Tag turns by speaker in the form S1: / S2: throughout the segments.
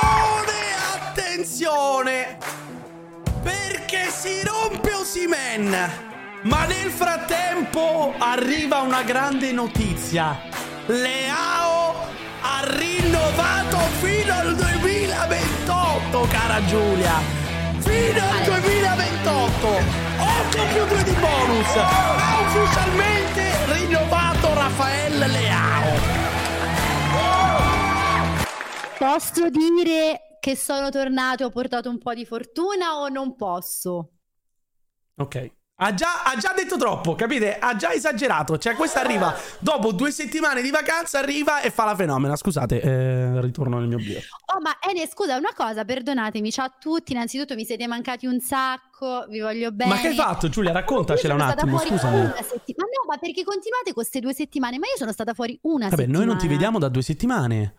S1: Attenzione, attenzione! Perché si rompe Osimen! Ma nel frattempo arriva una grande notizia. Leao ha rinnovato fino al 2028, cara Giulia! Fino al 2028! 8 più 2 di bonus! Ha ufficialmente rinnovato Raffaele Leao!
S2: Posso dire che sono tornato e ho portato un po' di fortuna o non posso?
S1: Ok. Ha già, ha già detto troppo, capite? Ha già esagerato. Cioè, questa arriva dopo due settimane di vacanza, arriva e fa la fenomena. Scusate, eh, ritorno nel mio bio.
S2: Oh, ma Ene, scusa, una cosa, perdonatemi, ciao a tutti, innanzitutto mi siete mancati un sacco, vi voglio bene.
S1: Ma che hai fatto, Giulia? Raccontacela un
S2: Io sono stata
S1: attimo,
S2: fuori
S1: scusami.
S2: una settima- Ma no, ma perché continuate queste due settimane? Ma io sono stata fuori una
S1: Vabbè,
S2: settimana.
S1: noi non ti vediamo da due settimane.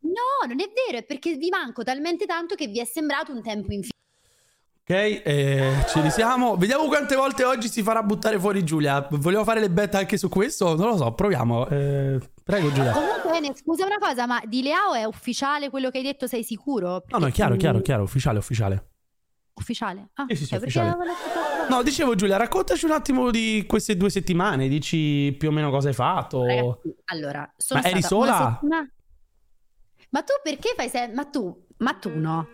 S2: No, non è vero, è perché vi manco talmente tanto che vi è sembrato un tempo infinito.
S1: Ok, eh, ci risiamo. Vediamo quante volte oggi si farà buttare fuori Giulia. Volevo fare le bet anche su questo? Non lo so, proviamo. Eh, prego, Giulia.
S2: Comunque, Ene, scusa una cosa, ma di Leao è ufficiale quello che hai detto, sei sicuro?
S1: No, no, è
S2: Perché-
S1: chiaro, chiaro, chiaro. Ufficiale, ufficiale.
S2: Ufficiale? Ah,
S1: Sì, sì, sì,
S2: ok, perché
S1: ufficiale.
S2: avevo letto-
S1: No, dicevo Giulia, raccontaci un attimo di queste due settimane, dici più o meno cosa hai fatto.
S2: Ragazzi, allora, sono
S1: Ma eri
S2: stata una
S1: sola?
S2: settimana- Ma tu perché fai sempre... Ma tu, ma tu no.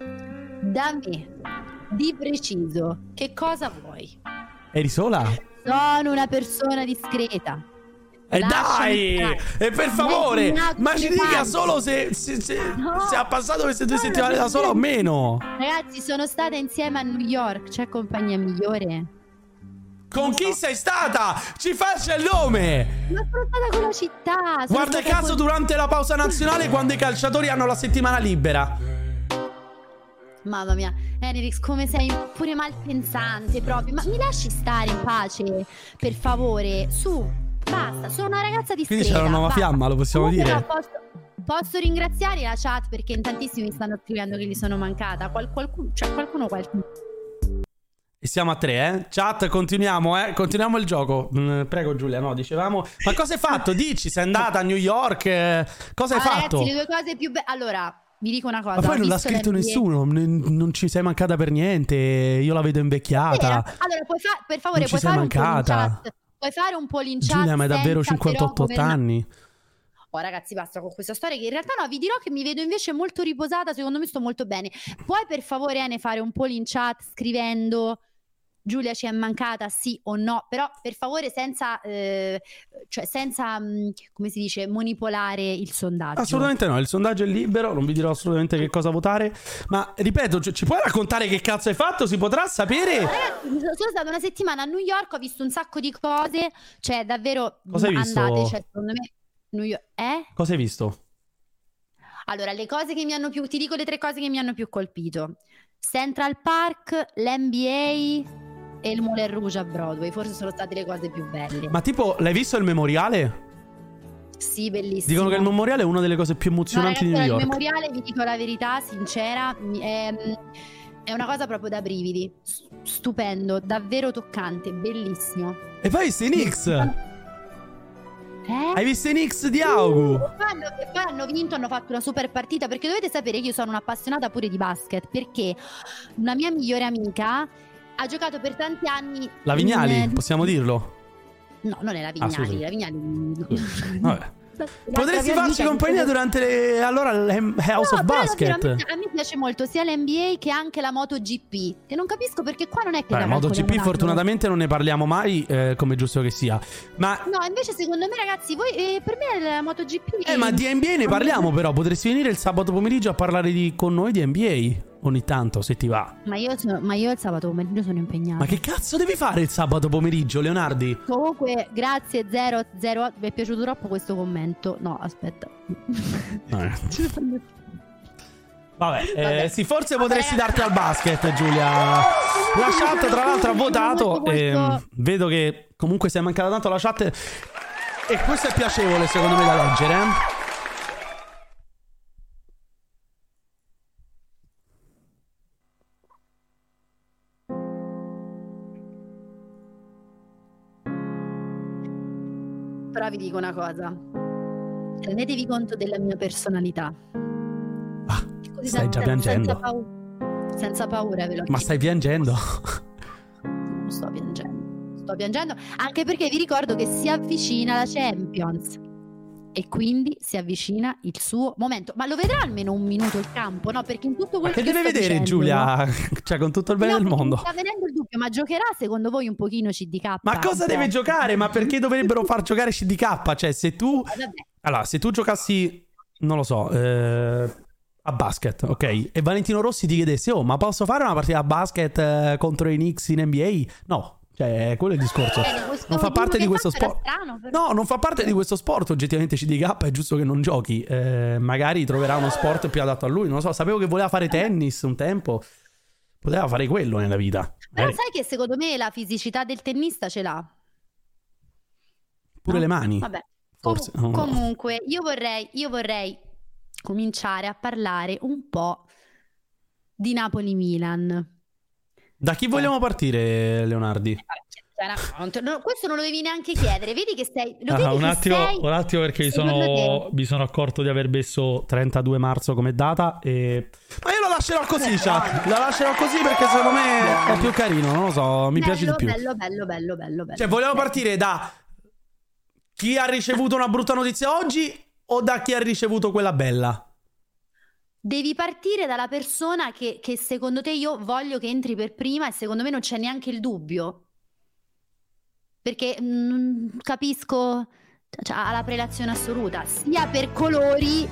S2: Da me, di preciso, che cosa vuoi?
S1: Eri sola?
S2: Sono una persona discreta.
S1: E
S2: Lasciami
S1: dai!
S2: stare.
S1: E per favore,
S2: Metti un attimo
S1: ma ci
S2: in
S1: dica
S2: pace.
S1: solo se, se, se-
S2: No.
S1: se ha passato queste due
S2: No, no,
S1: settimane da
S2: no,
S1: sola o
S2: no.
S1: meno.
S2: Ragazzi, sono stata insieme a New York, c'è compagnia migliore.
S1: Con chi sei stata? Ci faccia il nome!
S2: Ma sono stata con la città. sono
S1: Guarda
S2: stata
S1: caso
S2: con-
S1: durante la pausa nazionale quando i calciatori hanno la settimana libera.
S2: Mamma mia, Enrix, come sei pure malpensante proprio. Ma mi lasci stare in pace, per favore. Su, basta, sono una ragazza discreta.
S1: Quindi c'era una nuova
S2: basta.
S1: fiamma, lo possiamo
S2: Comunque,
S1: dire.
S2: no, posso, posso ringraziare la chat perché in tantissimi mi stanno scrivendo che gli sono mancata. Qual- qualcuno, cioè qualcuno, qualcuno.
S1: E siamo a tre, eh? Chat, continuiamo, eh? Continuiamo il gioco. Mm, prego Giulia, no, dicevamo. Ma cosa hai fatto? Dici, sei andata a New York? eh, Cosa hai
S2: Ah,
S1: fatto?
S2: Ragazzi, le due cose più belle. Allora, vi dico una
S1: Ma
S2: cosa.
S1: poi
S2: ho
S1: non l'ha
S2: visto
S1: scritto
S2: l'NBA.
S1: nessuno, n- non ci sei mancata per niente, io la vedo
S2: Vera?
S1: invecchiata.
S2: Allora, puoi fa- per favore,
S1: Non ci
S2: puoi
S1: sei
S2: fare un po' in
S1: mancata.
S2: chat. Puoi fare un po' in chat.
S1: Giulia, ma è davvero
S2: senza però
S1: 58
S2: governa-
S1: anni.
S2: Oh, ragazzi, basta con questa storia. Che in realtà no, vi dirò che mi vedo invece molto riposata. Secondo me sto molto bene. Puoi per favore, Ane, fare un poll in chat scrivendo. Giulia ci è mancata, sì o no, però per favore senza, eh, cioè senza mh, come si dice, manipolare il sondaggio.
S1: Assolutamente no, il sondaggio è libero, non vi dirò assolutamente che cosa votare. Ma ripeto, ci- ci puoi raccontare che cazzo hai fatto? Si potrà sapere?
S2: Ragazzi, mi sono sono stata una settimana a New York, ho visto un sacco di cose, cioè davvero
S1: Cosa hai visto?
S2: andate, cioè secondo me New York... Eh?
S1: Cosa hai visto?
S2: Allora, le cose che mi hanno più, ti dico le tre cose che mi hanno più colpito. Central Park, l'NBA e il Moulin Rouge a Broadway, forse sono state le cose più belle.
S1: Ma tipo, l'hai visto il memoriale?
S2: Sì, bellissimo.
S1: Dicono che il memoriale è una delle cose più
S2: No,
S1: emozionanti
S2: ragazzi,
S1: di New York.
S2: allora, Il memoriale, vi dico la verità, sincera, mi- è, è una cosa proprio da brividi. S- Stupendo, davvero toccante, bellissimo.
S1: E poi i Knicks!
S2: Eh?
S1: Hai visto i Knicks di Augu?
S2: Uh, poi hanno- e poi hanno vinto, hanno fatto una super partita perché dovete sapere che io sono un'appassionata pure di basket perché una mia migliore amica ha giocato per tanti anni
S1: La
S2: in-
S1: Vignali, possiamo dirlo?
S2: No, non è la Vignali,
S1: scusi.
S2: la Vignali.
S1: Vabbè.
S2: L'altra
S1: Potresti
S2: mia
S1: farci
S2: amica-
S1: compagnia durante le- allora l'Hem- House
S2: No,
S1: of
S2: però
S1: Basket.
S2: davvero, a, me, a me piace molto sia l'NBA che anche la MotoGP, che non capisco perché qua non è che
S1: Beh,
S2: la
S1: MotoGP
S2: calcoliamo tanto.
S1: fortunatamente non ne parliamo mai, eh, come giusto che sia. Ma,
S2: No, invece secondo me ragazzi, voi eh, per me la MotoGP
S1: eh, ma di NBA ne parliamo però, potresti venire il sabato pomeriggio a parlare di- con noi di NBA. ogni tanto se ti va.
S2: Ma io, sono- ma io il sabato pomeriggio sono impegnata.
S1: Ma che cazzo devi fare il sabato pomeriggio, Leonardi?
S2: Comunque, grazie 008. Mi è piaciuto troppo questo commento. No, aspetta. Eh.
S1: Vabbè, eh,
S2: Vabbè.
S1: sì, forse
S2: Vabbè,
S1: potresti darti
S2: ragazzi.
S1: al basket, Giulia. La chat, tra l'altro, ha votato.
S2: Molto,
S1: ehm,
S2: molto.
S1: vedo che comunque si è mancata tanto la chat. E questo è piacevole, secondo me, da leggere. eh.
S2: Però vi dico una cosa. Rendetevi conto della mia personalità.
S1: Ah,
S2: Così
S1: stai già piangendo.
S2: Senza, pau- senza paura, ve lo
S1: Ma
S2: dico.
S1: stai piangendo?
S2: Non sto piangendo. Sto piangendo anche perché vi ricordo che si avvicina la Champions. E quindi si avvicina il suo momento. Ma lo vedrà almeno un minuto il campo, no? Perché in tutto
S1: Ma
S2: quello
S1: che
S2: che,
S1: deve
S2: sto
S1: vedere,
S2: dicendo, no?
S1: Giulia? Cioè, con tutto il bene
S2: No,
S1: del
S2: perché mi
S1: mondo.
S2: Sta venendo il dubbio, ma giocherà secondo voi un pochino CDK?
S1: Ma cosa
S2: Un po'?
S1: deve giocare? Ma perché dovrebbero far giocare CDK? Cioè, se tu.
S2: Ah, Vabbè,
S1: Allora, se tu giocassi, non lo so, eh, a basket, ok? E Valentino Rossi ti chiedesse, oh, ma posso fare una partita a basket eh, contro i Knicks in NBA? No, cioè, quello è il discorso.
S2: bene, questo
S1: Non fa parte
S2: dubbio
S1: di
S2: che
S1: questo
S2: fatto era
S1: sport.
S2: strano, però.
S1: No, non fa parte di questo sport, oggettivamente CDK è giusto che non giochi. Eh, magari troverà uno sport più adatto a lui, non lo so. Sapevo che voleva fare tennis un tempo. Poteva fare quello nella vita.
S2: Però
S1: Magari
S2: sai che secondo me la fisicità del tennista ce l'ha.
S1: pure le mani.
S2: Vabbè.
S1: Forse,
S2: Comu-
S1: no.
S2: Comunque, io vorrei, io vorrei cominciare a parlare un po' di Napoli-Milan.
S1: Da chi
S2: Eh.
S1: vogliamo partire, Leonardi?
S2: Cioè, No, questo non lo devi neanche chiedere, vedi che sei... Lo
S3: Ah,
S2: vedi
S3: un,
S2: che
S3: attimo,
S2: sei-
S3: un attimo perché mi
S2: secondo
S3: sono,
S2: te?
S3: mi sono accorto di aver messo
S1: 32 marzo come data e... Ma io lo lascerò
S2: Eh,
S1: così, chat. Cioè, La lascerò così perché secondo me è più carino, non lo so, mi piace di
S2: bello,
S1: più.
S2: Bello, bello, bello, bello, bello.
S1: Cioè, volevo partire da chi ha ricevuto una brutta notizia oggi o da chi ha ricevuto quella bella?
S2: Devi partire dalla persona che, che secondo te io voglio che entri per prima e secondo me non c'è neanche il dubbio. Perché mm, capisco, cioè, ha la prelazione assoluta, sia per colori.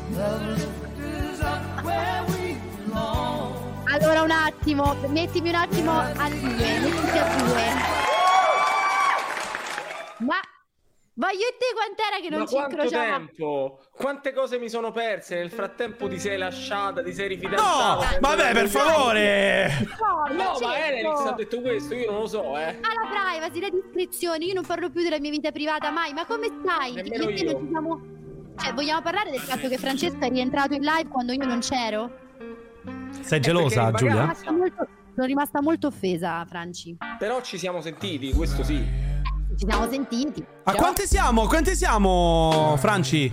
S2: Allora un attimo, mettimi un attimo a due, mettiti a due. Ma voglio te quant'era che non
S4: Ma
S2: ci
S4: quanto
S2: incrociavamo?
S4: tempo? Quante cose mi sono perse? Nel frattempo ti sei lasciata, ti sei
S1: No!
S4: rifidanzata.
S1: Vabbè, per favore!
S2: No,
S4: No, ma Enelix
S2: certo.
S4: ha detto questo, io non lo so, eh.
S2: Ah, la privacy, le discrezioni, io non parlo più della mia vita privata mai, ma come stai?
S4: Nemmeno
S2: Perché
S4: io.
S2: non ci siamo- Cioè, vogliamo parlare del fatto che Francesco è rientrato in live quando io non c'ero?
S1: Sei gelosa,
S4: perché in
S2: Sono
S1: Giulia?
S4: vacanza-
S2: rimasta molto, sono rimasta molto offesa, Franci.
S4: Però ci siamo sentiti, questo sì.
S2: Ci siamo sentiti.
S1: A
S2: Ciao.
S1: quante siamo? Quante siamo, Franci?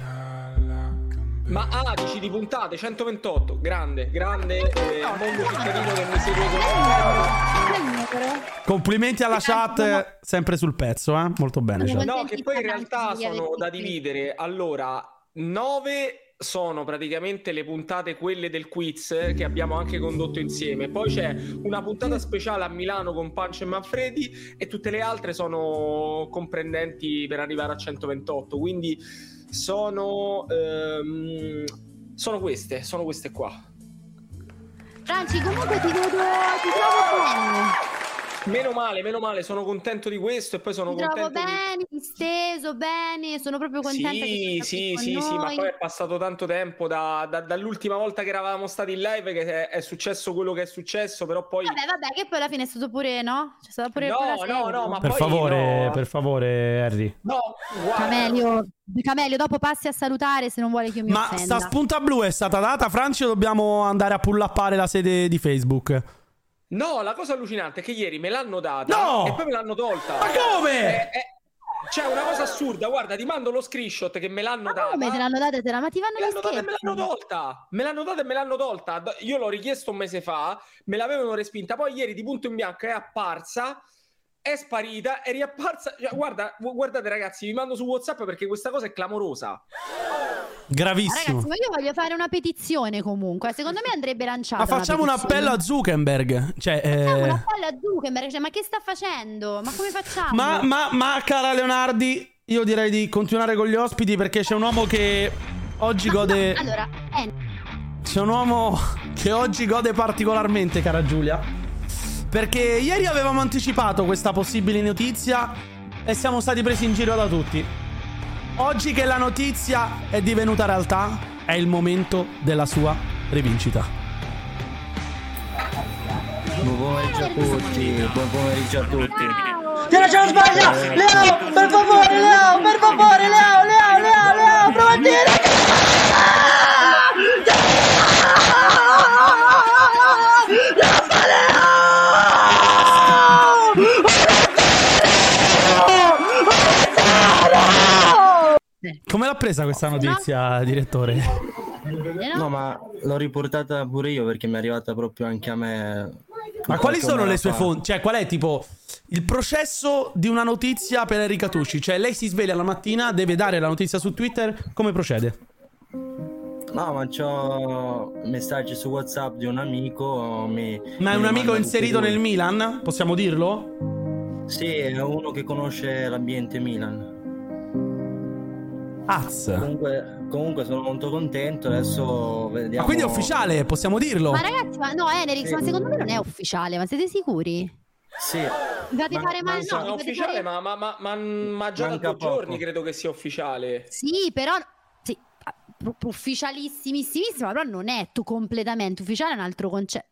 S4: Ma ah, dici di puntate, 128. Grande, grande eh, mondo cittadino che mi segue con
S2: Quel numero?
S1: Complimenti alla chat, sempre sul pezzo, eh? Molto bene, chat.
S4: No, che poi in
S2: Contenti
S4: realtà
S2: di averti
S4: sono da
S2: qui.
S4: dividere. Allora, 9 sono praticamente le puntate quelle del quiz eh, che abbiamo anche condotto insieme. Poi c'è una puntata speciale a Milano con Pancio e Manfredi e tutte le altre sono comprendenti per arrivare a 128. Quindi sono ehm, sono queste, sono queste qua.
S2: Franci, comunque ti vedo, Eh, ti
S4: Ah,
S2: trovo bene.
S4: Meno male, meno male, sono contento di questo e poi sono
S2: Ti trovo
S4: contento di
S2: bene, disteso bene, sono proprio contenta che
S4: Sì,
S2: sia
S4: sì,
S2: qui con
S4: sì, sì, ma
S2: noi.
S4: poi è passato tanto tempo da- da- dall'ultima volta che eravamo stati in live che è, è successo quello che è successo, però poi...
S2: Vabbè, vabbè, che poi alla fine è stato pure, no? C'è stata pure
S4: No,
S2: quella
S4: no,
S2: serie,
S4: no, ma
S3: Per
S4: poi
S3: favore,
S4: no.
S3: per favore, Harry.
S4: No, guarda,
S2: Camelio, Camelio, dopo passi a salutare se non vuole che io mi
S1: Ma
S2: offenda.
S1: sta spunta blu è stata data, Franci, o dobbiamo andare a pullappare la sede di Facebook?
S4: No, la cosa allucinante è che ieri me l'hanno data
S1: No!
S4: e poi me l'hanno tolta.
S1: Ma come?
S4: Eh, eh, c'è una cosa assurda, guarda, ti mando lo screenshot che me l'hanno
S2: ma
S4: data.
S2: come te l'hanno data e te la... Ma ti vanno
S4: Me
S2: lo
S4: l'hanno data e me
S2: scherzo?
S4: l'hanno tolta. Me l'hanno data e me l'hanno tolta. Do- Io l'ho richiesto un mese fa, me l'avevano respinta. Poi ieri di punto in bianco è apparsa, è sparita, è riapparsa. Cioè, guarda, gu- guardate ragazzi, vi mando su WhatsApp perché questa cosa è clamorosa.
S2: Ma
S1: Gravissimo.
S2: Ragazzi, ma io voglio fare una petizione comunque. Secondo me andrebbe lanciata
S1: Ma facciamo un
S2: una
S1: appello a Zuckerberg. Cioè, eh,
S2: Facciamo un appello a Zuckerberg, cioè, ma che sta facendo? Ma come facciamo?
S1: ma, ma, ma, cara Leonardi, io direi di continuare con gli ospiti perché c'è un uomo che oggi
S2: Ma-
S1: gode.
S2: Allora, eh,
S1: C'è un uomo che oggi gode particolarmente, cara Giulia. Perché ieri avevamo anticipato questa possibile notizia e siamo stati presi in giro da tutti. Oggi che la notizia è divenuta realtà, è il momento della sua rivincita.
S5: Buon pomeriggio a tutti, buon pomeriggio a tutti.
S2: Bravo!
S6: Ti lasciamo sbagliare! Leo, per favore, Leo, per favore, Leo, Leo, Leo, Leo, prova a dire che...
S1: Come l'ha presa questa notizia, direttore?
S2: Bene,
S5: No,
S2: no?
S5: ma l'ho riportata pure io perché mi è arrivata proprio anche a me.
S1: Ma quali sono le sue
S5: Fa-
S1: fonti? Cioè, qual è tipo il processo di una notizia per Enrica Tucci? Cioè, lei si sveglia la mattina, deve dare la notizia su Twitter, come procede?
S5: No, ma c'ho messaggi su WhatsApp di un amico. mi-
S1: Ma è
S5: mi
S1: un amico
S5: manda
S1: inserito
S5: tutti
S1: nel Milan? Possiamo dirlo?
S5: lui. Sì, è uno che conosce l'ambiente Milan.
S1: Az. Ma
S5: Comunque, comunque sono molto contento. Adesso vediamo.
S1: quindi è ufficiale, possiamo dirlo?
S2: Ma ragazzi, ma no, Enerix, ma secondo me non è ufficiale, ma siete sicuri?
S5: Sì.
S2: Vi fate
S5: Ma-
S2: fare
S5: ma
S2: male?
S5: insomma,
S4: No,
S2: No,
S4: è
S2: vi fate
S4: ufficiale, ma,
S2: fare-
S4: ma, ma, ma, ma già
S5: Manca
S4: da due
S5: poco.
S4: giorni credo che sia ufficiale.
S2: Sì, però sì, ah, pro- ufficialissimissimissima, però non è tu completamente ufficiale, è un altro concetto.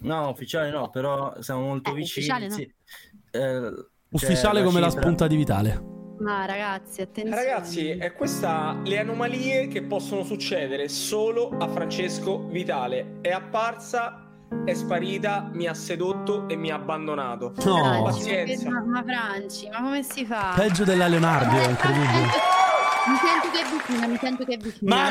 S5: No, ufficiale no, però siamo molto
S2: Eh,
S5: vicini.
S2: ufficiale no.
S5: sì. Eh, cioè,
S1: Ufficiale come la
S5: cifra-
S1: spunta di Vitale.
S2: Ma ragazzi, attenzione.
S4: Ragazzi, è questa le anomalie che possono succedere solo a Francesco Vitale. È apparsa, è sparita, mi ha sedotto e mi ha abbandonato.
S2: Franci, ma
S1: No,
S4: pazienza.
S2: che- ma, ma Franci, ma come si fa?
S1: peggio della Leonardo, è incredibile.
S2: Mi sento che è vicina, mi sento che è vicina.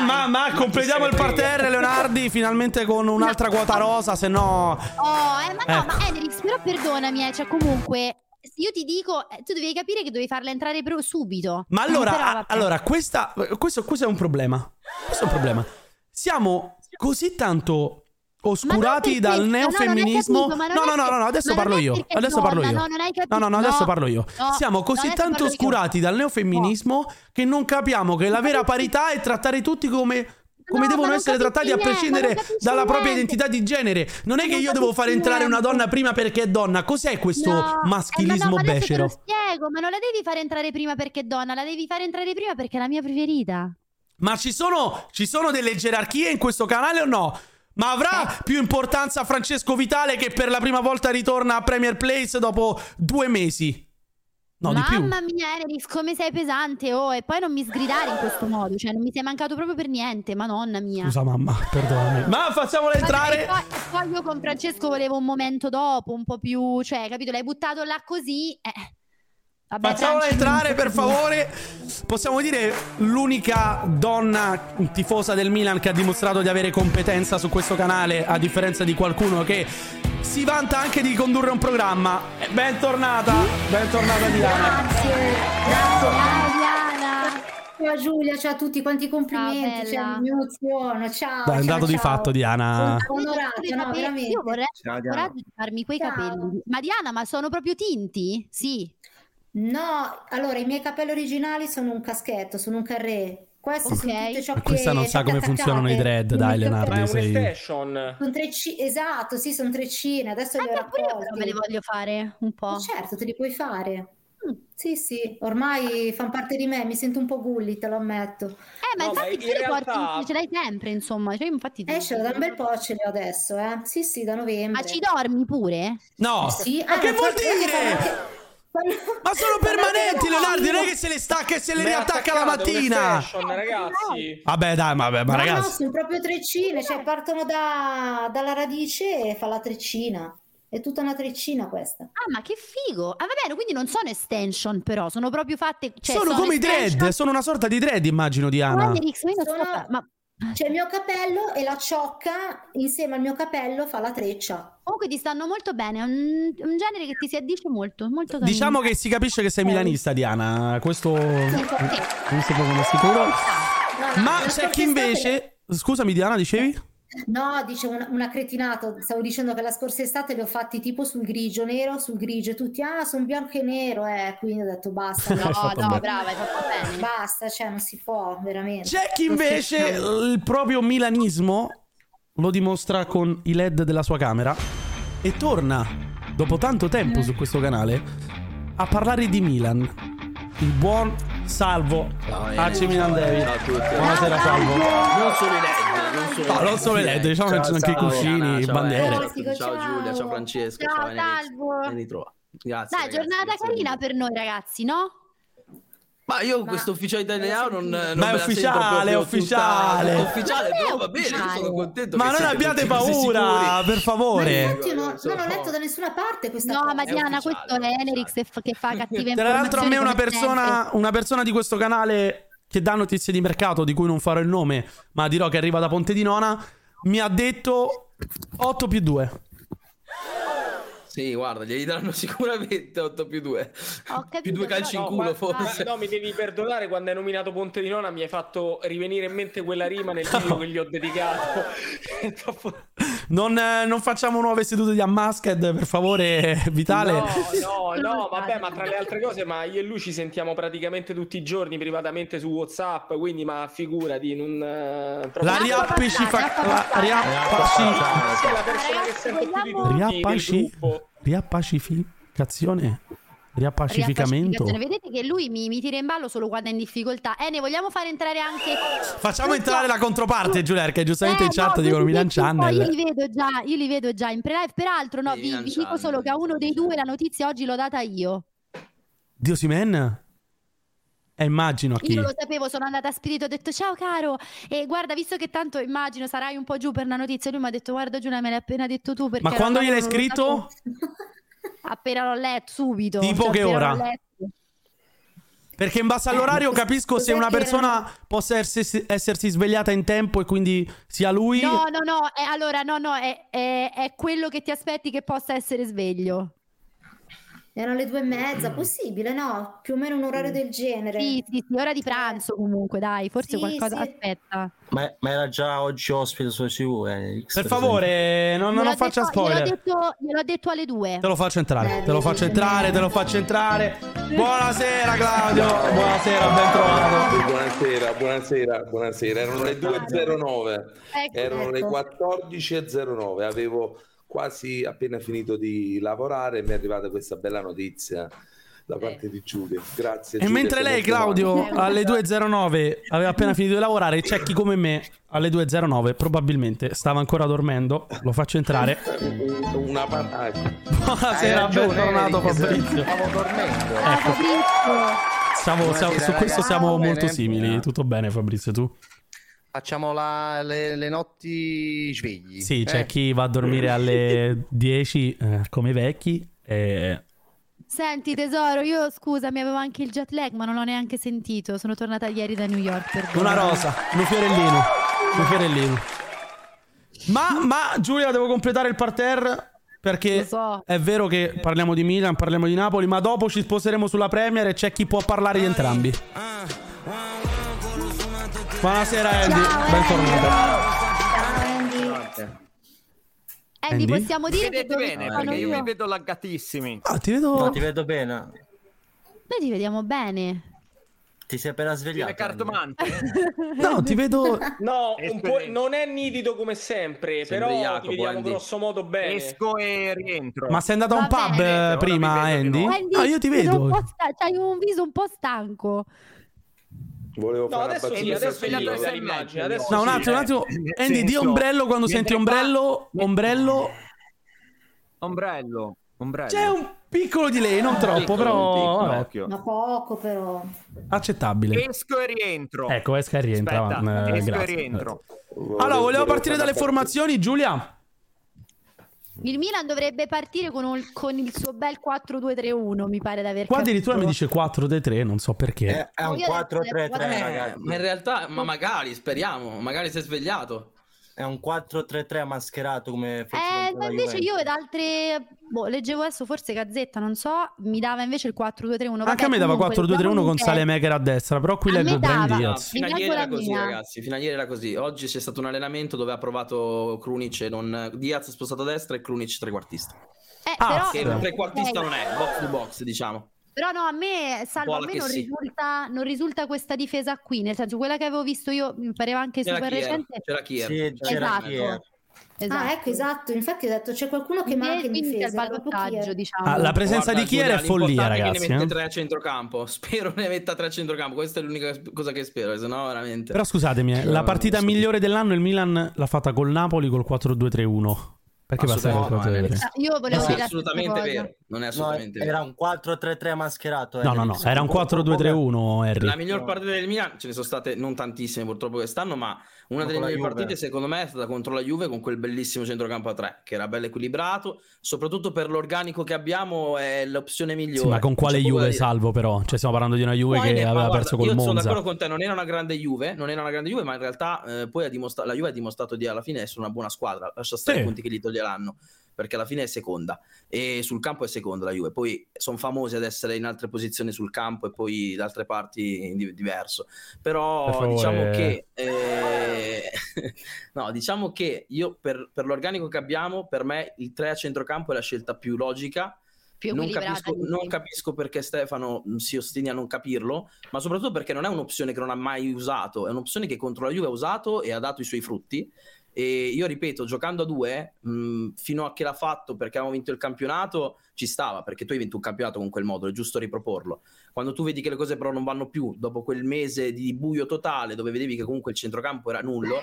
S1: Ma, ma, ma, completiamo il parterre, Leonardi, finalmente con un'altra quota rosa, se no...
S2: Oh, eh, ma no,
S1: Ecco.
S2: ma Enerix, però perdonami, eh, cioè comunque... Io ti dico, eh, tu devi capire che dovevi farla entrare pro- subito.
S1: Ma
S2: Però
S1: allora,
S2: vabbè.
S1: allora questa, questo, questo è un problema. Questo è un problema. Siamo così tanto
S2: Ma non
S1: oscurati
S2: perché-
S1: dal
S2: no,
S1: neofemminismo.
S2: non hai capito, ma non
S1: no,
S2: è
S1: no, no,
S2: che-
S1: no, no, adesso
S2: ma non
S1: parlo
S2: è
S1: io.
S2: perché
S1: Adesso
S2: donna,
S1: parlo io.
S2: No, non hai
S1: No,
S2: capito.
S1: no, no, adesso parlo io.
S2: no,
S1: Siamo così
S2: no, adesso
S1: tanto
S2: parlo io.
S1: oscurati dal neofemminismo che non capiamo che la vera parità è trattare tutti come. Come
S2: No, ma
S1: devono
S2: non
S1: essere
S2: capisci
S1: trattati a
S2: niente, ma
S1: prescindere
S2: non capisci
S1: dalla propria
S2: niente.
S1: identità di genere. Non è
S2: Ma
S1: che
S2: non
S1: io devo far
S2: capisci
S1: entrare una
S2: niente.
S1: donna prima perché è donna. Cos'è questo
S2: No, eh,
S1: maschilismo
S2: ma no, ma adesso
S1: becero?
S2: Te lo spiego, ma non la devi fare entrare prima perché è donna, la devi fare entrare prima perché è la mia preferita.
S1: Ma ci sono, ci sono delle gerarchie in questo canale o no? Ma avrà più importanza Francesco Vitale che per la prima volta ritorna a Premier Place dopo due mesi? No, di più.
S2: Mamma mia, Enerix, come sei pesante, oh, e poi non mi sgridare in questo modo, cioè non mi sei mancato proprio per niente, madonna mia.
S1: Scusa mamma, perdonami. Ma facciamola
S2: Ma dai,
S1: entrare.
S2: Poi, poi io con Francesco volevo un momento dopo, un po' più, cioè, capito? L'hai buttato là così. Eh. Vabbè,
S1: Facciamola
S2: Franci,
S1: entrare
S2: comunque,
S1: per favore. Possiamo dire l'unica donna tifosa del Milan che ha dimostrato di avere competenza su questo canale, a differenza di qualcuno che si vanta anche di condurre un programma. Eh, Bentornata, bentornata Diana.
S6: Grazie, grazie.
S2: Ciao, Diana.
S6: Ciao Giulia, ciao a tutti, quanti
S2: Ciao,
S6: complimenti,
S2: bella.
S6: ciao, mi emoziono, ciao.
S1: Dai, è
S6: ciao,
S1: un dato di
S6: cioè, ciao.
S1: fatto, Diana.
S6: Onorata,
S2: Io
S6: no,
S2: vorrei-
S6: veramente.
S2: Io vorrei
S5: Ciao, Diana.
S2: coraggio di farmi quei
S6: Ciao.
S2: capelli. Ma Diana, ma sono proprio tinti? Sì.
S6: No, allora i miei capelli originali sono un caschetto, sono un carré. Questi
S2: Ok.
S6: sono tutte ciocche,
S1: Ma questa non sa
S6: ciocche
S1: come funzionano i
S6: attaccate.
S1: dread,
S6: Non
S1: dai,
S6: mi
S1: Leonardo.
S4: Ma
S6: capello-
S4: è
S1: sei-
S4: un'estation.
S6: Sono trecci- esatto, sì, sono treccine, adesso
S2: Eh,
S6: le ho
S2: beh, pure io però
S6: raccolte.
S2: me le voglio fare un po'.
S6: Eh, Certo, te li puoi fare.
S2: Mm.
S6: Sì, sì, ormai fanno parte di me, mi sento un po' gulli, te lo ammetto.
S2: Eh, ma
S4: No,
S2: infatti
S4: ma in
S2: tu le porti,
S4: realtà-
S2: ce l'hai sempre, insomma. Cioè, infatti ti-
S6: Esce da un bel po' Eh, ce li ho adesso, eh. Sì, sì, da novembre.
S2: Ma ci dormi pure?
S1: No!
S6: Sì,
S1: Ma
S6: ah,
S1: che
S6: non
S1: vuol
S6: so-
S1: dire? Ma sono permanenti, Leonardo, non è che se le stacca e se le
S4: Ma è
S1: riattacca la
S4: attaccato,
S1: mattina.
S4: un'estation, ragazzi.
S1: Vabbè, dai, vabbè, ma
S6: No, no,
S1: ragazzi.
S6: sono proprio treccine,
S2: Eh.
S6: cioè partono da- dalla radice e fa la treccina. È tutta una treccina questa.
S2: Ah, ma che figo! Ah, va bene, quindi non sono extension, però sono proprio fatte. Cioè,
S1: sono come i
S2: extension-
S1: dread, sono una sorta di dread, immagino,
S2: Guarda,
S1: Diana.
S2: Rix, ma io non so
S6: Sono-
S2: fa- ma Ah.
S6: Cioè il mio capello e la ciocca insieme al mio capello fa la treccia.
S2: comunque ti stanno molto bene. È un, un genere che ti si addice molto, molto carino.
S1: Diciamo che si capisce che sei milanista, Diana. Questo non si può come sicuro.
S6: No,
S1: Ma
S6: no, la
S1: c'è
S6: scorsa
S1: chi
S6: estate-
S1: invece. Scusami, Diana, dicevi?
S6: No, dice una, una cretinata. Stavo dicendo che la scorsa estate li ho fatti tipo sul grigio nero, sul grigio, e tutti, ah, sono bianco e nero, eh, quindi ho detto basta,
S1: Hai
S6: no,
S2: No,
S1: fatto
S2: no,
S1: bene.
S2: brava, hai fatto bene.
S6: basta, cioè non si può, veramente.
S1: C'è chi invece il proprio milanismo lo dimostra con i LED della sua camera e torna, dopo tanto tempo su questo canale, a parlare di Milan. Il buon Salvo AC Milan Devi.
S5: Ciao a tutti.
S1: Buonasera Salvo.
S5: Non solo i LED, non solo i
S1: No, non solo i LED, diciamo che ci sono anche i
S5: ciao,
S1: cuscini,
S5: Anna,
S1: i
S5: ciao,
S1: bandiere.
S5: Enrico, Ciao Giulia, ciao Francesco,
S2: Ciao,
S5: ciao Enrico.
S2: Salvo.
S5: Ben ritrovato. Grazie.
S2: Dai,
S5: ragazzi,
S2: giornata
S5: grazie
S2: carina
S5: mille.
S2: per noi ragazzi, no?
S5: Ma io
S6: Ma-
S5: questo ufficiale italiano non, non
S1: Ma è
S5: me la sento
S1: ufficiale,
S5: proprio
S1: è
S5: tutta-
S1: ufficiale.
S5: ufficiale,
S2: Ma non è
S5: però va bene, io
S2: ufficiale.
S5: sono contento
S1: Ma
S5: che
S1: non
S5: siete
S1: abbiate
S5: tutti così
S1: paura,
S5: sicuri.
S1: per
S6: Ma
S1: favore.
S6: infatti io no-
S5: Sono
S6: non ho letto
S5: forte.
S6: da nessuna parte questa
S2: No,
S6: cosa.
S2: ma Diana,
S5: ufficiale,
S2: questo
S5: è
S2: è
S5: ufficiale.
S2: Enerix che fa- che fa cattive informazioni.
S1: Tra l'altro a me una
S2: come
S1: persona,
S2: sempre.
S1: una persona di questo canale che dà notizie di mercato, di cui non farò il nome, ma dirò che arriva da Ponte di Nona, mi ha detto 8 più 2.
S5: Sì, guarda, gli daranno sicuramente 8 più 2.
S2: Ho capito,
S5: più due calci in
S2: però-
S5: culo
S4: ma-
S5: forse.
S4: No, mi devi perdonare quando hai nominato Ponte di Nona mi hai fatto rivenire in mente quella rima nel video che gli ho dedicato. È troppo-
S1: Non, eh, non facciamo nuove sedute di Unmasked, per favore, eh, Vitale.
S4: No, no, no, vabbè, ma tra le altre cose, ma io e lui ci sentiamo praticamente tutti i giorni privatamente su WhatsApp, quindi ma figurati, non eh, proprio-
S1: La riappi ci fa... La riappaci...
S4: Sei la persona che sento più di tutti del
S1: Riappaci...
S4: gruppo.
S1: Riappacificazione? Riappacificamento?
S2: Riappacificazione. Vedete che lui mi, mi tira in ballo solo quando è in difficoltà. Eh, ne vogliamo fare entrare anche.
S1: Facciamo
S2: Non
S1: entrare
S2: so.
S1: la controparte, Giulia, che giustamente
S2: Eh,
S1: in chat
S2: no,
S1: dicono
S2: questi
S1: Milan
S2: vecchi un po' Io
S1: Channel.
S2: li vedo già, io li vedo già in pre-live. Peraltro, no,
S5: Sì,
S2: vi,
S5: Milan
S2: vi dico
S5: Channel,
S2: solo che a uno dei
S5: Milan
S2: due la notizia oggi l'ho data io.
S1: Dio Simen? E immagino a chi.
S2: Io lo sapevo, sono andata a spirito, ho detto ciao caro. E guarda, visto che tanto immagino sarai un po' giù per la notizia, lui mi ha detto guarda Giulia, me l'hai appena detto tu. Perché
S1: Ma quando
S2: eravamo
S1: gliel'hai
S2: in una-
S1: scritto?
S2: Appena l'ho letto, subito. Cioè,
S1: Tipo che
S2: appena
S1: ora?
S2: l'ho letto.
S1: Perché in base all'orario capisco se una persona possa essersi, essersi svegliata in tempo e quindi sia lui.
S2: No, no, no, eh, allora no, no, è, è- è quello che ti aspetti che possa essere sveglio.
S6: Erano le due e mezza, possibile, no? Più o meno un orario del genere.
S2: Sì, sì, sì, ora di pranzo comunque, dai, forse
S6: Sì,
S2: qualcosa
S6: sì.
S2: aspetta.
S5: Ma, era già oggi ospite su eh, CV,
S1: Per favore, non, non
S2: Gliel'ho
S1: faccia
S2: detto-
S1: spoiler.
S2: Gliel'ho detto, gliel'ho detto alle due.
S1: Te lo faccio entrare, te lo faccio entrare, te lo faccio entrare. Buonasera Claudio, buonasera, ben trovato.
S7: Buonasera, buonasera, buonasera. Erano le 2.09,
S2: Ecco,
S7: erano le
S6: ecco.
S7: 14.09, avevo quasi appena finito di lavorare e mi è arrivata questa bella notizia da parte di Giulia. Grazie.
S1: E
S7: Giulia,
S1: mentre
S7: sei
S1: lei,
S7: molto
S1: Claudio,
S7: amabile.
S1: alle 2.09 aveva appena finito di lavorare, c'è chi come me alle 2.09 probabilmente stava ancora dormendo. Lo faccio entrare.
S7: Una ah, ecco. panacca.
S1: Buonasera, bentornato Fabrizio.
S5: Stavo dormendo.
S2: Ciao,
S1: Siamo-
S2: Fabrizio.
S1: siamo- su
S8: Buonasera,
S1: questo
S8: ragazzi.
S1: siamo
S8: Bene?
S1: molto simili. Tutto bene, Fabrizio? Tu?
S8: Facciamo la- le, le notti svegli.
S1: Sì, c'è
S8: Eh,
S1: chi va a dormire alle 10 eh, come i vecchi. E...
S2: Senti tesoro, io scusa, mi avevo anche il jet lag, ma non l'ho neanche sentito. Sono tornata ieri da New York. perdonami.
S1: Una rosa, un fiorellino. Un fiorellino. Ma, ma, Giulia, devo completare il parterre.
S2: Lo
S1: Perché
S2: so.
S1: è vero che parliamo di Milan, parliamo di Napoli, ma dopo ci sposeremo sulla Premier e c'è chi può parlare di entrambi. Buonasera Andy, bentornato.
S2: Andy,
S1: Andy?
S2: possiamo dire che dove sono Ah, io?
S8: vedo laggatissimi.
S1: Ah, ti vedo...
S5: No, ti vedo bene.
S2: Noi ti vediamo bene.
S5: Ti sei appena svegliato.
S9: Eh,
S1: No, ti vedo...
S4: No, un po', non è nitido come sempre,
S5: Sembra
S4: però
S5: Jacopo,
S4: ti vediamo
S5: Andy.
S4: grosso modo bene.
S8: e rientro.
S1: Ma sei andato a un
S2: Va
S1: pub
S2: bene.
S1: eh,
S8: Ora mi
S1: prima,
S8: vedo di
S1: Andy?
S8: nuovo.
S2: Andy,
S1: No, Ah, io ti
S2: vedo un po'
S1: vedo.
S2: sta- C'hai un viso un po' stanco.
S7: Volevo
S4: No,
S7: fare una
S4: adesso sì,
S7: battuta
S4: adesso sì,
S7: sul-
S8: svegliato alle sei e
S4: l'immagine,
S8: mezza.
S4: adesso
S1: No, un
S4: sì.
S1: attimo, un attimo.
S8: Nel
S1: Andy, di
S8: senso,
S1: ombrello quando
S8: mentre
S1: senti
S8: qua-
S1: ombrello. Ombrello.
S8: Ombrello. Ombrello.
S1: C'è un piccolo delay, non troppo, però... vabbè,
S6: Ma poco però.
S1: accettabile.
S8: Esco e rientro.
S1: Ecco, esca e rientra. va, eh, grazie.
S7: volevo-
S1: Allora, volevo
S7: volevo
S1: partire
S7: fare
S1: dalle
S7: una battuta.
S1: formazioni, Giulia.
S2: Il Milan dovrebbe partire con, un- con il suo bel 4-2-3-1, mi pare di aver
S1: Qua
S2: capito.
S1: addirittura mi dice 4 dei 3, non so perché.
S9: Eh,
S5: È, è un
S2: Io adesso
S5: 4-3-3,
S2: adesso-
S5: ragazzi.
S9: Ma in realtà, ma magari, speriamo, magari si è svegliato.
S5: È un 4-3-3 mascherato come fece
S2: Eh,
S5: contro
S2: ma
S5: la
S2: invece
S5: Juventus.
S2: io ed altre boh, leggevo adesso forse Gazzetta, non so, mi dava invece il 4-2-3-1.
S1: Anche a me dava 4-2-3-1 con Sale Maker a destra, però qui
S2: A me
S1: leggo Brian
S2: dava.
S9: No,
S1: Diaz.
S9: fino a
S2: Neanche
S9: ieri
S2: la
S9: era così,
S2: mia.
S9: ragazzi. Fino a ieri era così. Oggi c'è stato un allenamento dove ha provato Krunic e non Diaz spostato a destra e Krunic trequartista.
S1: Ah,
S2: ah,
S9: Che
S1: Sì.
S2: però,
S9: trequartista
S2: ok,
S9: non è, box to box, diciamo.
S2: però no, a me, salvo, a
S9: Buona
S2: me
S9: che
S2: non,
S9: sì.
S2: risulta, non risulta questa difesa qui, nel senso quella che avevo visto io mi pareva anche
S9: C'era
S2: super
S9: chi era?
S2: recente.
S9: C'era chi era?
S5: Sì, c'era
S2: Esatto.
S5: chi era.
S6: Ah, ecco, esatto. Infatti ho detto c'è qualcuno che manca in
S2: quindi c'è il
S6: difesa.
S2: ballottaggio, diciamo.
S1: Ah, la presenza di Chiera è
S9: Giulia,
S1: follia,
S9: l'importante è
S1: ragazzi.
S9: Che ne
S1: eh.
S9: mette tre a centrocampo. Spero ne metta tre a centrocampo. Questa è l'unica cosa che spero, se no veramente. Cioè,
S1: Però scusatemi, eh, la partita migliore dell'anno il Milan l'ha fatta col Napoli col 4-2-3-1. Perché passa col
S9: Assolutamente,
S1: 4-2-3-1?
S2: Ah, Io volevo
S9: non
S2: dire
S9: è
S2: la
S9: assolutamente
S2: stessa cosa.
S9: vero. Non è assolutamente
S5: No,
S9: vero.
S5: era un 4-3-3 mascherato. eh,
S1: No, no, no,
S5: Ericsson.
S1: era un 4-2-3-1,
S9: La
S1: Harry.
S9: miglior partita del Milan ce ne sono state non tantissime purtroppo quest'anno, ma una
S5: Ma
S9: delle
S5: con la
S9: migliori
S5: Juve.
S9: partite secondo me è stata contro la Juve con quel bellissimo centrocampo a 3 che era bello equilibrato, soprattutto per l'organico che abbiamo è l'opzione migliore.
S1: Sì, ma con quale
S9: C'è poco da
S1: Juve
S9: Cioè, dire.
S1: salvo però? Cioè stiamo parlando di una Juve
S9: Poi
S1: che
S9: ne- ma
S1: aveva
S9: guarda,
S1: perso col
S9: io sono
S1: Monza.
S9: d'accordo con te, non era una grande Juve, non era una grande Juve, ma in realtà eh, poi ha dimostra- la Juve ha dimostrato di alla fine essere una buona squadra. Lascia stare
S1: Sì.
S9: i punti che gli toglieranno, perché alla fine è seconda e sul campo è seconda la Juve. Poi sono famosi ad essere in altre posizioni sul campo e poi da altre parti di- diverso. Però
S1: Per favore.
S9: diciamo che eh, no, diciamo che io per, per l'organico che abbiamo, per me il 3 a centrocampo è la scelta più logica
S2: Più
S9: non
S2: equilibrata,
S9: capisco,
S2: quindi.
S9: non capisco perché Stefano mh, si ostini a non capirlo, ma soprattutto perché non è un'opzione che non ha mai usato, è un'opzione che contro la Juve ha usato e ha dato i suoi frutti. E io ripeto, giocando a due, mh, fino a che l'ha fatto perché avevamo vinto il campionato, ci stava, perché tu hai vinto un campionato con quel modo, è giusto riproporlo. Quando tu vedi che le cose però non vanno più, dopo quel mese di buio totale, dove vedevi che comunque il centrocampo era nullo,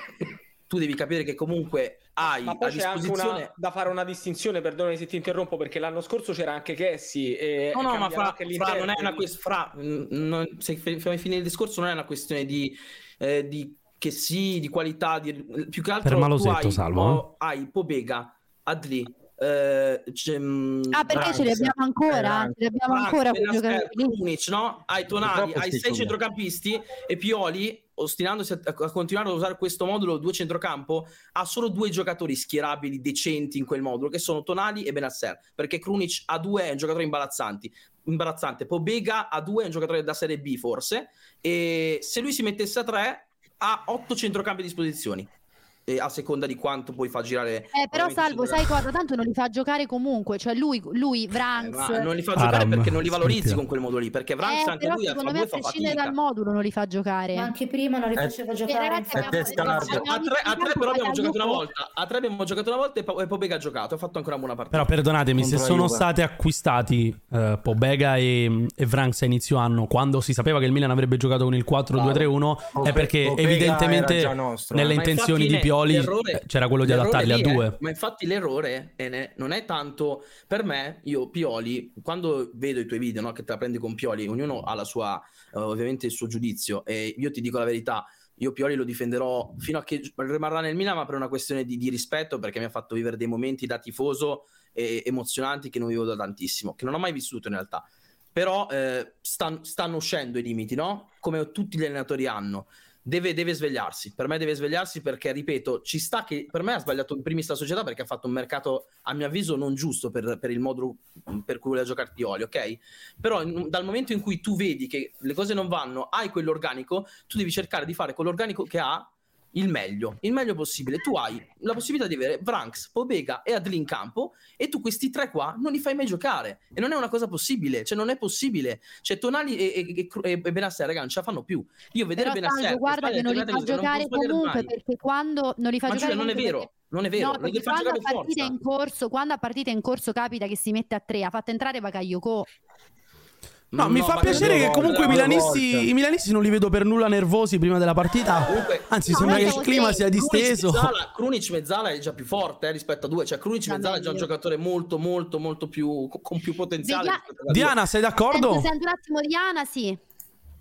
S9: tu devi capire che comunque hai
S4: Ma
S9: a
S4: poi c'è anche
S9: disposizione...
S4: una, da fare una distinzione, perdonami se ti interrompo, perché l'anno scorso c'era anche Kessi. E
S9: No, no, ma
S4: cambiava
S9: fra,
S4: anche
S9: fra,
S4: l'interno,
S9: non è una
S4: quindi-
S9: questione. Fra, mh, non- se fi- fammi finire il discorso, non è una questione di, eh, di che sì, di qualità, di- più che altro.
S1: Per Malosetto,
S9: tu hai,
S1: Salvo, eh.
S9: oh, hai Pobega, Adli. eh, c'è, mh,
S2: Ah, perché ce li
S9: Brandt,
S2: abbiamo ancora?
S5: Brandt,
S2: Ce li abbiamo
S9: Brandt,
S2: ancora quei
S9: Benasser,
S2: giocatori lì?
S9: Krunic, no? Hai Tonali,
S5: Purtroppo sì,
S9: hai sei
S5: Giulia.
S9: centrocampisti e Pioli, ostinandosi a, a continuare ad usare questo modulo due centrocampo, ha solo due giocatori schierabili decenti in quel modulo, che sono Tonali e Benasser, perché Krunic a due è un giocatore imbarazzante. imbarazzante. Pobega a due è un giocatore da Serie B forse, e se lui si mettesse a tre ha otto centrocampi a disposizione, e a seconda di quanto poi fa girare...
S2: Eh, però
S9: veramente i
S2: Salvo, sai
S9: centrocampi.
S2: cosa? Tanto non li fa giocare comunque. Cioè lui, lui
S9: Eh,
S2: Vranz...
S9: ma non li fa
S1: Aram,
S9: giocare perché non li valorizzi
S1: smettila.
S9: con quel modo lì perché
S2: Eh,
S9: Vranz anche
S2: però
S9: lui a
S2: secondo
S9: fa
S2: me a
S9: due fa
S2: prescindere
S9: fatica
S2: dal modulo non li fa giocare.
S6: Ma anche prima non li
S5: Eh,
S6: faceva
S2: Eh,
S6: giocare.
S2: ragazzi,
S5: È
S6: infatti.
S2: abbiamo-
S5: testa larga.
S2: abbiamo
S9: a tre, a tre
S2: iniziato
S9: però abbiamo
S2: dal
S9: giocato una
S2: gruppo.
S9: volta a tre abbiamo giocato una volta e, Po- e Pobega ha giocato ha fatto ancora una buona partita
S1: Però perdonatemi, se
S5: Contro la
S1: sono
S5: Juve.
S1: stati acquistati eh, Pobega e, e Franks a inizio anno, quando si sapeva che il Milan avrebbe giocato con il 4-2-3-1, è
S5: Pope-
S1: perché
S5: Popega
S1: evidentemente
S5: era già nostro, eh.
S1: nelle
S9: Ma
S1: intenzioni
S9: infatti
S1: di
S9: ne-
S1: Pioli
S9: l'errore-
S1: eh, c'era quello di
S9: l'errore
S1: adattarli a
S9: lì è-
S1: due.
S9: ma infatti l'errore è ne- non è tanto per me, io Pioli, quando vedo i tuoi video, no, che te la prendi con Pioli, ognuno ha la sua, eh, ovviamente il suo giudizio e io ti dico la verità. Io Pioli lo difenderò fino a che rimarrà nel Milan, ma per una questione di, di rispetto, perché mi ha fatto vivere dei momenti da tifoso e emozionanti che non vivo da tantissimo, che non ho mai vissuto in realtà. Però eh, stan- stanno uscendo i limiti, no? Come tutti gli allenatori hanno deve, deve svegliarsi. Per me deve svegliarsi perché, ripeto, ci sta che per me ha sbagliato in primis la società perché ha fatto un mercato, a mio avviso, non giusto per, per il modo per cui voleva giocare Pioli, ok? Però in- dal momento in cui tu vedi che le cose non vanno, hai quell'organico, tu devi cercare di fare con l'organico che ha il meglio, il meglio possibile. Tu hai la possibilità di avere Branks, Pobega e Adli in campo e tu questi tre qua non li fai mai giocare. E non è una cosa possibile, cioè non è possibile. Cioè Tonali e, e, e, e Benasser, ragazzi, non ce la fanno più. Io vedere
S2: Però
S9: Benasser...
S2: Salvo, guarda che non li fa giocare comunque perché quando non li fa
S9: Ma
S2: giocare
S9: Giulia, non è
S2: comunque
S9: vero,
S2: perché-
S9: non è vero.
S2: No,
S9: non li
S2: perché
S9: fa
S2: quando a
S9: giocare
S2: partita
S9: forza.
S2: in corso, quando a partita in corso capita che si mette a tre, ha fatto entrare Bakayoko.
S1: No, mi fa
S9: ma
S1: piacere
S9: due
S1: che
S9: volte,
S1: comunque i
S9: due volte.
S1: milanisti, i milanisti non li vedo per nulla nervosi prima della partita.
S9: Comunque-
S1: Anzi,
S2: No,
S1: sembra
S2: noi
S1: che il
S2: siamo
S1: clima
S2: sei.
S1: sia disteso.
S9: Krunic Mezzala, Krunic Mezzala è già più forte eh, rispetto a due. Cioè, Krunic
S2: No,
S9: Mezzala è già un
S2: meglio.
S9: giocatore molto, molto, molto più con più potenziale.
S2: Veglia-
S9: rispetto a due.
S1: Diana, sei d'accordo?
S2: Sento, sento un attimo Diana, sì.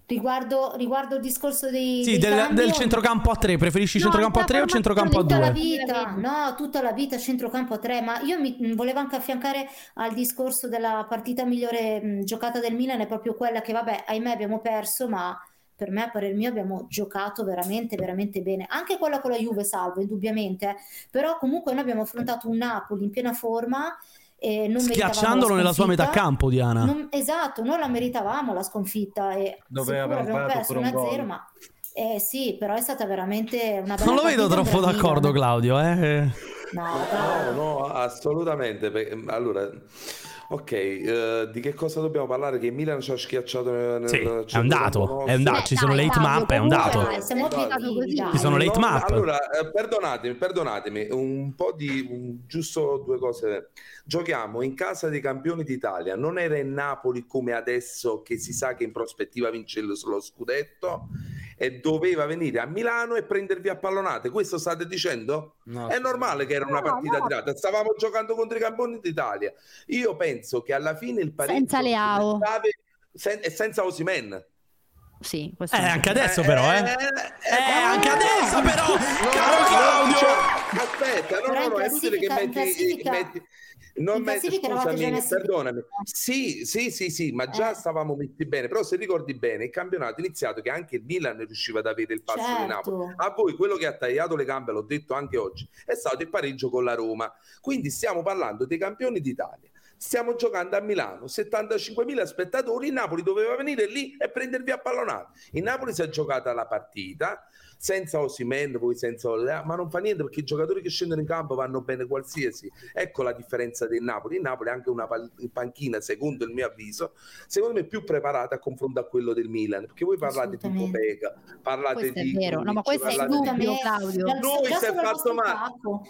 S6: Riguardo, riguardo il discorso dei,
S1: Sì,
S6: dei
S1: del,
S6: cambi,
S1: del
S6: io-
S1: centrocampo a 3. Preferisci
S2: No,
S1: centrocampo a
S2: la
S1: 3 o centrocampo a
S6: Tutta la
S1: 2?
S6: vita, no, tutta la vita centrocampo a tre, ma io mi mh, volevo anche affiancare al discorso della partita migliore mh, giocata del Milan, è proprio quella che, vabbè, ahimè abbiamo perso, ma per me, a parer mio, abbiamo giocato veramente, veramente bene. Anche quella con la Juve, salvo, indubbiamente, eh. però comunque noi abbiamo affrontato un Napoli in piena forma, eh, non meritavamo la
S1: Schiacciandolo nella sua metà
S6: sconfitta.
S1: campo, Diana.
S6: Non- esatto, noi
S1: Mm.
S6: la meritavamo la sconfitta e
S5: Dove
S6: seppur
S5: avevamo
S6: abbiamo
S5: parato
S6: perso
S5: pure un
S6: 1-0,
S5: gol.
S6: ma eh, sì, però è stata veramente una bella
S1: Non lo vedo
S6: partita
S1: troppo
S6: per il
S1: d'accordo,
S6: Milan.
S1: Claudio. Eh.
S6: No,
S7: No,
S6: dai.
S7: no, assolutamente. perché- Allora, Ok, eh, di che cosa dobbiamo parlare? Che il Milan ci ha schiacciato nel, nel
S1: Sì, è un
S7: cioè,
S1: dato,
S7: nel-
S1: è un dato, ci sono le hit map, è un dato.
S6: siamo abituati così.
S1: Esatto. Ci sono le hit
S7: No,
S1: map.
S7: Allora, eh, perdonatemi, perdonatemi, un po' di un- giusto due cose. Giochiamo in casa dei campioni d'Italia. Non era in Napoli come adesso che si sa che in prospettiva vince lo lo scudetto e doveva venire a Milano e prendervi a pallonate. Questo state dicendo? È normale che era una
S2: No,
S7: partita
S2: no.
S7: tirata. Stavamo giocando contro i campioni d'Italia. Io penso che alla fine il pareggio
S2: Senza Leao.
S7: stava- sen- e senza Osimen.
S2: Sì,
S1: Eh,
S2: questo sì.
S1: anche adesso però, eh. Eh, anche adesso però, caro Claudio.
S7: Aspetta, no,
S6: Però
S7: no,
S6: in
S7: no, è inutile che
S6: classifica- in
S7: metti,
S6: classifica-
S7: metti- non
S6: in
S7: metti,
S6: classifica eravate già
S7: scusami,
S6: messi bene.
S7: perdonami. Sì, sì, sì, sì, ma già
S6: Eh.
S7: stavamo messi bene, però se ricordi bene, il campionato è iniziato che anche il Milan riusciva ad avere il passo di
S6: Certo.
S7: Napoli. A voi quello che ha tagliato le gambe, l'ho detto anche oggi, è stato il pareggio con la Roma. Quindi stiamo parlando dei campioni d'Italia. Stiamo giocando a Milano, 75.000 spettatori, il Napoli doveva venire lì e prendervi a pallonate. Il Napoli si è giocata la partita senza Osimhen, poi senza Olea, ma non fa niente perché i giocatori che scendono in campo vanno bene qualsiasi. Ecco la differenza del Napoli. Il Napoli ha anche una pal- panchina, secondo il mio avviso, secondo me più preparata a confronto a quello del Milan, perché voi parlate di
S6: Assolutamente.
S7: Popega, parlate
S2: Questo è
S7: di
S2: vero. No, ma
S7: Krunic,
S2: questo è il
S7: parlate di-
S2: dubbio, Claudio.
S6: Dal-
S7: Noi
S6: già
S7: si è
S6: solo
S7: fatto
S6: lo
S7: male.
S6: spettacolo.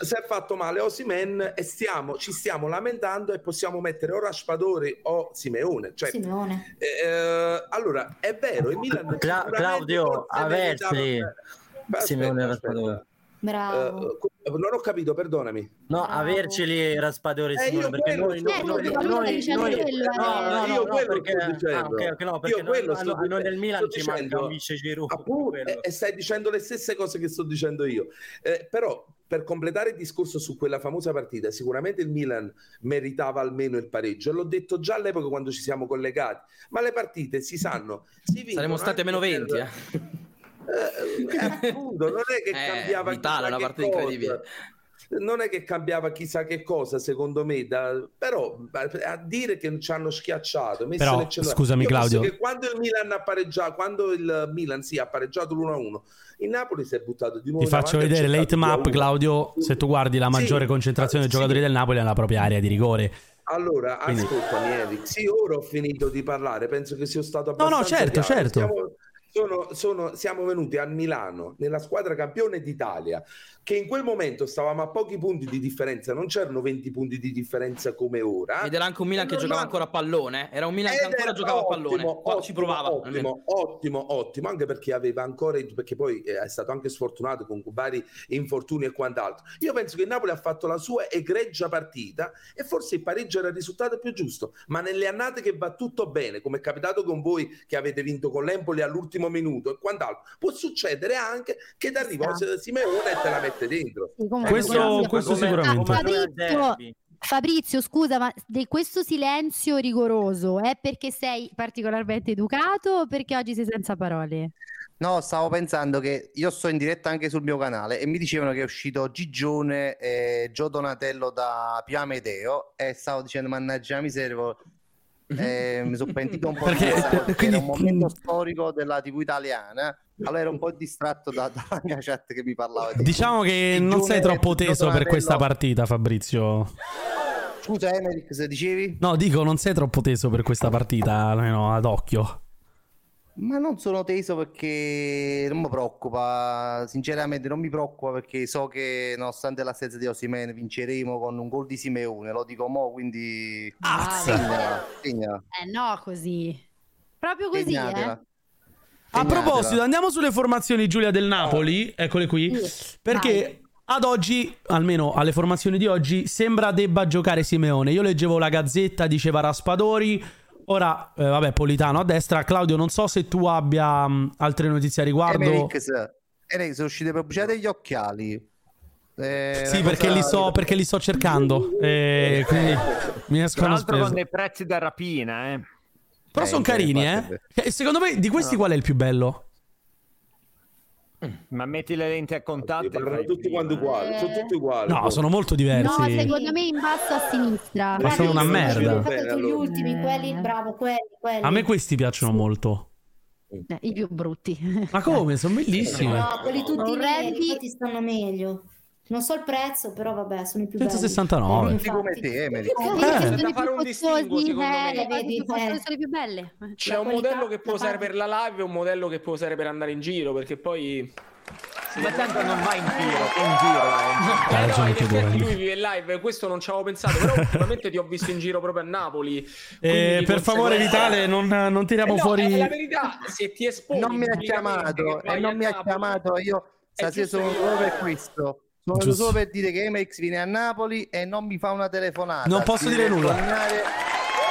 S7: si è fatto male Osimen e stiamo, ci stiamo lamentando e possiamo mettere o Raspadori o Simeone. Cioè,
S6: Simeone.
S7: eh, eh, allora, è vero, il Milan
S5: Cla-
S7: sicuramente
S5: Claudio,
S7: forse
S5: Aversi,
S7: meritava- Aspetta,
S5: Simeone
S7: aspetta.
S5: Raspadori.
S6: Bravo.
S7: Eh, co- non ho capito, perdonami.
S5: No,
S6: Bravo.
S5: averceli Raspadori
S7: Eh,
S5: Simone,
S7: io
S5: perché
S7: quello
S5: noi, noi, noi,
S7: sto- Eh,
S5: noi,
S7: sto
S2: dicendo quello, eh.
S5: no, no,
S7: Io
S5: no,
S7: quello
S5: perché,
S7: sto dicendo.
S5: ah, ok, ok, no, perché
S7: Io quello
S5: noi-
S7: sto
S5: a noi- a noi
S7: dicendo.
S5: del Milan
S7: Sto
S5: ci manca
S7: dicendo-
S5: un vice Giroud
S7: Appunto,
S5: quello.
S7: e, e stai dicendo le stesse cose che sto dicendo io. Eh, però per completare il discorso su quella famosa partita, sicuramente il Milan meritava almeno il pareggio. L'ho detto già all'epoca quando ci siamo collegati. Ma le partite si sanno. Si vincono
S9: Saremmo state
S7: anche
S9: meno
S7: per-
S9: 20. eh.
S7: eh, appunto, non è che
S9: Eh,
S7: cambiava
S9: vitale,
S7: chissà
S9: una
S7: che
S9: partita
S7: cosa.
S9: incredibile.
S7: Non è che cambiava chissà che cosa, secondo me, da- però a dire che ci hanno schiacciato. messo
S1: Però,
S7: nel cellulare-
S1: scusami,
S7: Io penso
S1: Claudio.
S7: Che quando il Milan ha pareggiato, quando il Milan si è pareggiato l'1-1, il Napoli si è buttato di nuovo.
S1: Ti faccio vedere l'hate map, Claudio. Se tu guardi la maggiore concentrazione
S7: di
S1: dei giocatori del Napoli è nella propria area di rigore.
S7: Allora,
S1: Quindi-
S7: ascoltami, Eric. Sì, ora ho finito di parlare. Penso che sia stato
S1: no,
S7: abbastanza.
S1: certo,
S7: chiaro.
S1: certo.
S7: Siamo, sono- sono- siamo venuti a Milano nella squadra campione d'Italia, che in quel momento stavamo a pochi punti di differenza. Non c'erano 20 punti di differenza come ora.
S9: Ed era anche un Milan
S7: È
S9: che giocava
S7: normale.
S9: ancora a pallone. eh. Era un Milan che
S7: Ed
S9: ancora
S7: era
S9: giocava a pallone.
S7: ottimo,
S9: Qua ci
S7: ottimo,
S9: provava. almeno.
S7: Ottimo, ottimo, ottimo, anche perché aveva ancora, perché poi eh, è stato anche sfortunato con vari infortuni e quant'altro. Io penso che il Napoli ha fatto la sua egregia partita e forse il pareggio era il risultato più giusto, ma nelle annate che va tutto bene, come è capitato con voi che avete vinto con l'Empoli all'ultimo minuto e quant'altro, può succedere anche che ti arriva
S2: Sta.
S7: Simeone e te la mette dentro.
S2: Sì, comunque,
S1: Questo-
S2: grazie.
S1: questo
S2: Ma
S1: sicuramente.
S2: Fabrizio, Fabrizio, scusa, ma di questo silenzio rigoroso è perché sei particolarmente educato o perché oggi sei senza parole?
S8: No, stavo pensando che io sto in diretta anche sul mio canale e mi dicevano che è uscito Gigione e Gio Donatello da Pio Amedeo e stavo dicendo mannaggia la miseria vo- eh, mi sono pentito un
S1: Mhm.
S8: po'
S1: Perché-
S8: di questa cosa,
S1: quindi-
S8: era un momento storico della TV italiana allora ero un po' distratto da- dalla mia chat che mi parlava di
S1: Diciamo che non
S8: Gigione
S1: sei
S8: e
S1: troppo
S8: Gio
S1: teso per
S8: Donatello.
S1: questa partita, Fabrizio.
S8: scusa Emerick se dicevi
S1: No, dico, non sei troppo teso per questa partita, almeno ad occhio.
S8: ma non sono teso perché non mi preoccupa sinceramente non mi preoccupa perché so che nonostante l'assenza di Osimhen vinceremo con un gol di Simeone lo dico mo quindi
S1: Azza.
S8: segnala, segnala.
S2: Eh no, così. Proprio così,
S8: Segnatela.
S2: eh.
S1: A
S8: Segnatela.
S1: proposito, andiamo sulle formazioni Giulia del Napoli, eccole qui,
S2: Sì,
S1: perché
S2: vai.
S1: ad oggi, almeno alle formazioni di oggi, sembra debba giocare Simeone. Io leggevo la gazzetta, diceva Raspadori, ora eh, vabbè Politano a destra, Claudio non so se tu abbia mh, altre notizie a riguardo.
S8: Emerix, Emerix, sono uscite per bucciare gli occhiali. Eh,
S1: Sì,
S8: una
S1: perché
S8: cosa-
S1: li sto, perché li sto cercando, eh, quindi mi escono spesso.
S10: dei prezzi da rapina, eh.
S1: Però sono
S8: Eh,
S1: carini,
S8: infatti,
S1: eh. E Secondo me di questi qual è il più bello?
S10: Ma metti le lenti a contatto. e
S7: Parlano
S10: fai
S7: tutti
S10: prima,
S7: quanti
S10: eh.
S7: uguali,
S2: Eh.
S7: sono tutti uguali.
S1: No, sono molto
S2: No,
S1: diversi.
S2: secondo me in basso a sinistra.
S1: Eh, Ma sono una
S6: Quelli che
S1: merda.
S6: sono diventati
S7: Allora.
S6: gli ultimi, quelli, bravo, quelli, quelli.
S1: A me questi piacciono molto.
S2: Eh, I più brutti.
S1: Ma come? Sono bellissimi.
S4: Eh,
S6: No, quelli tutti
S2: Orrendi.
S6: neri, infatti stanno meglio. Non so il prezzo, però vabbè, sono i più belli.
S1: 169.
S6: Eh,
S8: come
S6: infatti.
S8: te, Emery.
S6: Perché
S8: Eh.
S6: vedi
S8: C'è
S6: che sono
S8: da
S6: i più
S4: fare un
S6: costosi,
S4: distinguo, secondo me.
S6: eh, vedi, eh.
S2: sono le più belle.
S4: C'è un modello che puoi usare per la live e un modello che puoi usare per andare in giro, perché poi...
S10: Ma tanto non va in giro, è in giro.
S4: Eh,
S1: Hai
S4: no,
S1: ragione
S4: in
S1: tu,
S4: effetti
S1: Dani.
S4: lui vive in live, questo non ci avevo pensato, però ultimamente ti ho visto in giro proprio a Napoli. quindi
S3: Eh,
S4: di
S3: per favore,
S4: conseguenza-
S3: Vitale, non, non
S4: Eh
S3: tiriamo
S4: no,
S3: fuori.
S4: è la verità, se ti esponi...
S8: Non mi ha
S4: pubblicamente
S8: chiamato,
S4: che vai
S8: e non
S4: a
S8: mi ha
S4: Napoli-
S8: chiamato. Io stasera
S4: giusto
S8: sono
S4: che-
S8: solo per questo. Sono venuto
S1: Giusto.
S8: solo per dire che Emex viene a Napoli e non mi fa una telefonata.
S1: Non posso dire nulla.
S8: Tornare,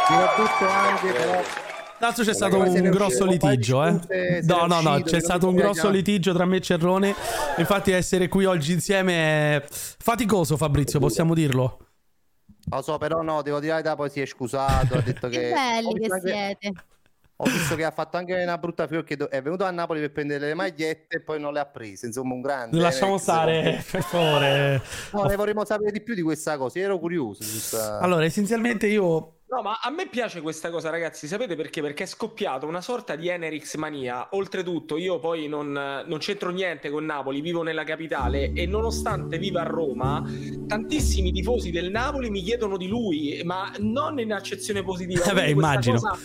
S8: soprattutto anche però.
S1: Tanto c'è stato
S8: Ragazzi,
S1: un
S8: ne
S1: grosso
S8: usciremo, poi
S1: litigio, eh.
S8: discute, se
S1: No,
S8: ne
S1: no, no,
S8: uscite,
S1: c'è
S8: se
S1: stato
S8: non
S1: un grosso
S8: vogliamo.
S1: litigio tra me e Cerrone. Infatti essere qui oggi insieme è faticoso, Fabrizio, possiamo dirlo.
S8: Lo so, però no, devo dire la verità, poi si è scusato, ha detto
S2: Che
S8: che... ho
S2: belli
S8: visto
S2: che
S8: anche-
S2: siete.
S8: Ho visto che ha fatto anche una brutta fior che do- è venuto a Napoli per prendere le magliette e poi non le ha prese, insomma un grande.
S1: Lasciamo
S8: Emex.
S1: stare, per favore.
S8: No, ne vorremmo sapere di più di questa cosa, io ero curioso. di questa-
S1: Allora, essenzialmente io
S4: No, ma a me piace questa cosa, ragazzi. Sapete perché? Perché è scoppiata una sorta di Enerix mania. Oltretutto, io poi non, non c'entro niente con Napoli, vivo nella capitale e nonostante viva a Roma, tantissimi tifosi del Napoli mi chiedono di lui, ma non in accezione positiva.
S1: Eh beh,
S4: Quindi questa
S1: immagino.
S4: cosa-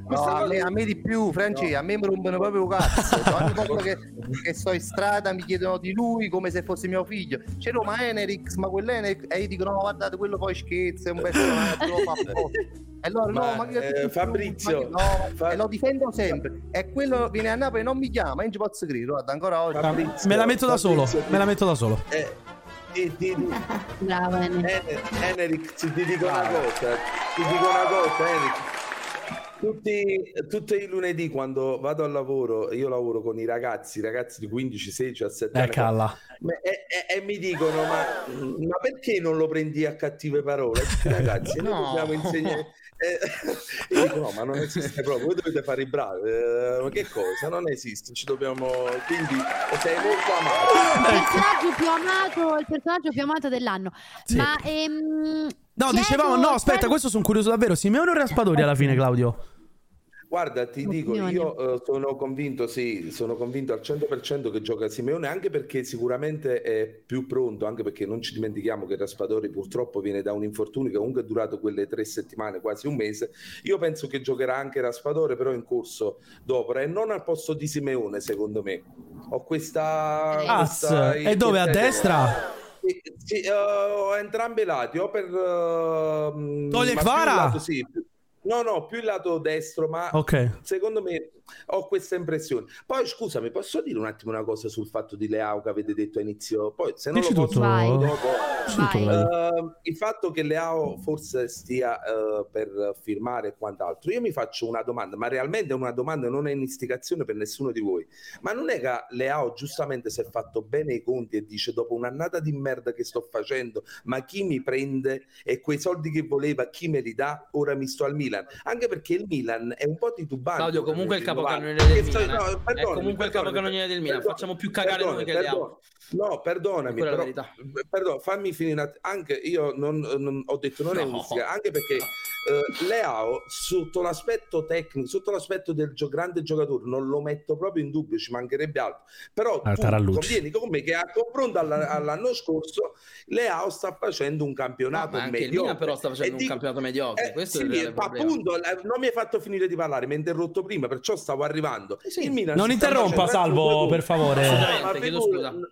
S8: No,
S4: questa
S8: a,
S4: cosa-
S8: me, a me di più, Franci, a me mi rompono proprio il cazzo. Cioè, Ogni volta che, che sto in strada mi chiedono di lui come se fosse mio figlio. C'è Roma Enerix, ma quell'Enerix. E io dico: no, guardate, quello poi scherza, è un personaggio, lo fa apposta. E loro
S7: Ma,
S8: no, ma che-
S7: eh, Fabrizio,
S8: ma che no,
S7: Fa-
S8: e lo difendo sempre. E quello viene a Napoli e non mi chiama, e non ci posso credere. Guarda, ancora oggi.
S7: Fabrizio,
S1: me la metto da solo,
S7: Fabrizio,
S1: me la metto da solo.
S7: eh, ti- ti-
S2: Brava, Ene.
S7: Ener- Enric, ti, ti dico una cosa, ti dico una cosa, Enric. Tutti, tutti i lunedì quando vado al lavoro, io lavoro con i ragazzi, ragazzi di 15, 16, 17
S1: Eh,
S7: anni,
S1: calla.
S7: Ma- e, e- e mi dicono: ma, ma perché non lo prendi a cattive parole? Ragazzi, noi
S8: No.
S7: dobbiamo insegnare. eh, io dico: no, ma non esiste proprio. Voi dovete fare i bravi. Eh, ma che cosa? Non esiste. Ci dobbiamo. Quindi sei molto
S2: Il
S7: amato.
S1: Ecco.
S2: personaggio più amato, il personaggio più amato dell'anno.
S1: Sì.
S2: Ma ehm,
S1: No,
S2: chiedo-
S1: dicevamo, no, aspetta, questo sono curioso davvero. Simeone o Raspadori alla fine, Claudio?
S7: Guarda, ti dico,
S2: Opinioni.
S7: io eh, sono convinto, sì, sono convinto al 100% che gioca Simeone, anche perché sicuramente è più pronto, anche perché non ci dimentichiamo che Raspadori purtroppo viene da un infortunio che comunque è durato quelle tre settimane, quasi un mese. Io penso che giocherà anche Raspadori, però in corso d'opera e non al posto di Simeone, secondo me. Ho questa...
S1: Az,
S7: questa-
S1: e dove? A destra?
S7: Sì, sì, eh, a entrambi i lati, o per... ehm,
S1: Toglie
S7: ma più
S1: Kvara?
S7: il lato, sì. No, no, più il lato destro, ma
S1: Ok.
S7: secondo me ho questa impressione. Poi scusami, posso dire un attimo una cosa sul fatto di Leao che avete detto a inizio? Poi se non
S1: Dici
S7: lo
S1: tutto.
S7: posso
S2: Vai.
S7: dopo.
S1: Dici tutto,
S2: Vai.
S1: Claudio.
S7: Ehm, il fatto che Leao forse stia eh, per firmare e quant'altro, io mi faccio una domanda, ma realmente è una domanda, non è un'istigazione per nessuno di voi. Ma non è che Leao giustamente si è fatto bene i conti e dice dopo un'annata di merda che sto facendo, ma chi mi prende e quei soldi che voleva, chi me li dà? Ora mi sto al Milan. Anche perché il Milan è un po' titubante.
S9: Claudio, comunque è il capocannoniere
S7: Perché
S9: del
S7: sto-
S9: Milan, eh. È
S7: perdonami,
S9: comunque il
S7: perdonami,
S9: capocannoniere del Milan.
S7: perdonami,
S9: Facciamo più cagare noi che
S7: perdonami,
S9: Leao.
S7: perdonami. No, perdonami,
S9: Quella è la
S7: però,
S9: verità.
S7: perdono, fammi finire un att- anche io non, non- ho detto non è
S9: No.
S7: un'istiga- anche perché eh, Leao sotto l'aspetto tecnico sotto l'aspetto del gio- grande giocatore non lo metto proprio in dubbio ci mancherebbe altro però
S1: Al
S7: tu
S1: Ah, Tarallucci.
S7: convieni con me che a confronto alla- all'anno scorso Leao sta facendo un
S9: No,
S7: campionato
S9: ma anche il
S7: mediocre
S9: Milan però sta
S7: E
S9: facendo un
S7: dico-
S9: campionato mediocre.
S7: eh,
S9: Questo
S7: sì,
S9: è il reale
S7: ma
S9: problema.
S7: appunto eh, non mi hai fatto finire di parlare mi hai interrotto prima perciò stavo arrivando
S9: Eh Sì.
S7: Il Milan
S1: Non
S7: si sta
S1: interrompa,
S7: facendo-
S1: Salvo, per favore.
S9: Assolutamente, chiedo
S7: figura-
S9: scusa.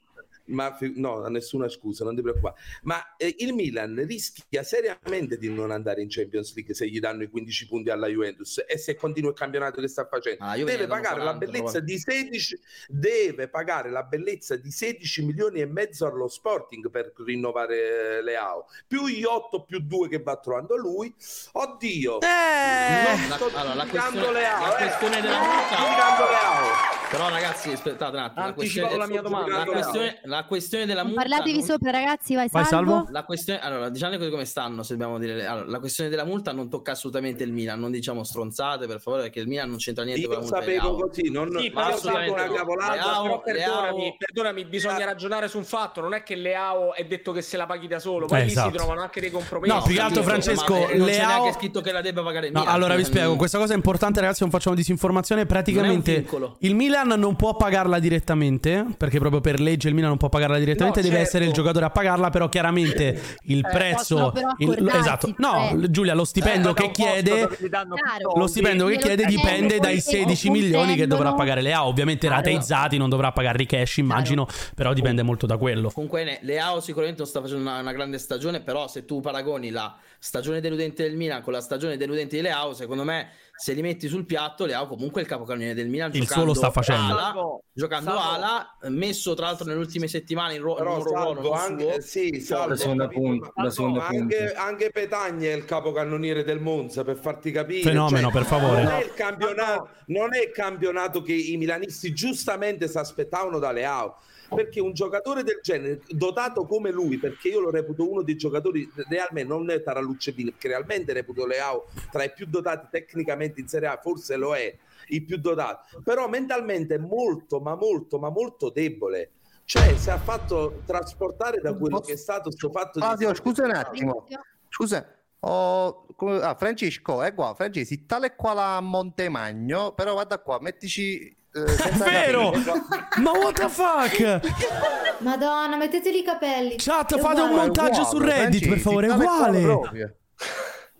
S7: Ma fi- no, a nessuna scusa, non ti preoccupare. Ma eh, il Milan rischia seriamente di non andare in Champions League se gli danno i 15 punti alla Juventus e se continua il campionato che sta facendo.
S9: Ah, la Juve
S7: deve
S9: ne danno
S7: pagare la
S9: 40,
S7: bellezza di 16 deve pagare la bellezza di 16 milioni e mezzo allo Sporting per rinnovare eh, Leao, più gli 8 più 2 che va trovando lui. Oddio!
S1: Eh!
S9: La-
S7: sto
S9: allora, la
S7: giudicando
S9: questione-
S7: Leao,
S9: la
S7: eh.
S9: questione della
S7: Non sto
S9: multa-
S7: giudicando Leao.
S9: Però ragazzi, aspettate un attimo. La
S4: Anticipavo
S9: questione,
S4: la mia domanda.
S9: la questione, la questione della
S2: Non
S9: multa.
S2: Parlatevi
S9: non-
S2: sopra, ragazzi. Vai,
S1: Vai, Salvo.
S2: salvo.
S9: La questione, allora, diciamo le cose come stanno, se dobbiamo dire. le- Allora, la questione della multa non tocca assolutamente il Milan, non diciamo stronzate, per favore, perché il Milan non c'entra niente
S7: Io
S9: con la
S7: lo
S9: multa. di
S7: sapevo
S9: Leao.
S7: così, non
S4: Sì,
S7: ma
S4: però
S7: ho fatto una
S4: Leao-
S7: cavolata.
S9: Leao-
S4: però
S7: però
S4: perdonami,
S9: Leao-
S4: perdonami, bisogna ragionare su un fatto, non è che Leao è detto che se la paghi da solo, poi
S1: Eh,
S4: lì
S1: esatto.
S4: si trovano anche dei compromessi.
S1: No, più che altro,
S9: Capito,
S1: Francesco,
S9: ma, eh, non c'è
S1: Leao-
S9: neanche scritto che la debba pagare il
S1: No,
S9: Milan,
S1: allora vi
S9: cioè,
S1: spiego,
S9: non-
S1: questa cosa è importante ragazzi, non facciamo disinformazione,
S9: Non è un
S1: praticamente
S9: vincolo.
S1: il Milan non può pagarla direttamente, perché proprio per legge il Milan non può può pagarla direttamente,
S9: No,
S1: deve
S9: certo.
S1: essere il giocatore a pagarla, però chiaramente il
S9: Eh,
S1: prezzo...
S9: possono però
S1: il-
S9: accordarsi,
S1: esatto, no,
S9: cioè.
S1: Giulia, lo stipendio
S9: Eh,
S1: che
S9: un posto
S1: chiede...
S9: dove gli danno più
S2: Chiaro.
S1: Lo
S9: soldi.
S1: stipendio che
S9: Glielo
S1: chiede
S9: chiedono,
S1: dipende dai
S9: poi
S1: 16 milioni che dovrà pagare le AO. Ovviamente
S9: Chiaro.
S1: rateizzati, non dovrà pagare i cash, immagino, però dipende molto da quello.
S9: Comunque ne- Leao sicuramente non sta facendo una, una grande stagione, però se tu paragoni la stagione deludente del Milan con la stagione deludente di Leao, secondo me se li metti sul piatto Leao comunque è il capocannoniere del Milan.
S1: Il suo
S9: giocando
S1: lo sta facendo.
S9: ala,
S7: Salvo,
S9: giocando
S7: salvo.
S9: ala, messo tra l'altro nelle ultime settimane in, ro- in
S7: Però
S9: un ruolo
S7: salvo
S9: non
S7: anche,
S9: suo.
S7: sì, salvo,
S5: La seconda
S7: capito?
S5: punta, la
S7: Ma no,
S5: seconda
S7: ma
S5: punta.
S7: anche, anche Petagna è il capocannoniere del Monza per farti capire cioè,
S1: Fenomeno, per favore.
S7: non è, il campionato, non è il campionato che i milanisti giustamente si aspettavano da Leao perché un giocatore del genere dotato come lui perché io lo reputo uno dei giocatori realmente non è Taraluccevini perché realmente reputo Leao tra i più dotati tecnicamente in Serie A forse lo è il più dotato però mentalmente è molto ma molto ma molto debole cioè si è fatto trasportare da quello che è stato sto fatto di
S8: Fabio, scusa un attimo. Scusa. ho- come- ah, Francesco, è qua, Francesi, tale qua la Montemagno, però guarda qua, mettici... eh, senza
S1: Vero!
S8: capelli, qua.
S1: Ma what the fuck?
S6: Madonna, metteteli i capelli.
S1: Chat,
S6: È
S1: fate un
S6: uguale.
S1: montaggio su
S8: Uguale,
S1: Reddit, per
S8: Francesi,
S1: favore, è
S8: tale qua
S1: uguale.
S8: proprio.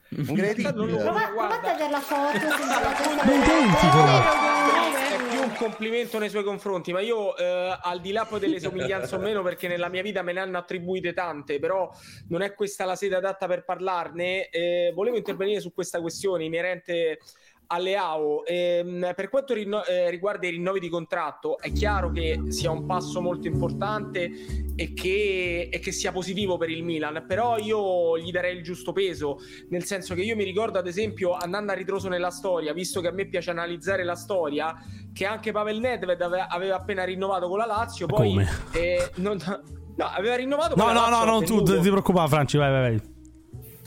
S8: Incredibile.
S6: Prova- Provate a vedere la foto. sembra la gente-
S4: È più un complimento nei suoi confronti, ma io eh, al di là poi delle somiglianze o meno, perché nella mia vita me ne hanno attribuite tante, però non è questa la sede adatta per parlarne. eh, volevo intervenire su questa questione inerente alle AO. Ehm, per quanto rinno- eh, riguarda i rinnovi di contratto, è chiaro che sia un passo molto importante e che, e che sia positivo per il Milan, però io gli darei il giusto peso, nel senso che io mi ricordo ad esempio andando a ritroso nella storia, visto che a me piace analizzare la storia, che anche Pavel Nedved ave- aveva appena rinnovato con la Lazio, poi
S1: Come?
S4: eh, non- no, aveva rinnovato con
S1: No,
S4: la
S1: no,
S4: Lazio,
S1: no,
S4: ha
S1: non tu,
S4: ottenuto-
S1: ti preoccupare, Franci, vai, vai, vai.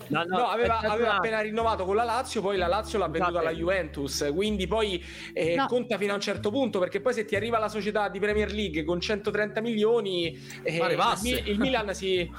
S4: No, aveva, aveva appena rinnovato con la Lazio, poi la Lazio l'ha venduta alla Juventus, quindi poi eh,
S2: No.
S4: conta fino a un certo punto, perché poi se ti arriva la società di Premier League con 130 milioni, eh,
S9: Ma
S4: il,
S9: arrivasse.
S4: Mi- il Milan si... Il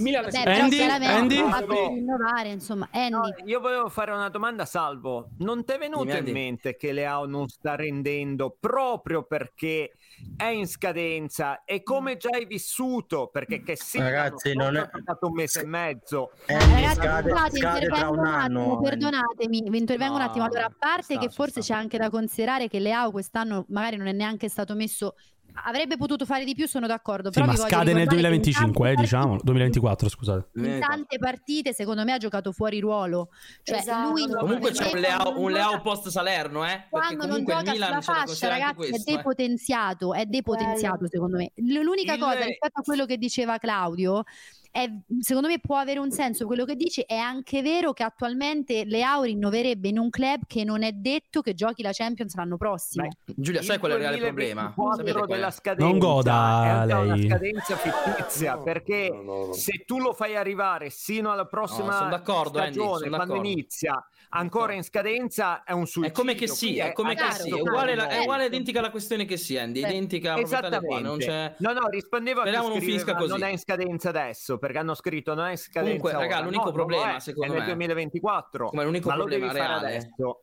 S4: Milan
S2: Vabbè,
S4: si... Eh,
S2: però
S1: Andy?
S2: chiaramente
S1: Andy?
S2: va per rinnovare, insomma, Andy.
S10: Io volevo fare una domanda, Salvo. Non ti è venuto
S9: Dimmi,
S10: in
S9: Andy.
S10: mente che Leao non sta rendendo proprio perché è in scadenza e come già hai vissuto? Perché che sì,
S5: Ragazzi,
S10: hanno
S5: non è-
S10: passato un mese e mezzo.
S2: Ragazzi,
S5: Scade-
S2: scusate,
S5: scade tra
S2: intervengo
S5: un
S2: un attimo,
S5: anno, eh.
S2: perdonatemi, vi intervengo un
S9: No,
S2: attimo. Allora, a
S9: ci
S2: parte
S9: sta,
S2: che
S9: ci
S2: forse c'è anche da considerare che Leao quest'anno magari non è neanche stato messo, avrebbe potuto fare di più, sono d'accordo,
S1: Sì,
S2: però
S1: ma
S2: vi voglio
S1: scade nel
S2: ricordare che in
S1: 2025, eh,
S2: tante
S1: diciamo, 2024, scusate.
S2: partite- In tante partite, secondo me, ha giocato fuori ruolo. Cioè,
S6: Esatto.
S2: lui
S9: Comunque c'è un
S2: per me quando
S9: Leao,
S2: non
S9: un Leao
S2: gioca-
S9: post Salerno, eh? Perché
S2: Quando non
S9: comunque il
S2: gioca sulla
S9: Milan c'è da
S2: fascia,
S9: considerare anche
S2: ragazzi,
S9: questo,
S2: è
S9: eh.
S2: depotenziato, è depotenziato
S6: Bello.
S2: secondo me. L- L'unica
S4: Il-
S2: cosa rispetto a quello che diceva Claudio è, secondo me può avere un senso quello che dici, è anche vero che attualmente Leao rinnoverebbe in un club che non è detto che giochi la Champions l'anno prossimo.
S9: Giulia, sai qual è il reale problema?
S10: 2024
S9: Sapete qual è?
S10: della scadenza
S1: Non goda
S10: è già una
S1: lei.
S10: scadenza fittizia perché
S7: No, no, no.
S10: se tu lo fai arrivare sino alla
S9: No,
S10: prossima
S9: son d'accordo, Andy,
S10: stagione
S9: son
S10: quando
S9: d'accordo.
S10: inizia ancora in scadenza è un suicidio
S9: È come che sì,
S10: quindi
S9: è come che
S10: adesso
S9: sì, è
S10: quello
S9: uguale, la- è
S10: è-
S9: uguale identica alla questione che sì, Andy,
S10: Eh,
S9: identica proprio tale
S10: esattamente
S9: quale, non c'è...
S10: no no rispondevo a chi
S9: Speriamo non
S10: scriveva,
S9: finisca così.
S10: non è in scadenza adesso perché hanno scritto non è in scadenza
S9: Comunque,
S10: ora.
S9: raga, l'unico
S10: No, non lo
S9: problema,
S10: è,
S9: secondo
S10: è nel
S9: me-
S10: 2024
S9: Come l'unico
S10: Oh, ma lo
S9: problema
S10: devi fare
S9: reale.
S10: adesso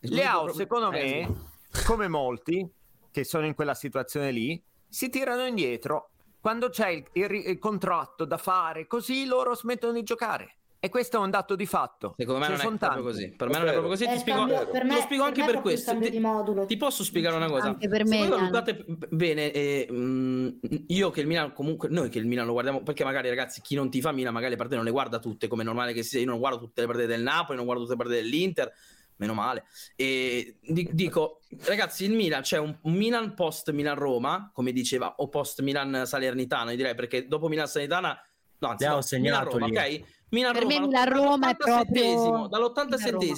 S9: Il
S10: Leao,
S9: unico
S10: secondo
S9: problema-
S10: me,
S9: Eh,
S10: come molti che sono in quella situazione lì, si tirano indietro. Quando c'è il, il ri- il contratto da fare, così loro smettono di giocare. E questo è un dato di fatto.
S9: Secondo me
S10: Ce
S9: non è
S10: sono
S9: proprio
S10: tanti.
S9: così. Per me non è
S7: È
S9: proprio così.
S6: vero.
S9: Ti
S6: È
S9: spiego,
S6: cambio- Eh, per
S9: te
S6: me-
S9: lo spiego
S6: per
S9: anche
S6: me è
S9: per
S6: proprio
S9: questo.
S6: cambio
S9: Ti,
S6: di modulo.
S9: ti posso spiegare una cosa?
S2: Anche per
S9: Se
S2: me,
S9: voi
S2: Dan.
S9: valutate b- bene, eh, mm, io che il Milan, comunque, noi che il Milan lo guardiamo, perché magari ragazzi, chi non ti fa Milan, magari le partite non le guarda tutte, come è normale che sia. Io non guardo tutte le partite del Napoli, non guardo tutte le partite dell'Inter. Meno male. E di- dico, ragazzi, il Milan c'è un un Milan post Milan Roma, come diceva, o post Milan Salernitana, io direi, perché dopo Milan Salernitana, no, anzi,
S5: Abbiamo
S9: no, Milan
S5: segnato
S9: Roma,
S5: lì.
S9: ok? Milan
S2: Per me
S9: Roma,
S2: Milan Roma è
S9: dall'87esimo,
S2: proprio-
S6: Milan
S9: dall'87esimo,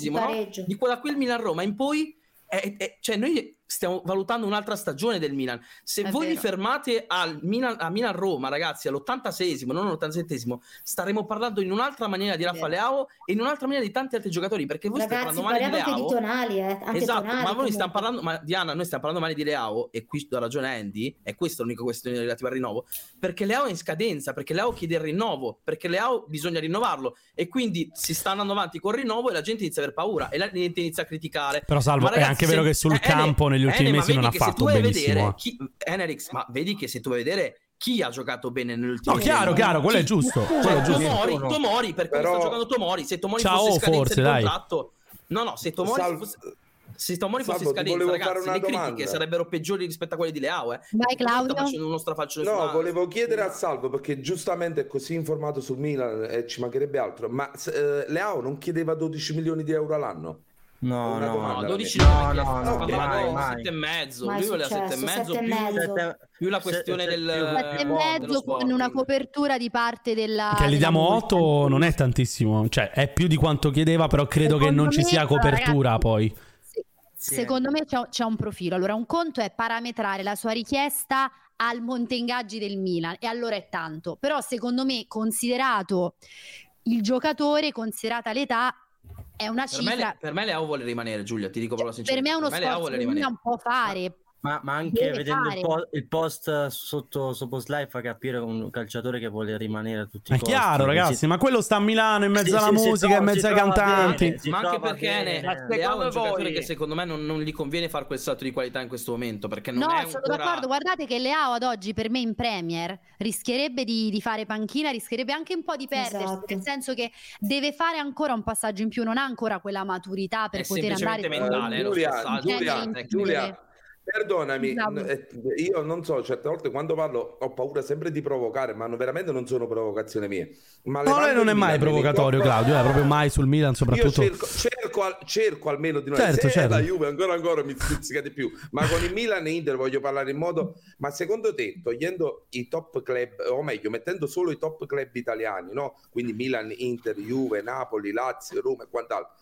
S6: Roma,
S9: no?
S6: pareggio.
S9: di quella qui il Milan Roma in poi è- è- cioè noi stiamo valutando un'altra stagione del Milan. Se
S2: È
S9: voi vi
S2: vero.
S9: fermate al Milan, a Milan Roma, ragazzi, all'86esimo, non all'87esimo, staremo parlando in un'altra maniera di Rafa
S2: Vero.
S9: Leao e in un'altra maniera di tanti altri giocatori, perché voi state
S6: Ragazzi,
S9: parlando male di
S6: parliamo anche
S9: Leao.
S6: di tonali, eh. Anche
S9: esatto,
S6: tonali,
S9: ma noi
S6: comunque.
S9: stiamo parlando, ma Diana, noi stiamo parlando male di Leao e qui do ragione a Andy, e questa è l'unica questione relativa al rinnovo, perché Leao è in scadenza, perché Leao chiede il rinnovo, perché Leao bisogna rinnovarlo e quindi si sta andando avanti col rinnovo e la gente inizia a aver paura e la gente inizia a criticare.
S1: Però, Salvo,
S9: Ma
S1: è
S9: ragazzi,
S1: anche
S9: se-
S1: vero che sul
S9: eh, Ene-
S1: campo negli ultimi
S9: Ene, ma
S1: mesi non
S9: vedi
S1: ha
S9: che se
S1: fatto
S9: tu vai a
S1: benissimo,
S9: vedere
S1: eh.
S9: chi- Enerix, ma vedi che se tu vai a vedere chi ha giocato bene nell'ultimo
S1: No, chiaro, chiaro, quello è giusto. Quello è giusto.
S9: Tomori, Tomori, perché
S1: Però-
S9: sta giocando Tomori. Se Tomori
S1: Ciao,
S9: fosse scadenza
S1: forse,
S9: il
S1: dai.
S9: contratto, no, no, se Tomori
S7: Salvo-
S9: fosse. Se Tomori fosse
S7: Salvo, ti
S9: scadenza,
S7: volevo
S9: ragazzi,
S7: fare una
S9: le critiche
S7: domanda.
S9: sarebbero peggiori rispetto a quelle di Leao. Eh.
S2: Vai,
S9: Sta facendo uno strafalcione
S7: No,
S9: sulla-
S7: volevo chiedere a Salvo perché giustamente è così informato sul Milan e ci mancherebbe altro, ma eh, Leao non chiedeva 12 milioni di euro all'anno?
S5: No,
S7: Una
S5: no,
S7: domanda,
S9: No, 12
S7: ragazzi.
S9: no, no, no,
S7: Ok,
S9: no,
S7: mai,
S9: sette e mezzo.
S2: Mai
S9: Lui voleva
S2: successo,
S9: sette e mezzo,
S2: sette e
S9: più,
S2: mezzo.
S9: sette- più la questione del
S2: Sette e
S9: dello
S2: mezzo
S9: sport.
S2: con una copertura di parte della.
S1: Che gli
S2: della
S1: diamo
S2: multa.
S1: 8 non è tantissimo, cioè è più di quanto chiedeva, però credo che non ci sia
S2: Secondo me,
S1: copertura
S2: ragazzi,
S1: poi.
S2: Secondo me c'è, c'è un profilo. Allora, un conto è parametrare la sua richiesta al monte ingaggi del Milan, e allora è tanto. Però, secondo me, considerato il giocatore, considerata l'età, è una
S9: Per me,
S2: cifra.
S9: per me Leao vuole rimanere, Giulia, ti dico proprio
S2: Cioè, Per me è uno
S9: sinceramente. Per me Leao
S2: sforzo
S9: vuole
S2: che il
S9: rimanere.
S2: Milan può fare.
S5: Ma, ma anche
S2: Deve
S5: vedendo il,
S2: fare.
S5: po- il post sotto, sotto Sly fa capire un calciatore che vuole rimanere a tutti i
S1: È
S5: costi.
S1: chiaro, ragazzi, ma quello sta a Milano in mezzo
S5: Sì,
S1: alla
S5: sì, si
S1: musica,
S5: trova-
S1: in mezzo
S5: si
S1: ai
S5: trova
S1: cantanti.
S5: bene, si
S9: Ma anche
S5: trova
S9: perché
S5: bene.
S9: ne- Leao è un giocatore che Eh, secondo me non, non gli conviene fare quel salto di qualità in questo momento perché non
S2: No,
S9: è
S2: sono
S9: ancora...
S2: d'accordo. Guardate che Leao ad oggi per me in Premier rischierebbe di, di fare panchina, rischierebbe anche un po' di perdersi,
S6: Esatto.
S2: nel senso che deve fare ancora un passaggio in più, non ha ancora quella maturità per
S9: È
S2: poter andare
S9: Eh semplicemente mentale,
S7: Eh,
S9: lo
S7: Giulia,
S9: passaggio,
S7: Giulia,
S9: eh,
S7: Giulia, perdonami,
S2: Bravo.
S7: n- eh, io non so, certe volte quando parlo ho paura sempre di provocare, ma no- veramente non sono provocazioni mie. Ma le
S1: No, lei
S7: parole
S1: non è
S7: di
S1: mai
S7: Milan,
S1: provocatorio,
S7: dico,
S1: Claudio, è proprio mai sul Milan
S7: Io
S1: soprattutto.
S7: cerco, cerco al- cerco almeno di noi.
S1: Certo,
S7: Se
S1: certo.
S7: la Juve ancora ancora mi stuzzica di più, ma con il Milan e Inter voglio parlare in modo. Ma secondo te, togliendo i top club, o meglio, mettendo solo i top club italiani, no? Quindi Milan, Inter, Juve, Napoli, Lazio, Roma e quant'altro.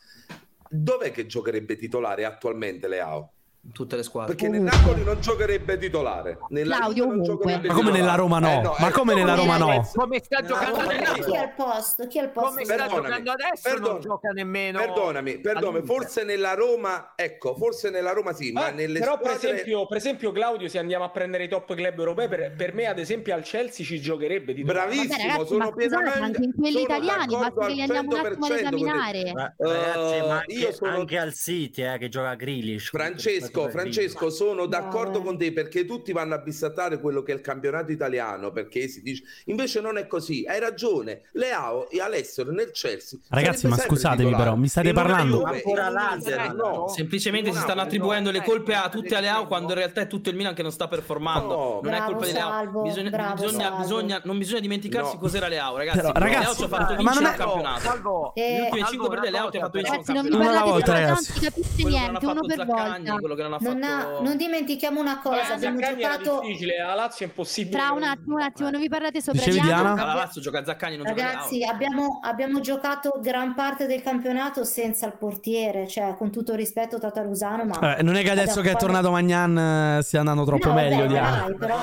S7: Dov'è che giocherebbe titolare attualmente Leao?
S9: Tutte le squadre.
S7: Perché nel Napoli non giocherebbe titolare, nella
S2: Claudio,
S7: Juve non
S2: ovunque.
S7: giocherebbe
S1: Ma come
S7: titolare.
S1: nella Roma no?
S7: Eh, no,
S1: Ma
S7: eh,
S1: come nella Roma no?
S10: Come sta giocando
S6: Chi è
S10: adesso?
S6: al posto? Chi è al posto?
S10: Come sta
S7: Perdonami,
S10: giocando adesso? Non
S7: perdonami,
S10: gioca nemmeno.
S7: Perdonami, perdonami,
S10: all'Inter.
S7: forse nella Roma, ecco, forse nella Roma sì, ma
S4: Eh,
S7: nelle
S4: però
S7: squadre
S4: per, esempio, per esempio Claudio se andiamo a prendere i top club europei per, per me ad esempio al Chelsea ci giocherebbe di
S7: Bravissimo,
S2: Vabbè, ragazzi,
S7: sono
S2: ma scusate,
S7: pienamente
S2: anche in quelli
S7: sono
S2: italiani,
S7: d'accordo
S2: basta che li
S7: al
S2: andiamo un attimo ad
S7: 100% con te.
S2: esaminare.
S5: Ma-
S7: Eh,
S5: ragazzi, ma anche,
S7: io sono-
S5: anche al City eh, che gioca a Grealish.
S7: Francesco, Francesco, sono d'accordo
S6: eh.
S7: con te perché tutti vanno a bistattare quello che è il campionato italiano perché si dice invece non è così. Hai ragione, Leao e Alessio nel Chelsea.
S1: Ragazzi,
S7: sarebbe
S1: ma
S7: sempre
S1: scusatemi
S7: titolare.
S1: però, mi state
S7: In una
S1: parlando-
S7: Juve,
S5: Ancora
S7: in una Inter,
S5: Lazio,
S7: no.
S9: Semplicemente si
S7: No,
S9: stanno
S7: no,
S9: attribuendo le
S7: no,
S9: colpe a
S7: no,
S9: tutte a Leao quando in realtà è tutto il Milan che non sta performando.
S7: No.
S9: non è
S6: Bravo,
S9: colpa di Leao.
S6: Salvo,
S9: bisogna,
S6: bravo,
S9: bisogna-
S6: Salvo.
S9: bisogna- non bisogna dimenticarsi
S7: No.
S9: cos'era Leao, ragazzi.
S1: Però,
S9: Leao
S1: ragazzi,
S9: ci ha
S1: ma non
S9: fatto vincere
S1: è-
S9: il campionato.
S10: Salvo,
S6: Eh,
S9: Le ultime
S10: Salvo,
S9: 5 partite
S10: una
S9: Leao ti ha
S10: cosa,
S9: fatto vincere il
S2: Ragazzi, non mi
S9: campionato.
S2: parlate
S1: Una
S2: di
S1: volta,
S2: Zlatan, non
S1: ragazzi.
S2: si capisce
S9: Quello che non ha
S2: niente, uno
S9: fatto
S2: per
S9: Zaccagni,
S2: volta.
S9: quello che non ha
S6: Non, ha-
S9: fatto
S6: non dimentichiamo una
S4: Vabbè,
S6: cosa, abbiamo
S4: Zaccagni era
S6: giocato...
S4: difficile, a Lazio è impossibile.
S2: Fra un attimo, un attimo, non vi parlate sopra
S1: Dicevi, Diana?
S9: alla Lazio gioca Zaccagni non gioca Leao.
S6: Ragazzi, abbiamo, abbiamo giocato gran parte del campionato senza il portiere, cioè con tutto il rispetto Tatarusano, ma...
S1: Eh, non è che adesso
S6: Abbiamo
S1: che è
S6: fatto-
S1: tornato Magnan eh, stia andando troppo
S6: No,
S1: meglio
S6: beh,
S1: di Diana.
S6: dai, però-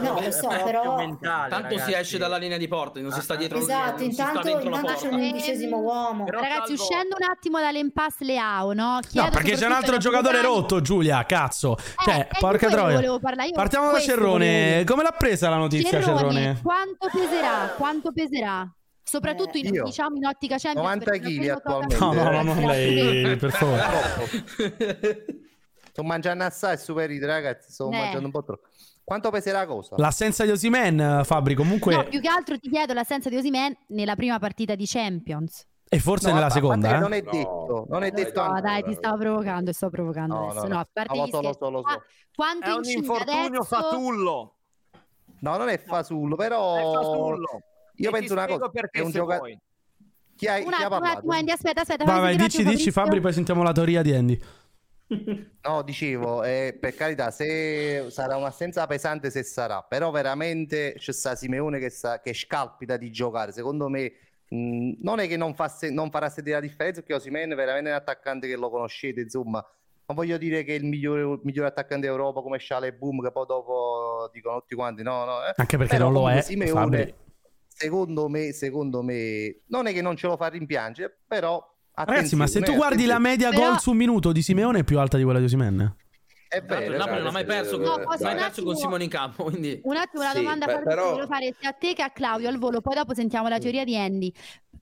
S6: No, lo so, però...
S9: Tanto si esce dalla linea di porta, non si sta dietro non
S6: Esatto,
S9: si sta
S6: intanto,
S9: dentro la
S6: intanto c'è
S9: porta.
S6: un
S2: Ehm,
S6: undicesimo uomo.
S10: Però
S2: Ragazzi,
S10: Salvo-
S2: uscendo un attimo dall'impasse Leao, no?
S1: No, perché c'è un altro giocatore rotto, Giulia, cazzo. Cioè,
S2: è Eh, di
S1: porca
S2: quello
S1: troia.
S2: volevo parlare, io
S1: Partiamo da
S2: questo volevo
S1: Cerrone.
S2: dire.
S1: Come l'ha presa la notizia Cerrone?
S2: quanto peserà? Quanto peserà? Soprattutto in,
S8: Eh, io?
S2: diciamo, in ottica Champions
S8: 90
S2: perché
S8: chili
S2: quello tocca-
S8: attualmente.
S1: No, no, no, non lei, per favore.
S8: Sto mangiando assai superito, ragazzi. Sto
S2: Eh.
S8: mangiando un po' troppo. Quanto peserà la cosa?
S1: L'assenza di Osimen, Fabri, comunque...
S2: No, più che altro ti chiedo l'assenza di Osimen nella prima partita di Champions.
S1: E forse
S8: No,
S1: nella
S8: a parte che
S1: seconda, eh?
S8: Non è
S7: No.
S8: detto, non è
S7: No,
S8: detto
S7: no,
S2: No,
S8: ancora.
S2: dai, ti stavo provocando, ti sto provocando
S8: No, no,
S2: adesso. No,
S8: no.
S2: a
S8: No,
S2: parte gli
S8: lo so, lo
S2: scherzi,
S8: so, lo so.
S2: qua- Quanto
S10: È un
S2: incide
S10: infortunio
S2: adesso?
S10: fatullo.
S8: No, non è fasullo,
S10: È
S8: però
S10: fasullo.
S8: io
S10: E ti
S8: penso una
S10: spiego
S8: cosa,
S10: perché
S8: è un
S10: se
S8: gioca-
S10: vuoi.
S8: chi ha, chi ha
S2: Un attimo, un
S8: parlato?
S2: attimo, Andy, aspetta, aspetta.
S1: Vai,
S2: fammi
S1: vai,
S2: sentire un
S1: dici,
S2: attimo,
S1: dici Fabri,
S2: Fabrizio.
S1: poi sentiamo la teoria di Andy.
S8: No, dicevo, eh, per carità, se sarà un'assenza pesante se sarà, però veramente c'è sta Simeone che, sa- che scalpita di giocare. Secondo me mh, non è che non, fa se- non farà sentire la differenza, perché Osimhen veramente è un attaccante che lo conoscete, insomma. Non voglio dire che è il migliore, migliore attaccante d'Europa come Sciale e Boom, che poi dopo dicono tutti quanti no, no. eh.
S1: Anche perché
S8: Però
S1: non lo
S8: comunque
S1: è, Fabri.
S8: secondo me, secondo me, non è che non ce lo fa rimpiangere, però
S1: Ragazzi, ma se tu
S8: attenzione,
S1: guardi la
S8: attenzione.
S1: media
S2: Però-
S1: gol su un minuto di Simeone è più alta di quella di Osimen.
S8: È
S9: Tra l'altro
S8: vero,
S9: il Napoli non ha mai
S7: dai,
S9: perso
S7: dai,
S9: con-
S7: dai,
S9: non ha mai
S7: dai.
S9: perso con Simone in campo, quindi
S2: Un attimo, una
S7: Sì,
S2: domanda
S7: beh,
S2: Fabrizio,
S7: però- Mm.
S2: volevo fare sia a te che a Claudio al volo, poi dopo sentiamo la teoria di Andy.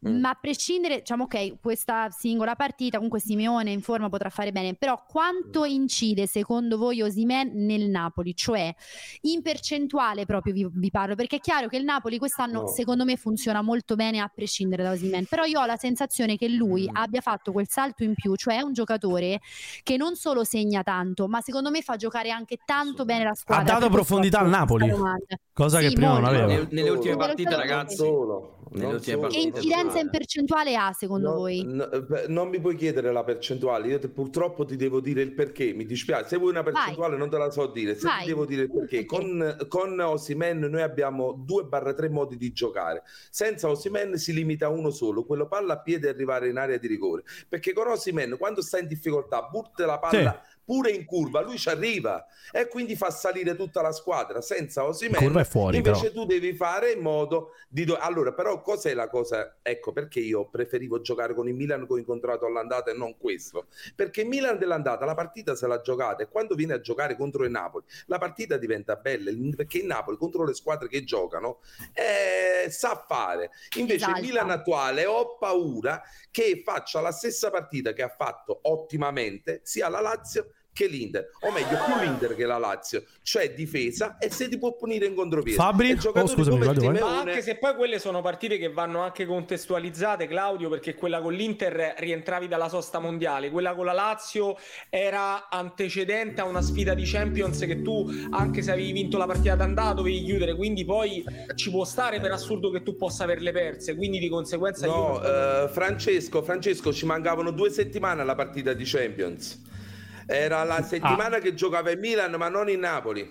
S2: Ma a prescindere, diciamo, ok, questa singola partita, comunque Simeone in forma potrà fare bene, però
S7: Mm.
S2: quanto incide secondo voi Osimen nel Napoli? Cioè, in percentuale proprio vi, vi parlo, perché è chiaro che il Napoli quest'anno,
S11: No.
S2: secondo me, funziona molto bene a prescindere da Osimen, però io ho la sensazione che lui
S7: Mm.
S2: abbia fatto quel salto in più, cioè è un giocatore che non solo segna tanto, ma secondo me fa giocare anche tanto bene la
S1: Ha
S2: squadra.
S1: dato
S2: Per questo
S1: profondità al
S2: faccio
S1: Napoli,
S2: questa domanda.
S1: cosa che
S2: Sì,
S1: prima non
S2: molto.
S1: aveva.
S9: Nelle ultime partite, ragazzi, nelle
S7: non
S9: ultime
S7: solo.
S2: Che
S9: partite.
S2: incidenza in percentuale ha secondo
S7: No,
S2: voi?
S7: no, eh, beh, non mi puoi chiedere la percentuale, io te- purtroppo ti devo dire il perché, mi dispiace, se vuoi una percentuale non te la so dire, se
S2: Vai.
S7: ti devo dire il perché, con, con Osimen noi abbiamo 2-3 modi di giocare, senza Osimen si limita a uno solo, quello palla a piede e arrivare in area di rigore, perché con Osimen quando sta in difficoltà butta la palla pure in curva, lui ci arriva e quindi fa salire tutta la squadra, senza Osimen
S1: Curva è fuori,
S7: invece
S1: però.
S7: tu devi fare in modo di do- allora però cos'è la cosa ecco perché io preferivo giocare con il Milan che ho incontrato all'andata e non questo perché il Milan dell'andata la partita se l'ha giocata e quando viene a giocare contro il Napoli la partita diventa bella il- perché il Napoli contro le squadre che giocano eh, sa fare invece
S12: Esalta.
S7: il Milan attuale ho paura che faccia la stessa partita che ha fatto ottimamente sia la Lazio che l'Inter, o meglio più l'Inter che la Lazio, cioè difesa e se ti può punire in contropiede.
S1: Fabri?
S7: E giocatori
S1: Oh, scusami,
S7: come
S1: vado, vai.
S7: Simeone-
S1: Ma
S4: Anche se poi quelle sono partite che vanno anche contestualizzate, Claudio, perché quella con l'Inter rientravi dalla sosta mondiale, quella con la Lazio era antecedente a una sfida di Champions che tu, anche se avevi vinto la partita d'andata, dovevi chiudere, quindi poi ci può stare per assurdo che tu possa averle perse, quindi di conseguenza
S7: No,
S4: io...
S7: eh, Francesco, Francesco, ci mancavano due settimane alla partita di Champions. Era
S1: Ah.
S7: la settimana che giocava in Milan, ma non in Napoli.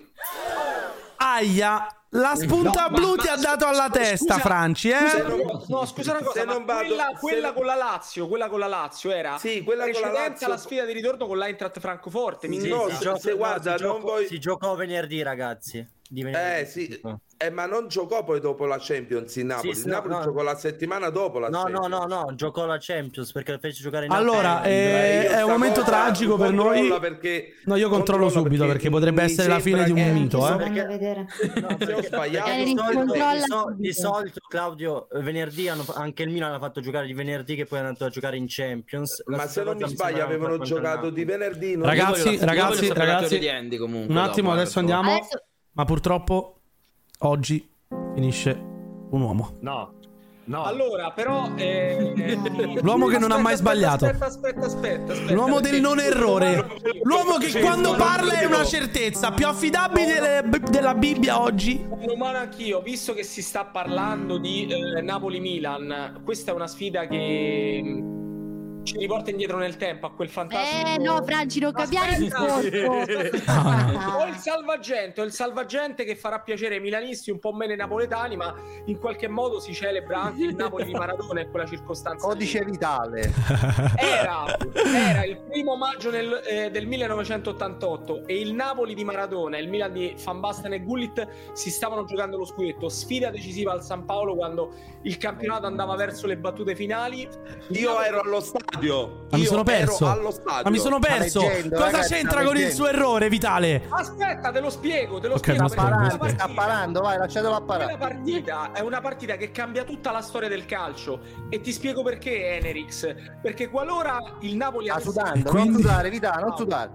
S1: Aia, la spunta
S7: No, ma-
S1: blu
S7: ma
S1: ti ha
S7: scusa,
S1: dato alla testa, Franci, eh?
S4: scusa, no, no, scusa una cosa,
S7: Se
S4: ma
S7: non vado-
S4: quella,
S7: se-
S4: quella con la Lazio, quella con la Lazio era
S7: Sì, quella con la
S4: precedente
S7: Lazio-
S4: alla sfida di ritorno con l'Eintracht Francoforte. mi
S5: Sì,
S4: sembra.
S5: si gioca- no, si, gioca, si giocò venerdì, ragazzi. Di venerdì.
S7: Eh sì, eh, ma non giocò poi dopo la Champions in Napoli.
S5: sì,
S7: il Napoli
S5: no, no.
S7: giocò la settimana dopo la
S5: No, no,
S7: Champions.
S5: no, no, giocò la Champions perché la fece giocare in
S1: Allora, eh, è un momento tragico per noi.
S7: controlla perché-
S1: No, io controllo subito perché potrebbe
S7: mi
S1: essere la fine
S7: sembra
S1: di
S7: che-
S1: un mito,
S5: so
S1: eh.
S5: perché-
S6: vedere.
S5: Perché
S6: Eric,
S5: di, solito,
S6: controlla
S5: di so-
S6: subito.
S5: di solito, Claudio eh, venerdì hanno fa- anche il Milan ha fatto giocare di venerdì che poi è andato a giocare in Champions
S7: Ma se non mi sbaglio avevano giocato di venerdì. non-
S1: Ragazzi, ragazzi,
S9: sapere la
S1: ragazzi,
S9: teoria di Andy comunque,
S1: un attimo,
S9: dopo,
S1: adesso
S9: adesso.
S1: andiamo.
S9: Adesso-
S1: Ma purtroppo oggi finisce un uomo.
S10: No.
S4: Allora, però. eh,
S1: L'uomo che non ha mai sbagliato.
S4: Aspetta, aspetta, aspetta. aspetta
S1: L'uomo del
S4: perché-
S1: non errore. L'uomo che quando parla è una certezza. Più affidabile delle- della Bibbia oggi.
S4: Sono umano anch'io, visto che si sta parlando di eh, Napoli-Milan, questa è una sfida che mm, ci riporta indietro nel tempo a quel fantastico.
S2: Eh no, Franci, non cambiare discorso.
S4: Ho il salvagente, ho il salvagente che farà piacere ai milanisti, un po' meno ai napoletani, ma in qualche modo si celebra anche il Napoli di Maradona e quella circostanza.
S8: Codice vitale.
S4: Era, era il primo maggio nel- eh, del 1988 e il Napoli di Maradona e il Milan di Van Basten e Gullit si stavano giocando lo scudetto. Sfida decisiva al San Paolo quando il campionato andava verso le battute finali.
S7: Io ero allo stadio.
S1: Ma mi
S7: Io
S1: sono
S7: ero
S1: perso.
S7: allo stadio.
S1: Ma mi sono perso. Cosa c'entra con il suo errore, Vitale?
S4: Aspetta, te lo spiego, te lo
S1: Ok,
S4: spiego.
S1: ma
S4: perché
S1: scusa,
S4: quella
S1: mi spiego.
S4: partita-
S8: vai, lasciatelo a
S4: Quella partita è una partita che cambia tutta la storia del calcio e ti spiego perché Enerix, perché qualora il Napoli
S8: Sta
S4: avesse
S8: sudando, non sudare, Vitale, non sudare.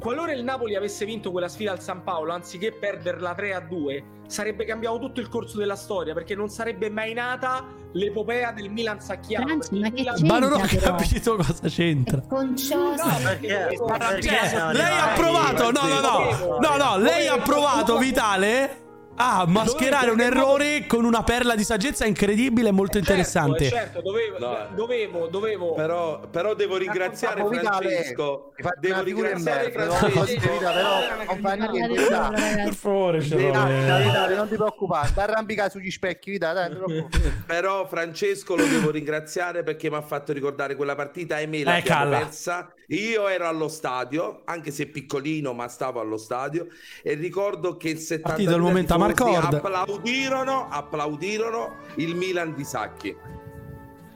S4: Qualora il Napoli avesse vinto quella sfida al San Paolo, anziché perderla 3 a 2, sarebbe cambiato tutto il corso della storia perché non sarebbe mai nata l'epopea del Milan Sacchiano. perché il Milan-
S1: Ma non ho capito cosa c'entra.
S6: Eh,
S1: Cioè, lei ha provato, no, no, no, no, no, lei ha provato, Vitale, a mascherare un errore con una perla di saggezza incredibile e molto
S4: Eh,
S1: interessante.
S4: certo, dovevo, dovevo, dovevo.
S7: Però, però devo ringraziare
S4: Capo Vitale,
S7: Francesco.
S8: hai fatto
S7: Devo
S8: una figura in
S7: ringraziare
S8: merda,
S7: Francesco.
S8: però- però non fa niente, Vitale.
S1: Per favore, eh.
S8: Vitale, Vitale, non ti preoccupare, ti arrampica sugli specchi, Vitale, dai, non ti preoccupare.
S7: Però Francesco lo devo ringraziare perché mi ha fatto ricordare quella partita e me l'abbiamo
S1: Eh, calla.
S7: persa. Io ero allo stadio, anche se piccolino, ma stavo allo stadio e ricordo che il 70
S1: Partito al momento a Marcord.
S7: applaudirono, applaudirono il Milan di Sacchi.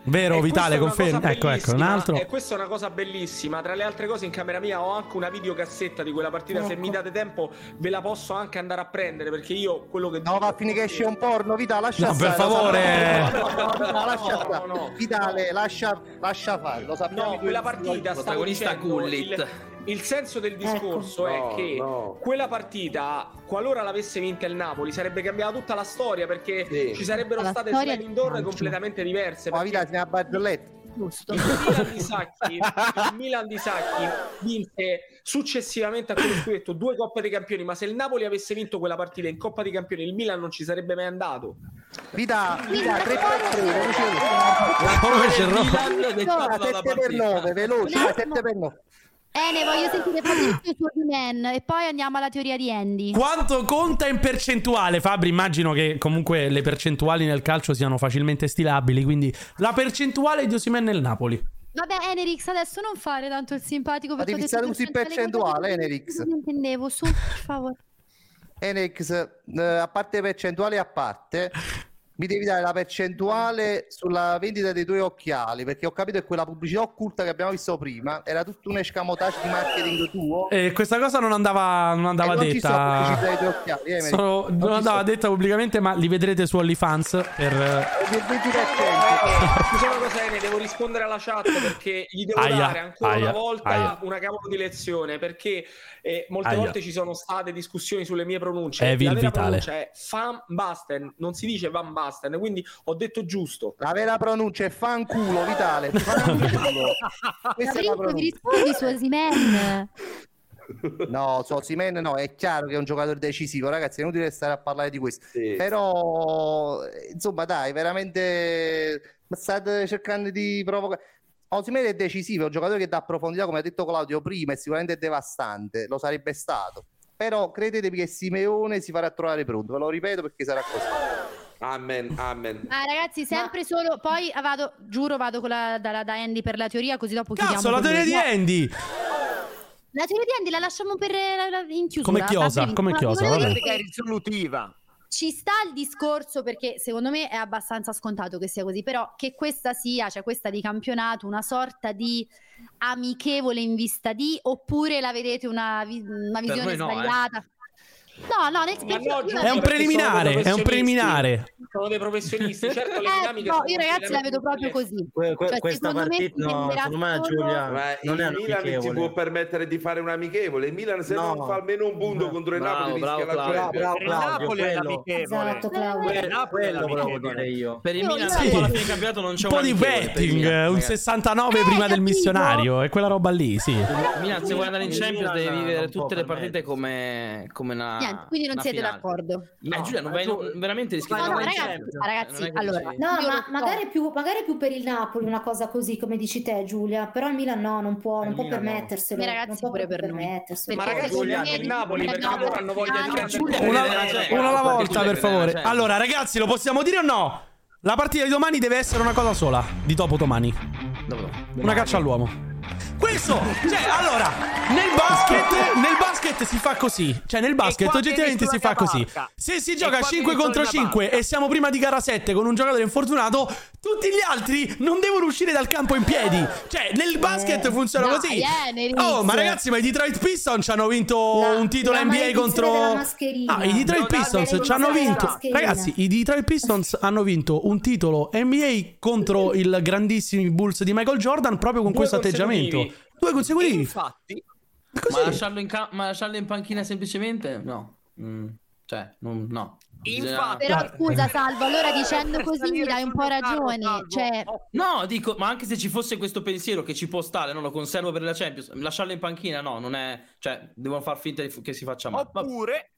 S1: Vero,
S4: E
S1: Vitale,
S4: questa è una cosa
S1: conferma. Ecco, ecco, un
S4: bellissima,
S1: altro.
S4: E questa è una cosa bellissima. Tra le altre cose, in camera mia ho anche una videocassetta di quella partita. Se mi date tempo, ve la posso anche andare a prendere perché io quello che.
S8: No, va a finire che esce un porno, Vitale, lascia
S1: No, per
S8: stare,
S1: favore.
S8: no, no, no, no, lascia
S4: No,
S8: stare.
S4: no, no.
S8: Vitale, lascia, lascia fare. Lo sappiamo
S4: No, quella partita sta
S9: Protagonista Gullit.
S4: Il, il senso del discorso
S9: Ecco.
S4: è che
S9: No,
S4: quella partita, qualora l'avesse vinta il Napoli, sarebbe cambiata tutta la storia perché ci sarebbero
S8: La
S4: state
S8: storia
S4: sliding
S8: del
S4: door
S8: calcio.
S4: completamente diverse.
S8: Ma Vitale, se ne ha barzelletta.
S4: Il Milan di Sacchi, il Milan di Sacchi vinse successivamente a quello scudetto due Coppe dei Campioni, ma se il Napoli avesse vinto quella partita in Coppa dei Campioni, il Milan non ci sarebbe mai andato.
S8: Vita, vita, 3 per 3, veloce.
S9: Milan dettata dalla
S8: 7 per 9, veloce,
S2: Un
S8: 7 per 9.
S2: Ene, Eh, voglio sentire Fabrizio su di Man e poi andiamo alla teoria di Andy.
S1: Quanto conta in percentuale? Fabri, immagino che comunque le percentuali nel calcio siano facilmente stilabili, quindi la percentuale di Osimhen nel Napoli.
S2: Vabbè, Enerix, adesso non fare tanto il simpatico perché
S8: devi
S2: ho detto
S8: stare tutti in percentuale, Enerix.
S2: Non intendevo, su, per favore.
S8: Enex, eh, a parte percentuali a parte, mi devi dare la percentuale sulla vendita dei tuoi occhiali, perché ho capito che quella pubblicità occulta che abbiamo visto prima era tutto un escamotage di marketing tuo.
S1: Eh, questa cosa non andava, non andava
S8: E Eh, non ci sono pubblicità dei tuoi
S1: detta.
S8: occhiali, eh,
S1: Solo-
S8: Mary.
S1: non
S8: ci
S1: andava
S8: sono.
S1: detta pubblicamente, ma li vedrete su OnlyFans per. eh,
S8: Il 20%
S4: Scusa una cosa, Ene, devo rispondere alla chat perché gli devo
S1: Aia,
S4: dare ancora
S1: aia,
S4: una volta
S1: aia.
S4: una cavolo di lezione perché eh, molte
S1: Aia.
S4: volte ci sono state discussioni sulle mie pronunce.
S1: Evil
S4: La vera
S1: Vitale.
S4: pronuncia è Van Basten, non si dice Van Basten, quindi ho detto giusto.
S8: La vera pronuncia è fanculo, Vitale. Fanculo. Questa è la
S2: Fabrizio, mi
S8: pronuncia.
S2: rispondi su Osimen.
S8: No, so, Osimhen no, è chiaro che è un giocatore decisivo, ragazzi, è inutile stare a parlare di questo. Però, eh, insomma, dai, veramente ma state cercando di provocare. Osimhen è decisivo, è un giocatore che dà profondità, come ha detto Claudio prima, è sicuramente devastante, lo sarebbe stato. Però credetemi che Simeone si farà trovare pronto, ve lo ripeto perché sarà così.
S7: Amen, amen.
S2: Ma ragazzi, sempre solo. Poi ah, vado, giuro, vado con la, da, da Andy per la teoria, così dopo chiudiamo.
S1: Cazzo, la
S2: con
S1: teoria
S2: lui.
S1: di Andy!
S2: La teoria di Andy la lasciamo per eh, la- la- in chiusura.
S1: Come chiosa,
S2: Fabri,
S1: come
S2: ma
S1: chiosa,
S2: volevo
S1: vabbè.
S2: dire
S10: Che è
S2: che
S10: risolutiva.
S2: Ci sta il discorso perché secondo me è abbastanza scontato che sia così, però che questa sia, cioè questa di campionato, una sorta di amichevole in vista di oppure la vedete una, vi- una
S9: Per
S2: visione
S9: noi no, eh.
S2: sbagliata? No, no, nel
S4: Ma no,
S2: senso
S4: giusto,
S1: È un
S4: perché
S1: preliminare,
S4: sono dei
S1: è un preliminare.
S4: Sono dei professionisti, certo le
S2: Eh,
S4: dinamiche
S2: no,
S4: sono
S2: io ragazzi la
S4: completamente
S2: vedo proprio così.
S5: Que- que-
S2: Cioè,
S5: questa
S2: secondo me
S5: partita,
S2: si
S5: no,
S2: venderà
S5: secondo me
S2: solo-
S5: Giulia
S7: Ma
S5: non è
S7: il Milan si
S5: amichevole.
S7: può permettere di fare un amichevole. Il Milan, se
S5: No.
S7: non fa almeno un punto contro il
S9: Bravo,
S7: Napoli,
S9: bravo,
S7: rischia la
S9: Claudio.
S7: Champions.
S5: Bravo,
S10: Per
S5: Claudio,
S10: il Napoli è
S5: quello.
S10: l'amichevole.
S6: Esatto, Claudio.
S10: Per il Napoli è
S5: Quello volevo
S10: l'amichevole.
S5: dire io.
S9: Per il
S2: Io-
S9: Milan
S2: io-
S9: dopo alla fine del campionato non c'è
S1: Un po' di
S9: amichevole per il
S1: betting,
S9: Milan,
S1: un
S9: ragazzi.
S1: 69
S2: Eh,
S1: prima del
S2: capito.
S1: missionario, è quella roba lì, sì.
S9: Il Milan se vuoi andare in
S5: Il
S9: Champions
S5: Milan
S9: devi vivere
S5: non può
S9: tutte le partite
S5: permettersi.
S9: come, come una
S2: Niente, quindi non
S9: una
S2: siete
S9: finale.
S2: d'accordo.
S9: eh, Giulia, non vai,
S5: tu-
S9: non- veramente rischi di
S2: No,
S9: non
S2: no,
S9: andare in
S2: ragazzi,
S9: Champions.
S2: ragazzi,
S9: cioè, Non è che
S2: allora,
S9: dici-
S2: Io
S6: No,
S2: lo
S6: ma
S2: so.
S6: magari più, magari più per il Napoli una cosa così, come dici te, Giulia. Però il Milan no, non può,
S5: Il
S6: non può
S5: Milan no.
S6: permetterselo.
S2: Eh, ragazzi,
S6: non può
S2: pure per noi.
S6: permetterselo.
S4: Ma
S2: Perché
S4: ragazzi,
S2: secondo
S4: vogliamo
S2: me
S4: il Napoli, perché
S2: dobbiamo
S4: loro hanno voglia di
S2: andare
S4: prendere
S9: Giulia,
S1: Una,
S9: crede nella Champions.
S1: una alla
S9: Perché
S1: volta,
S9: tu credi
S1: per
S9: nella
S1: favore.
S9: Champions.
S1: Allora, ragazzi, lo possiamo dire o no? La partita di domani deve essere una cosa sola, di dopo domani.
S9: Dopo-
S1: Una
S9: domani.
S1: caccia all'uomo. Questo! Cioè, allora, nel basket, nel basket si fa così. Cioè, nel
S10: E
S1: basket
S10: qua
S1: oggettivamente
S10: vieni
S1: si
S10: sulla
S1: fa così.
S10: caparca.
S1: Se si
S10: E
S1: gioca
S10: qua
S1: 5
S10: vieni
S1: contro
S10: sulla
S1: 5 e siamo prima di gara 7 con un giocatore infortunato, tutti gli altri non devono uscire dal campo in piedi. Cioè, nel basket funziona
S2: dai,
S1: così.
S2: eh, Neris.
S1: oh, ma ragazzi, ma i Detroit Pistons hanno vinto
S6: La-
S1: un titolo
S6: la
S1: NBA
S6: maledizione
S1: contro.
S6: della mascherina.
S1: Ah, i Detroit
S10: Non
S1: Pistons
S10: avere
S1: ci hanno
S10: usare la
S1: vinto.
S6: mascherina.
S1: Ragazzi, i Detroit Pistons hanno vinto un titolo NBA contro il grandissimi Bulls di Michael Jordan proprio con
S4: Due
S1: questo atteggiamento.
S4: consecutivi.
S1: Due
S10: E
S1: consecutivi.
S10: infatti,
S9: ma,
S1: Così.
S9: lasciarlo in ca- ma lasciarlo in panchina semplicemente? No. Mm, Cioè, non- no. Bisogna- Cioè,
S10: infatti,
S2: Però scusa Salvo, allora dicendo così mi dai un po' ragione. Cioè,
S9: No, dico, ma anche se ci fosse questo pensiero che ci può stare, no, lo conservo per la Champions, lasciarlo in panchina, no, non è... Cioè, devono far finta di- che si faccia male. Ma-
S10: Oppure,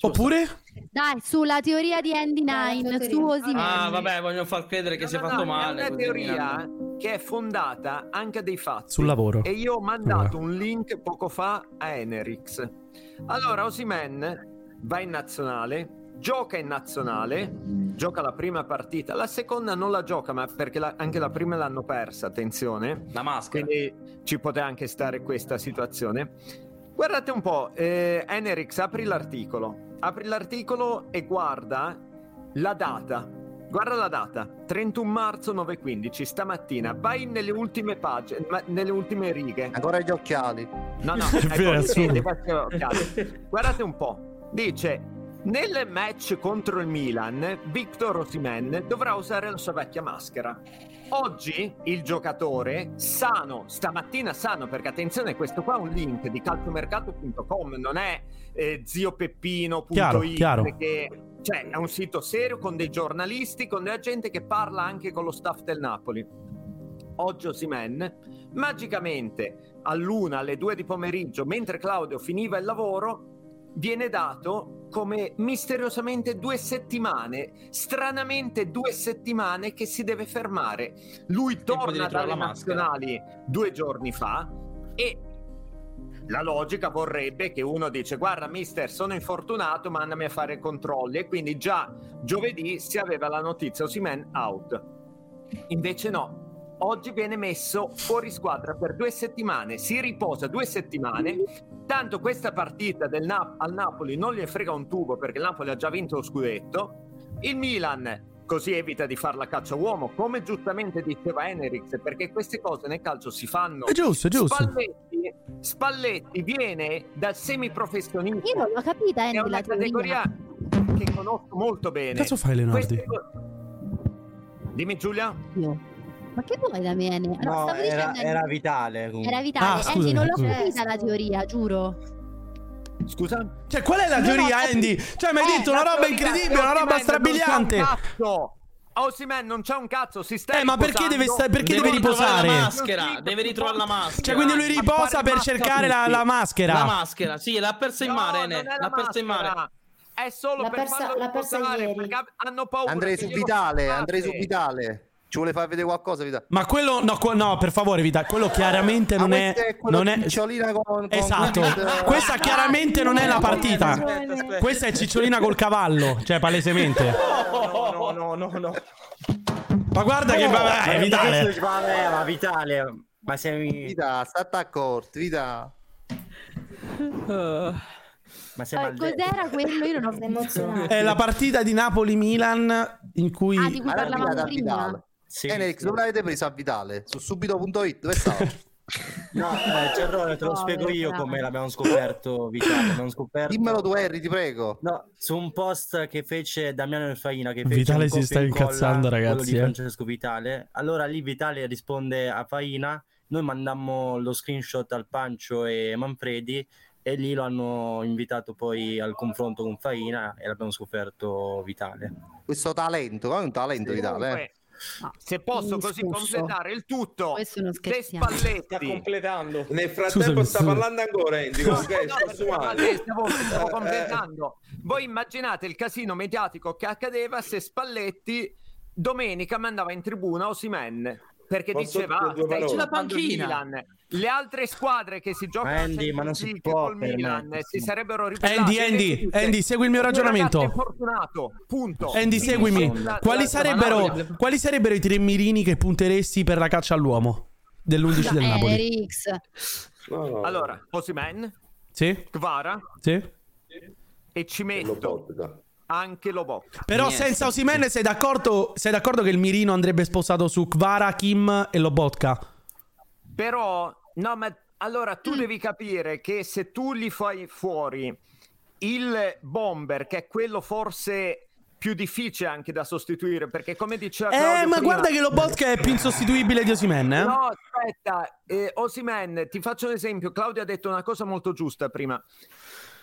S1: Oppure?
S2: dai, sulla teoria di Andy
S6: Dai, la
S2: Nine,
S6: teoria.
S2: su Osimhen.
S9: Ah, vabbè, vogliono far credere che
S10: No,
S9: si è
S10: no,
S9: fatto
S10: no,
S9: male.
S10: È una
S9: così, Milan.
S10: teoria che è fondata anche a dei fatti.
S1: Sul lavoro.
S10: E io ho mandato un link poco fa a Enerix. Allora, Osimen va in nazionale, gioca in nazionale, gioca la prima partita, la seconda non la gioca, ma perché la- anche la prima l'hanno persa, attenzione.
S9: La maschera.
S10: Quindi ci poteva anche stare questa situazione. Guardate un po', eh, Enerix, apri l'articolo. Apri l'articolo e guarda la data. Guarda la data, 31 marzo 9.15, stamattina. Vai nelle ultime pagine, ma- nelle ultime righe.
S8: Ancora gli occhiali.
S10: No, no,
S1: È vero,
S10: ecco,
S1: è assurdo.
S10: le faccio caso. Guardate un po', dice Nel match contro il Milan, Victor Osimen dovrà usare la sua vecchia maschera. Oggi il giocatore sano, stamattina sano, perché attenzione, questo qua è un link di calciomercato.com, non è eh,
S1: Chiaro,
S10: ziopeppino.it,
S1: chiaro.
S10: perché cioè, è un sito serio con dei giornalisti, con della gente che parla anche con lo staff del Napoli. Oggi Osimen, magicamente all'una, alle due di pomeriggio, mentre Claudio finiva il lavoro, viene dato come misteriosamente due settimane, stranamente due settimane che si deve fermare. Lui
S9: di
S10: torna
S9: ritrovare
S10: dalle
S9: la maschera.
S10: nazionali due giorni fa e la logica vorrebbe che uno dice guarda mister sono infortunato mandami a fare i controlli e quindi già giovedì si aveva la notizia Osimen out. Invece no. Oggi viene messo fuori squadra per due settimane, si riposa due settimane. Tanto questa partita del Nap- al Napoli non gli frega un tubo perché il Napoli ha già vinto lo scudetto. Il Milan così evita di far la caccia uomo, come giustamente diceva Enerix, perché queste cose nel calcio si fanno.
S1: È giusto, è giusto.
S10: Spalletti, Spalletti viene dal semiprofessionista.
S2: Io non l'ho capita, eh, Andy,
S10: È una
S2: la teoria.
S10: categoria che conosco molto bene.
S1: Cazzo fai, Leonardi?
S10: Queste co- Dimmi Giulia.
S2: Ma che vuoi da me? Ene? No,
S5: No,
S2: stavo
S5: era,
S2: dicendo
S5: era vitale. comunque.
S2: Era vitale,
S1: Ah,
S2: Andy, non l'ho
S1: scusami.
S2: capita la teoria, giuro.
S10: Scusa?
S1: Cioè, qual è la
S2: No,
S1: teoria,
S2: no,
S1: Andy? Cioè, mi hai
S10: Eh,
S1: detto una
S10: la
S1: roba
S10: teoria
S1: incredibile,
S10: che
S1: una roba
S10: Osimhen non c'ha
S1: strabiliante.
S10: un cazzo. Osimhen non c'è un cazzo, si sta
S1: Eh, ma perché
S10: riposando.
S1: deve sta- perché deve
S9: ritrovare
S1: riposare?
S9: La maschera, deve ritrovare la maschera.
S1: Cioè, quindi lui riposa per cercare la, la maschera.
S9: La maschera, sì, l'ha persa in
S10: No,
S9: mare,
S10: non
S9: Ene,
S10: è la
S9: l'ha persa in
S10: maschera.
S9: mare.
S10: È solo
S6: L'ha
S10: per
S6: persa-
S10: farlo
S6: l'ha persa
S10: riposare,
S6: ieri.
S10: perché hanno paura
S8: Andrei
S10: che
S8: su
S10: glielo
S8: Vitale,
S10: state.
S8: andrei su Vitale. Ci vuole far vedere qualcosa, Vitale.
S1: Ma quello, no, que- no, per favere, Vita, quello chiaramente
S8: Ah,
S1: non è.
S8: questo è quello
S1: Non
S8: di
S1: è
S8: Picciolina con- con-
S1: esatto,
S8: con-
S1: questa chiaramente non
S5: Ah,
S1: è la partita.
S4: Aspetta, aspetta.
S1: Questa è Cicciolina col cavallo, cioè, palesemente.
S4: No, no, no, no, no.
S1: Ma guarda che. vabbè, è Vitale.
S5: Vabbè, Eh, ma vitale. Ma sei,
S8: Vita, state a corte, Vita.
S5: ma sei
S2: Eh,
S5: maldetto.
S2: cos'era quello? Io non ho
S6: Sei emozionato.
S1: È la partita di Napoli-Milan in cui.
S2: Ah, di cui
S8: Alla
S2: parlavamo
S8: Vitale,
S2: prima.
S8: Vitale. Enrix, dove l'avete preso a Vitale? Su subito.it, dove stava?
S5: No, eh, Cerrone, te lo
S2: No,
S5: spiego io
S2: veramente.
S5: come l'abbiamo scoperto. Vitale, l'abbiamo scoperto.
S8: Dimmelo tu, Harry, ti prego.
S5: No, su un post che fece Damiano Elfaina che fece
S1: Vitale
S5: un
S1: si sta
S5: copia e incolla,
S1: incazzando,
S5: quello
S1: ragazzi,
S5: di
S1: eh.
S5: Francesco Vitale. Allora lì Vitale risponde a Faina, noi mandammo lo screenshot al Pancio e Manfredi e lì lo hanno invitato poi al confronto con Faina e l'abbiamo scoperto Vitale.
S8: Questo talento, come un talento, Vitale. eh.
S10: Comunque, Se posso così completare il tutto,
S2: Questo non
S10: De
S2: scherziamo.
S4: Sta
S10: Spalletti.
S4: completando.
S7: Nel frattempo
S1: Scusami,
S7: sta
S1: scusami.
S7: parlando ancora Andy,
S10: No, no,
S7: ok? sto
S10: perché
S7: sumando.
S10: Spalletti, stavo, stavo
S7: Eh,
S10: completando. Voi immaginate il casino mediatico che accadeva se Spalletti domenica mandava in tribuna Osimen perché
S7: Posso
S10: diceva
S7: dire
S10: "Ah,
S7: due
S10: stai
S7: parole?"
S10: sulla
S9: Panchina.
S10: Milan. le altre squadre che si giocano alla
S5: Andy, ma non
S10: Champions
S5: si
S10: League
S5: può
S10: col Milan
S5: permettere.
S10: si sarebbero ribellate
S1: Andy,
S10: Invece
S1: Andy,
S10: dice,
S1: Andy, segui il mio
S10: "Il ragazzo è
S1: ragionamento.
S10: fortunato", punto.
S1: Andy,
S10: Fine.
S1: seguimi.
S10: Sulla-
S1: Quali
S10: sulla-
S1: sarebbero, quali sarebbero i tre mirini che punteresti per la caccia all'uomo dell'11
S2: Eh,
S1: del Napoli?
S2: Erix.
S7: no, no,
S10: Allora, Osimen,
S1: Sì?
S10: Kvara
S1: Sì?
S10: e ci
S7: lo
S10: metto
S7: porta.
S10: anche Lobotka.
S1: Però
S9: Niente.
S1: senza Osimene sei d'accordo, sei d'accordo che il mirino andrebbe sposato su Kvara, Kim e Lobotka?
S10: Però, no, ma allora tu devi capire che se tu li fai fuori il bomber, che è quello forse più difficile anche da sostituire, perché come diceva
S1: Eh,
S10: Claudio
S1: ma
S10: prima-
S1: guarda che Lobotka è più insostituibile di Osimene. Eh?
S10: No, aspetta, eh, Osimen, ti faccio un esempio. Claudio ha detto una cosa molto giusta prima.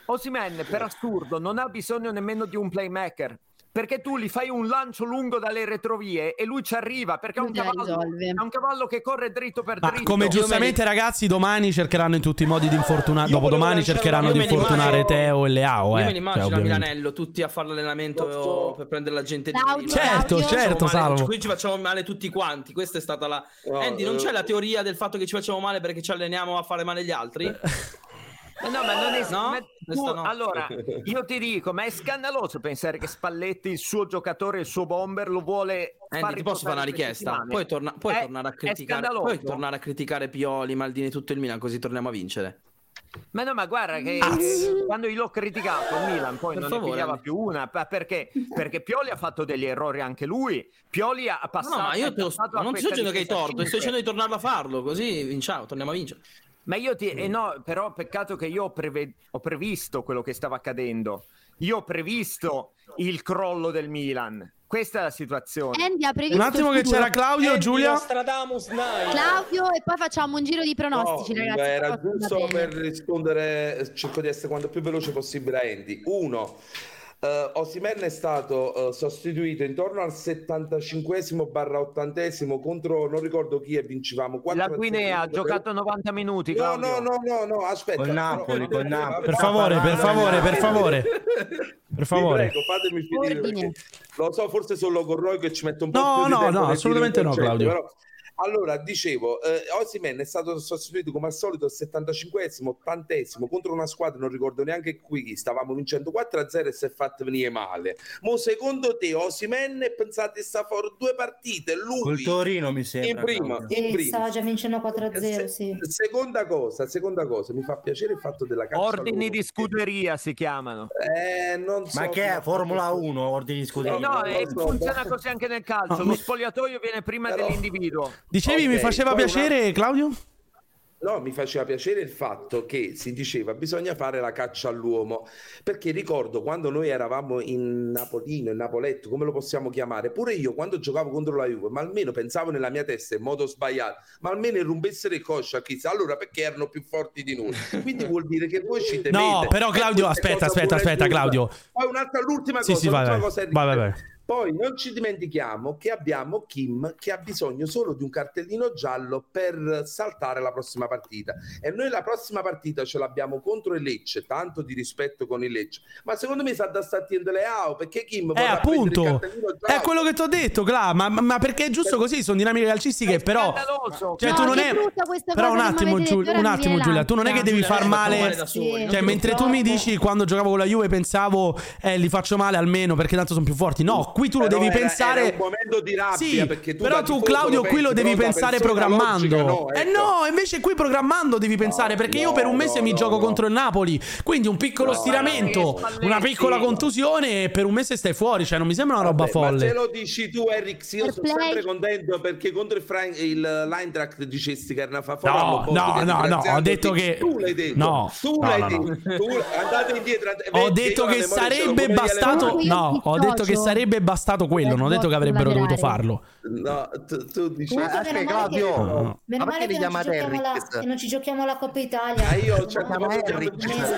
S10: Osimen, per assurdo, non ha bisogno nemmeno di un playmaker. Perché tu gli fai un lancio lungo dalle retrovie e lui ci arriva perché è un
S2: Lui te la
S10: cavallo,
S2: risolve.
S10: è un cavallo che corre dritto per
S1: Ma
S10: dritto.
S1: come giustamente ragazzi domani cercheranno in tutti i modi di infortunare
S4: Io volevo
S1: Dopodomani
S4: lanciare-
S1: cercheranno
S4: io
S1: di
S4: me li
S1: infortunare
S4: immagino-
S1: Teo e Leao
S9: Io
S1: eh.
S9: me li immagino
S1: Cioè,
S9: a
S1: ovviamente.
S9: Milanello tutti a fare l'allenamento
S4: Posso-
S9: per prendere la gente
S2: Claudio,
S9: libera.
S1: Certo,
S9: Ci facciamo
S1: certo,
S9: male,
S1: Salvo.
S9: Qui ci facciamo male tutti quanti. Questa è stata la.
S7: No,
S9: Andy, non
S7: eh,
S9: c'è la teoria del fatto che ci facciamo male perché ci alleniamo a fare male gli
S1: Eh.
S9: altri?
S10: Ma Eh no, ma non è
S9: No?
S10: ma
S9: Questo
S10: tu-
S9: no.
S10: Allora, io ti dico, ma è scandaloso pensare che Spalletti, il suo giocatore, il suo bomber, lo vuole.
S9: Andy,
S10: far
S9: Eh, ti posso fare
S10: riposare
S9: una
S10: due
S9: richiesta?
S10: settimane. Eh,
S9: Puoi, torna- puoi
S10: È-
S9: tornare a
S10: è
S9: criticare,
S10: scandaloso.
S9: puoi tornare a criticare Pioli, Maldini e tutto il Milan, così torniamo a vincere.
S10: Ma no, ma guarda che
S7: Ah.
S10: eh, quando io l'ho criticato il Milan poi
S9: Per
S10: non
S9: favore,
S10: ne pigliava
S9: Andy.
S10: più una, pa- perché, perché Pioli ha fatto degli errori anche lui. Pioli ha
S9: No,
S10: passato
S9: no, ma io
S10: è
S9: te lo
S10: passato a
S9: non ti
S10: questa
S9: sto dicendo che hai
S10: difesa
S9: torto, ti
S10: cinque.
S9: sto dicendo di tornarlo a farlo, così vinciamo, torniamo a vincere.
S10: Ma io ti eh no, però peccato che io ho, preve- ho previsto quello che stava accadendo. Io ho previsto il crollo del Milan. Questa è la situazione.
S2: Andy ha previsto Un attimo il che futuro. c'era Claudio, Giulia.
S4: Nostradamus Nine.
S2: Claudio e poi facciamo un giro di pronostici,
S7: No,
S2: ragazzi. Poi
S7: Era
S2: va
S7: giusto
S2: bene.
S7: per rispondere, cerco di essere quanto più veloce possibile a Andy. Uno, eh, Osimhen è stato eh, sostituito intorno al 75 barra 80 contro, non ricordo chi e vincevamo. 4
S10: La Guinea ha giocato 90 minuti.
S7: No,
S10: Claudio.
S7: no, no, no, no, aspetta.
S10: Col Napoli, col Napoli.
S1: Per favore, per favore, per favore. Per
S7: Vi
S1: favore.
S7: prego, fatemi finire
S2: Ordine.
S7: perché lo so, forse solo con Roy che ci mette un po'
S1: No,
S7: più di
S1: no,
S7: tempo
S1: no,
S7: nel
S1: assolutamente
S7: dire il
S1: no,
S7: concetto,
S1: Claudio.
S7: Allora, dicevo, eh, Osimhen è stato sostituito come al solito al 75esimo, 80esimo contro una squadra, non ricordo neanche qui chi, stavamo vincendo 4-0 e si è fatto venire male. Mo secondo te Osimhen pensate sta fuori due partite, lui
S5: Col Torino mi sembra.
S7: in prima,
S5: Claudio.
S7: in
S6: Sì,
S7: prima.
S6: sta già vincendo 4-0, sì.
S7: Seconda cosa, seconda cosa, mi fa piacere il fatto della caccia
S10: Ordini
S7: all'uomo.
S10: di scuderia si chiamano.
S7: Eh, non so
S5: Ma che è Formula 1, ordini di scuderia?
S10: No, e
S7: so.
S10: funziona così anche nel calcio. Lo spogliatoio viene prima
S7: Però-
S10: dell'individuo.
S1: Dicevi, mi
S7: Ok,
S1: faceva
S7: poi
S1: piacere, Claudio?
S7: No, mi faceva piacere il fatto che si diceva bisogna fare la caccia all'uomo, perché ricordo quando noi eravamo in Napolino, in Napoletto, come lo possiamo chiamare, pure io quando giocavo contro la Juve, ma almeno pensavo nella mia testa in modo sbagliato, ma almeno rompessero il coscia a chi sa, allora perché erano più forti di noi. Quindi vuol dire che voi ci temete.
S1: No, però,
S7: E
S1: Claudio,
S7: questa è
S1: aspetta, aspetta,
S7: cosa buona e
S1: aspetta,
S7: giusta.
S1: Claudio.
S7: Poi un'altra, l'ultima
S1: Sì,
S7: cosa,
S1: sì, vai,
S7: l'ultima
S1: vai.
S7: cosa è
S1: Vai, vai, vai.
S7: poi non ci dimentichiamo che abbiamo Kim che ha bisogno solo di un cartellino giallo per saltare la prossima partita. E noi la prossima partita ce l'abbiamo contro il Lecce, tanto di rispetto con il Lecce. Ma secondo me sa da sta attendendo le AO perché Kim
S1: Eh,
S7: vorrà prendere il
S1: appunto. Eh,
S7: cartellino giallo.
S1: È quello che ti ho detto, Cla. Ma, ma- ma perché è giusto così? Sono dinamiche calcistiche, però.
S10: Scandaloso.
S1: Cioè,
S2: No,
S1: tu non
S2: che
S1: è.
S2: brutta questa
S1: Però un
S2: cosa che mi
S1: attimo,
S2: avete
S1: Giul-
S2: detto, ora
S1: un
S2: mi
S1: attimo,
S2: viene
S1: Giulia, tu non è che
S2: l'ansia.
S1: devi
S9: Giulia,
S1: far
S9: lei ha fatto
S1: male.
S9: male da soli,
S6: Sì.
S9: non
S1: Cioè,
S6: Purtroppo.
S1: mentre tu mi dici quando giocavo con la Juve pensavo eh, li faccio male almeno perché tanto sono più forti. No, qui tu lo
S7: Però
S1: devi
S7: era-
S1: pensare.
S7: era un momento di rabbia,
S1: Sì,
S7: perché tu
S1: però
S7: da
S1: tu,
S7: tifoso
S1: Claudio,
S7: lo
S1: qui lo
S7: pensi,
S1: devi
S7: però da
S1: pensare
S7: persona
S1: programmando.
S7: logica no,
S1: Eh
S7: ecco.
S1: no, invece qui programmando devi pensare
S7: No,
S1: perché io
S7: no,
S1: per un mese
S7: no,
S1: mi
S7: no,
S1: gioco
S7: no.
S1: contro il Napoli. Quindi un piccolo
S7: No,
S1: stiramento,
S10: no, no.
S1: una piccola contusione e per un mese stai fuori. Cioè, non mi sembra una roba
S7: Vabbè, Ma
S1: folle.
S7: se lo dici tu, Eric, sì, io
S2: Per
S7: sono
S2: play.
S7: sempre contento perché contro il, Frank, il l'Eintracht dicesti che era una
S1: No,
S7: fafola. ma poi
S1: no,
S7: ti
S1: no, no, ho
S7: ringraziando,
S1: detto
S7: sì,
S1: che-
S7: Tu l'hai detto.
S1: no,
S7: tu
S1: no,
S7: l'hai
S1: no, no.
S7: detto. tu- andate indietro. and-
S1: Ho
S7: vedi,
S1: detto
S7: io la
S1: che
S7: memoria ce l'ho
S1: sarebbe
S7: come di
S1: bastato.
S2: Io
S1: No,
S2: mi
S1: ho detto che
S2: dissocio.
S1: sarebbe bastato quello. Non ho detto che avrebbero dovuto farlo.
S7: No, tu, tu dici...
S6: Comunque, meno
S7: Ah,
S8: Aspetta,
S6: male che-
S8: Claudio.
S1: No.
S6: Meno
S8: Ma
S6: male
S8: perché
S6: che
S8: li
S6: non, ci
S8: chiamate
S6: giochiamo la,
S8: Harris?
S6: che non ci giochiamo la Coppa Italia.
S7: Ah, io a un
S6: No,
S7: certo
S8: Ma
S7: modo
S8: Harry-
S7: chiamo Jimi Hendrix.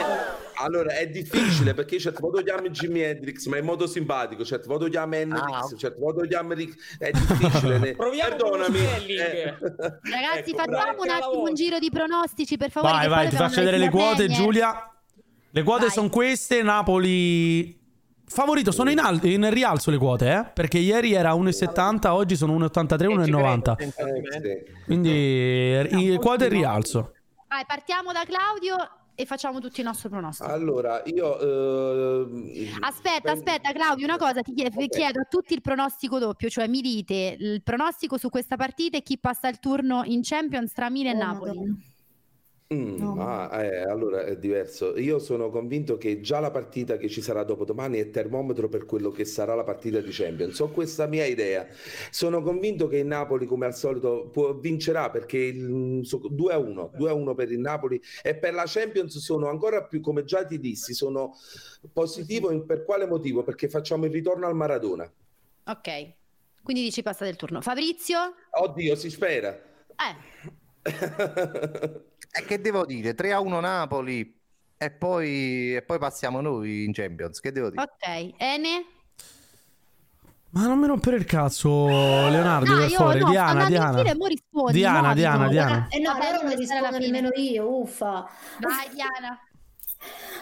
S7: Allora è difficile perché certo modo chiami Jimi Hendrix, ma in modo simpatico, certo modo chiami Hendrix,
S8: Ah, ok.
S7: certo modo chiami Rick, è difficile. ne-
S4: Proviamo con lo
S7: Perdonami.
S4: spelling.
S7: Eh.
S2: Ragazzi,
S7: Ecco,
S2: facciamo
S4: bravo.
S2: un attimo un giro di pronostici, per favore.
S1: Vai,
S2: che
S1: vai,
S2: poi
S1: ti
S2: dobbiamo
S1: faccio vedere le
S2: andare sulla
S1: quote,
S2: Premier.
S1: Giulia. Le quote
S2: Vai.
S1: sono queste, Napoli favorito, sono in, al- in rialzo le quote, eh? perché ieri era 1,70, oggi sono 1,83,
S10: E ci credo,
S1: 1,90.
S10: senza di me.
S7: Eh, sì.
S1: Quindi eh, quote in rialzo.
S2: Vai, partiamo da Claudio e facciamo tutti il nostro pronostico.
S7: Allora, io... ehm,
S6: Ah,
S2: Aspetta,
S7: penso-
S2: aspetta, Claudio, una cosa ti chie-
S7: Ok.
S2: chiedo a tutti il pronostico doppio, cioè mi dite il pronostico su questa partita e chi passa il turno in Champions tra Milan e
S6: Oh,
S2: Napoli.
S6: Madonna.
S7: Mm,
S6: No.
S7: ah, eh, allora è diverso. Io sono convinto che già la partita che ci sarà dopodomani è termometro per quello che sarà la partita di Champions. Ho questa mia idea. Sono convinto che il Napoli, come al solito, può- vincerà perché il, mm, so- 2 a 1, 2 a 1 per il Napoli e per la Champions sono ancora più, come già ti dissi, sono positivo in- per quale motivo? Perché facciamo il ritorno al Maradona.
S2: Ok. Quindi dici passa del turno. Fabrizio?
S7: Oddio, si spera.
S2: Eh,
S8: E Eh, che devo dire? 3 a 1 Napoli e poi, e poi passiamo noi in Champions. Che devo dire?
S2: ok. Ene?
S1: Ma non mi rompere il cazzo, Leonardo,
S2: No,
S1: per
S2: io
S1: favore.
S2: no, sto
S1: Diana,
S2: andando in
S1: Diana.
S2: fila e mo rispondi,
S1: Diana,
S2: no,
S1: Diana,
S2: no.
S1: Diana.
S6: Eh no,
S2: Vabbè,
S6: allora non
S2: questa era la
S6: rispondo
S2: fine.
S6: nemmeno io, uffa.
S2: Vai Diana.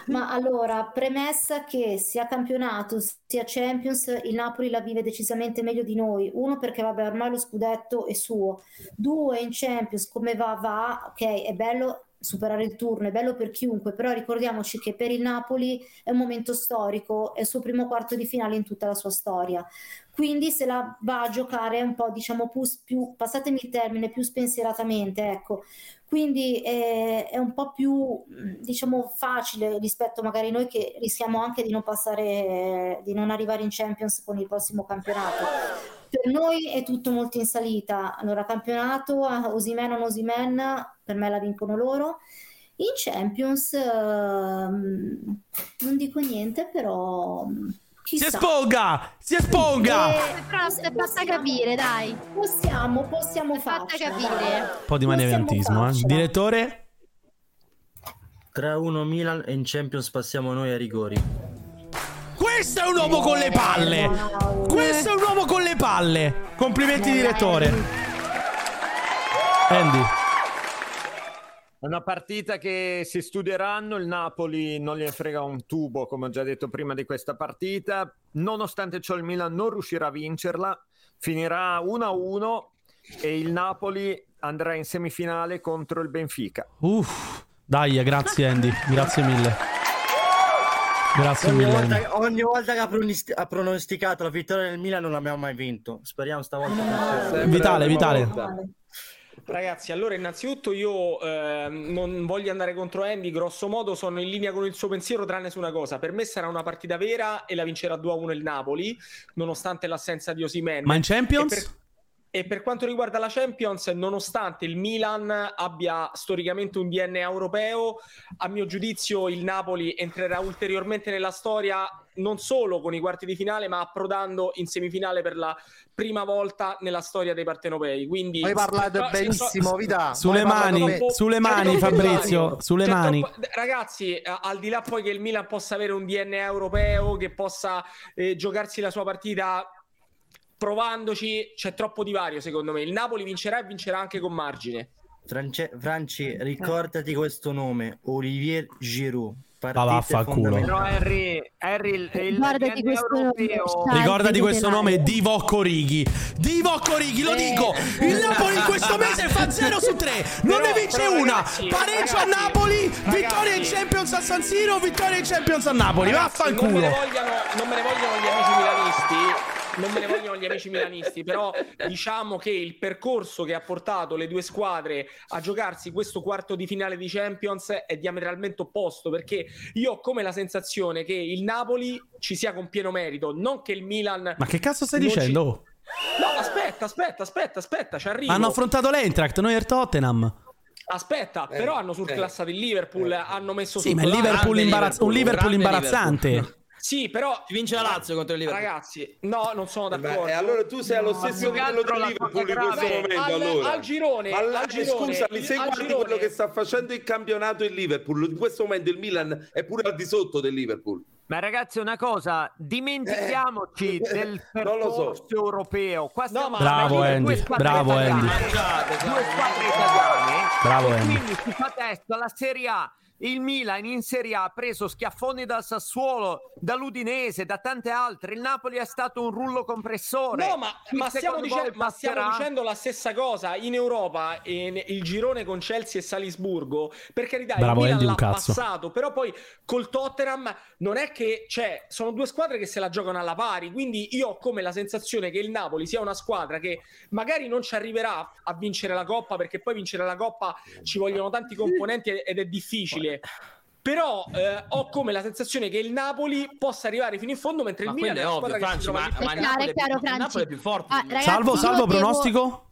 S6: Ma allora, premessa che sia campionato sia Champions, il Napoli la vive decisamente meglio di noi. Uno, perché vabbè, ormai lo scudetto è suo. Due, in Champions, come va, va. Ok, è bello superare il turno, è bello per chiunque, però ricordiamoci che per il Napoli è un momento storico, è il suo primo quarto di finale in tutta la sua storia. Quindi se la va a giocare un po', diciamo, più, più passatemi il termine, più spensieratamente, ecco quindi eh, è un po' più mh, diciamo facile rispetto magari noi che rischiamo anche di non passare di non arrivare in Champions con il prossimo campionato per noi è tutto molto in eh, salita allora campionato Osimen o Osimen per me la vincono loro In Champions ehm, non dico niente, però
S1: Si
S6: chissà.
S1: esponga! Si esponga!
S6: Eh, però se basta capire, dai. Possiamo, possiamo fatta capire.
S1: Un po' di maniavantismo, eh. Direttore?
S5: 3-1 Milan e in Champions passiamo noi ai rigori.
S1: Questo è un uomo con le palle! Questo è un uomo con le palle! Complimenti, direttore. Andy.
S10: Una partita che si studieranno, il Napoli non gli frega un tubo, come ho già detto prima di questa partita. Nonostante ciò il Milan non riuscirà a vincerla, finirà 1-1 e il Napoli andrà in semifinale contro il Benfica.
S1: Uff. Dai, grazie Andy, grazie mille. Grazie mille. Andy.
S5: volta, ogni volta che ha pronosti- ha pronosticato la vittoria del Milan non abbiamo mai vinto. Speriamo stavolta.
S4: Sempre
S1: Vitale,
S4: la prima
S1: vitale.
S4: volta. Ragazzi, allora innanzitutto io ehm, non voglio andare contro Andy, grosso modo sono in linea con il suo pensiero tranne su una cosa, per me sarà una partita vera e la vincerà 2-1 il Napoli, nonostante l'assenza di Osimhen.
S1: Ma in Champions?
S4: E per, e per quanto riguarda la Champions, nonostante il Milan abbia storicamente un DNA europeo, a mio giudizio il Napoli entrerà ulteriormente nella storia non solo con i quarti di finale, ma approdando in semifinale per la prima volta nella storia dei partenopei. Quindi
S8: Hai parlato
S4: se- se-
S8: benissimo,
S9: Ah,
S8: Vida.
S1: Sulle
S8: Hai parlato
S1: mani,
S8: benissimo.
S1: sulle
S9: Cioè,
S1: mani, Fabrizio, sulle
S4: C'è
S1: mani.
S4: troppo- Ragazzi, a- al di là poi che il Milan possa avere un DNA europeo, che possa eh, giocarsi la sua partita provandoci, c'è troppo divario secondo me. Il Napoli vincerà e vincerà anche con margine.
S5: France- Franci, ricordati questo nome, Olivier Giroud. Partite
S1: Ma vaffanculo.
S10: Però
S5: fondamentali.
S10: Harry, Harry il, il
S2: Guardati
S10: il
S2: questo
S10: europeo
S2: nome.
S1: Ricordati
S2: Andy,
S1: questo
S2: tutelare.
S1: nome, Divocco Righi. Divocco Righi, lo
S2: Eh.
S1: dico. Il Napoli in questo mese fa 0 su 3. Non
S4: Però-
S1: ne vince
S4: però
S1: una.
S4: ragazzi,
S1: Pareggio a
S4: ragazzi,
S1: Napoli,
S4: ragazzi.
S1: vittoria in Champions a San Siro, vittoria in Champions a Napoli.
S4: Ragazzi, Non me, ne
S1: Vaffanculo.
S4: vogliono, non me ne vogliono gli amici milanisti. Non me ne vogliono gli amici milanisti, però diciamo che il percorso che ha portato le due squadre a giocarsi questo quarto di finale di Champions è diametralmente opposto perché io ho come la sensazione che il Napoli ci sia con pieno merito, non che il Milan
S1: Ma che cazzo stai
S4: Non
S1: dicendo? oh?
S4: No, aspetta, aspetta, aspetta, aspetta, ci arrivo.
S1: Hanno affrontato l'Eintracht, noi e il Tottenham.
S9: Oh,
S4: Aspetta,
S7: Eh,
S4: però hanno surclassato il Liverpool,
S7: eh.
S4: hanno messo
S1: Sì,
S4: sul
S1: ma il
S4: volante-
S1: Liverpool
S9: grande
S1: imbarazz- un Liverpool
S9: Liverpool, grande
S1: imbarazzante.
S9: Liverpool.
S4: Sì, però
S9: Si vince la Lazio contro il Liverpool.
S4: Ragazzi, no, non sono d'accordo.
S7: Eh, Ma- E allora tu sei allo stesso
S10: più che
S7: livello
S10: altro
S7: del
S10: la
S7: Liverpool in
S10: cosa
S7: questo
S10: grave-
S7: momento.
S4: al-
S7: allora.
S4: al girone,
S7: Ma la-
S4: al girone,
S7: scusami, se
S4: al
S7: guardi
S4: girone.
S7: quello che sta facendo il campionato il Liverpool, in questo momento il Milan è pure al di sotto del Liverpool.
S10: Ma ragazzi, una cosa, dimentichiamoci
S7: Eh.
S10: del
S7: Non lo so.
S10: percorso europeo. Qua stiamo
S4: ma-
S10: parlando
S1: Bravo,
S10: di
S1: Andy,
S10: due squadre
S1: bravo,
S10: italiane,
S1: Andy.
S10: Due squadre
S4: Esatto,
S10: italiane.
S1: Bravo,
S10: e
S1: Andy.
S10: Quindi si fa testa la Serie A. Il Milan in Serie A ha preso schiaffoni dal Sassuolo, dall'Udinese, da tante altre. Il Napoli è stato un rullo compressore.
S4: No, ma,
S10: Il
S4: ma stiamo
S10: secondo
S4: dicendo,
S10: gol
S4: ma stiamo
S10: passerà.
S4: dicendo la stessa cosa in Europa, in- il girone con Chelsea e Salisburgo. Per carità,
S1: Bravo,
S4: il
S1: Andy,
S4: Milan
S1: un
S4: l'ha
S1: cazzo.
S4: passato, però poi col Tottenham non è che cioè, sono due squadre che se la giocano alla pari. Quindi io ho come la sensazione che il Napoli sia una squadra che magari non ci arriverà a vincere la coppa, perché poi vincere la coppa ci vogliono tanti componenti e- ed è difficile. Però eh, ho come la sensazione che il Napoli possa arrivare fino in fondo, mentre
S9: Ma
S4: il Milan è
S9: quello è
S4: una squadra
S9: ovvio,
S4: che si
S9: Franci,
S4: trova
S9: ma,
S4: lì.
S9: ma
S2: È chiaro, è
S9: il Napoli
S2: chiaro,
S9: più- il Napoli è
S2: Franci.
S9: più forte.
S2: Ah,
S9: di-
S2: ragazzi,
S1: Salvo,
S2: io
S1: salvo,
S2: devo-
S1: pronostico?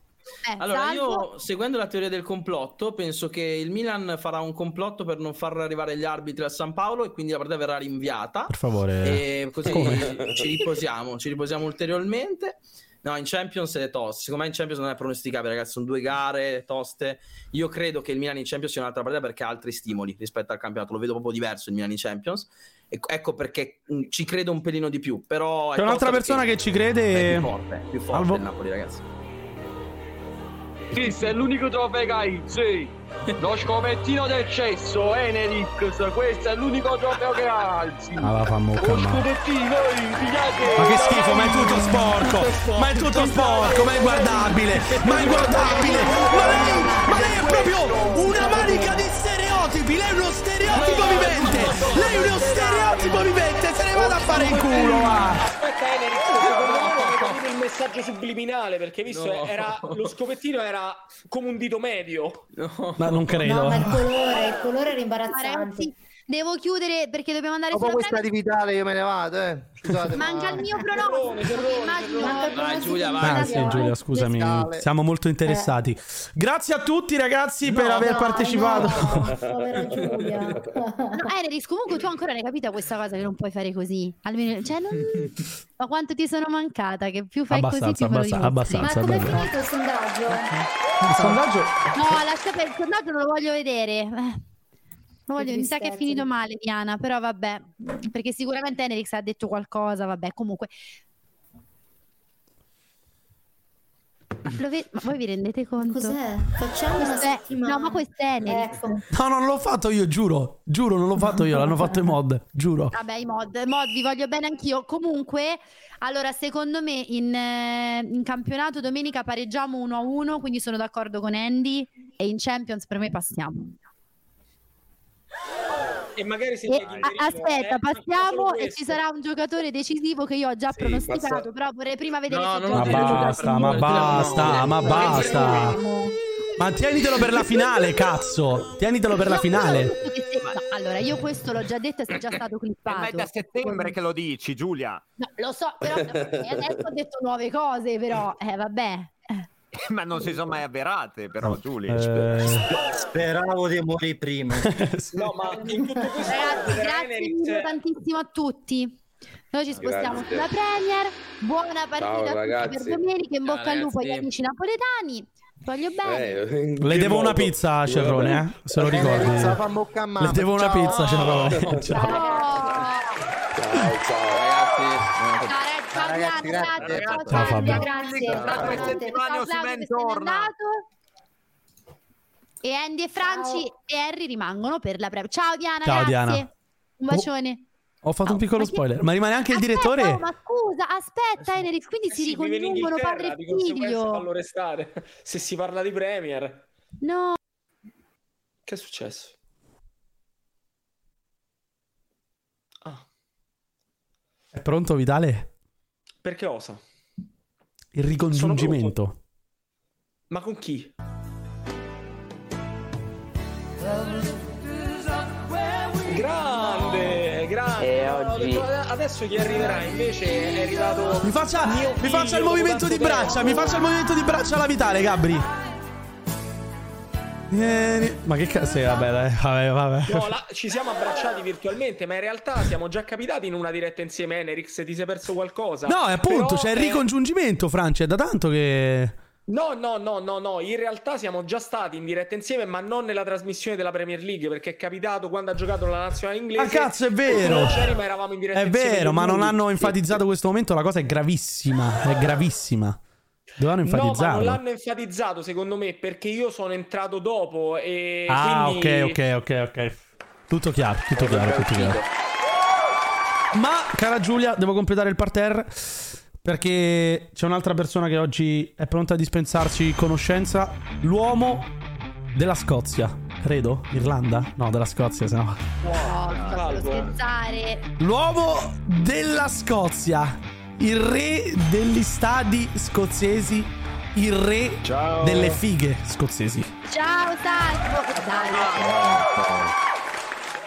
S2: Eh,
S9: Allora,
S2: salvo.
S9: io seguendo la teoria del complotto, penso che il Milan farà un complotto per non far arrivare gli arbitri a San Paolo e quindi la partita verrà rinviata.
S1: Per favore.
S9: E così
S1: Come?
S9: ci riposiamo, ci riposiamo ulteriormente. No, in Champions è tosto. Secondo me in Champions non è pronosticabile, ragazzi. Sono due gare toste. Io credo che il Milan in Champions sia un'altra partita perché ha altri stimoli rispetto al campionato. Lo vedo proprio diverso il Milan in Champions. E- ecco perché mh, ci credo un pelino di più. Però è
S1: C'è un'altra
S9: tosta
S1: persona
S9: perché
S1: che ci crede.
S9: È più forte, è più forte
S1: Salvo.
S9: il Napoli, ragazzi.
S11: Chris è l'unico trofeo che hai, sì. Lo scopettino d'eccesso, Enerix, questo è l'unico trofeo che alzi.
S1: Ah, va, fa mucca,
S11: Lo
S1: ma-
S11: scopettino, eh, pigliate!
S1: Ma che schifo, ma è tutto sporco! Ma è tutto sporco, ma è guardabile! Ma è guardabile! Ma lei, ma lei è proprio una manica di stereotipi! Lei è uno stereotipo vivente! Lei è uno stereotipo vivente! Se ne vada a fare in culo, va!
S4: Aspetta, Enel, secondo me non hai capito il messaggio subliminale perché visto
S9: No.
S4: era lo scopettino era come un dito medio.
S9: No.
S1: Ma non credo.
S6: No, ma il colore, il colore era imbarazzante.
S2: Ma ragazzi, Devo chiudere perché dobbiamo andare
S8: Dopo
S2: sulla
S8: questa di Vitale io me ne vado, eh. Scusate,
S2: Manca il mio pronostico. che immagino.
S9: Vai Giulia, vai.
S1: Ah, sì, Giulia, scusami,
S9: Scale.
S1: siamo molto interessati. Grazie a tutti, ragazzi, per
S9: No,
S1: aver
S9: no,
S1: partecipato.
S2: No, Eneris, comunque tu ancora ne hai capita questa cosa che non puoi fare così. Almeno, cioè, non... Ma quanto ti sono mancata? Che più fai così
S1: Abbastanza,
S2: più me lo
S1: abbassa- abbastanza,
S2: dimostri.
S1: Ma com'è davvero.
S6: il sondaggio.
S1: Il sondaggio
S2: No, lascia per il sondaggio non lo voglio vedere. Eh, Lo voglio, mi sa che è finito male Diana, però vabbè, perché sicuramente Enerix ha detto qualcosa, vabbè, comunque. Ma lo ve- ma voi vi rendete conto?
S6: Cos'è? Facciamo una Ecco.
S2: Questo è-
S6: settimana.
S2: No, ma questo è Enerix.
S1: No, no, non l'ho fatto io, giuro. Giuro, non l'ho fatto io, l'hanno fatto i mod, giuro.
S2: Vabbè, i mod, mod, vi voglio bene anch'io. Comunque, allora, secondo me in, eh, in campionato domenica pareggiamo 1-1, quindi sono d'accordo con Andy. E in Champions per me passiamo.
S4: E magari se
S2: E- a- aspetta, passiamo e ci sarà un giocatore decisivo che io ho già pronosticato,
S4: passa-
S2: però vorrei prima vedere se
S1: Ma
S2: Giorgio-
S1: basta, ma basta, ma basta. Ma tienitelo per la finale, cazzo. Tienitelo per la finale.
S2: No, allora, io questo l'ho già detto e è già stato clippato.
S10: Eh, Ma è da settembre che lo dici, Giulia.
S2: No, lo so, però eh, adesso ho detto nuove cose, però eh, vabbè.
S10: Ma non si sono mai avverate, però, cioè. Giulia.
S1: Eh,
S5: Speravo di morire prima.
S4: No, ma in tutto questo
S2: Ragazzi,
S4: per
S2: grazie
S4: Enerix-
S2: mille tantissimo a tutti. Noi ci spostiamo
S7: Grazie.
S2: sulla Premier. Buona partita a tutti
S7: ragazzi.
S2: per domenica. In
S7: Ciao,
S2: bocca al lupo agli
S7: ragazzi.
S2: amici napoletani. Voglio bene.
S7: Eh,
S1: Le devo una pizza, Cerrone, eh? Se lo ricordi.
S8: Pizza, fa bocca a mano.
S1: Le devo una
S8: Ciao.
S1: pizza, Cerrone. Ciao.
S7: Ciao, ciao ragazzi.
S2: Ciao, ragazzi, grazie.
S1: Ciao,
S2: Ciao, Fabio.
S1: Fabio.
S2: Grazie.
S10: Tra due
S2: Ciao,
S10: settimane
S2: Claudio,
S10: Osimhen
S2: che sei
S10: torna.
S2: andato. E Andy e Franci e Harry rimangono per la Premier. Ciao Diana,
S1: Ciao,
S2: grazie.
S1: Diana.
S2: Un bacione.
S1: Ho fatto un piccolo spoiler. Ma rimane anche il
S2: Aspetta, oh,
S1: direttore?
S2: ma scusa, aspetta, Enerix, quindi si
S4: vive in
S2: ricongiungono
S4: Inghilterra,
S2: padre
S4: di
S2: e
S4: conseguenza fallo
S2: figlio.
S4: restare. Se si parla di Premier,
S2: No,
S4: che è successo?
S1: È pronto, Vitale?
S4: Perché osa?
S1: Il ricongiungimento.
S4: Ma con chi? Grande, grande.
S11: E oggi-
S4: Adesso chi arriverà invece è arrivato.
S1: Mi faccia,
S4: mio
S1: mi
S4: figlio
S1: faccia il
S4: dopo
S1: movimento
S4: tanto
S1: di braccia, mi
S4: tempo.
S1: faccia il movimento di braccia alla Vitale, Gabri. Vieni. Ma che cazzo è? Vabbè, dai, vabbè, vabbè.
S4: No, la- ci siamo abbracciati virtualmente, ma in realtà siamo già capitati in una diretta insieme. Enerix, ti sei perso qualcosa?
S1: No, è appunto,
S4: Però
S1: c'è il
S4: è-
S1: ricongiungimento, Francia, è da tanto che...
S4: No, no, no, no, no, in realtà siamo già stati in diretta insieme, ma non nella trasmissione della Premier League, perché è capitato quando ha giocato la nazionale inglese.
S1: Ah, cazzo, è vero!
S4: Non c'eri, ma eravamo in diretta
S1: È
S4: insieme
S1: vero,
S4: con
S1: ma
S4: lui.
S1: non hanno enfatizzato questo momento, la cosa è gravissima, è gravissima. Dovevano
S4: No, ma non
S1: enfatizzarlo.
S4: l'hanno enfatizzato, secondo me, perché io sono entrato dopo e
S1: Ah,
S4: quindi...
S1: ok, ok, ok, ok. Tutto chiaro, tutto chiaro, tutto chiaro. Ma, cara Giulia, devo completare il parterre perché c'è un'altra persona che oggi è pronta a dispensarci conoscenza. L'uomo della Scozia, credo. Irlanda? No, della Scozia, se no.
S2: posso scherzare.
S1: L'uomo della Scozia, il re degli stadi scozzesi, il re delle fighe scozzesi.
S2: Ciao Salvo.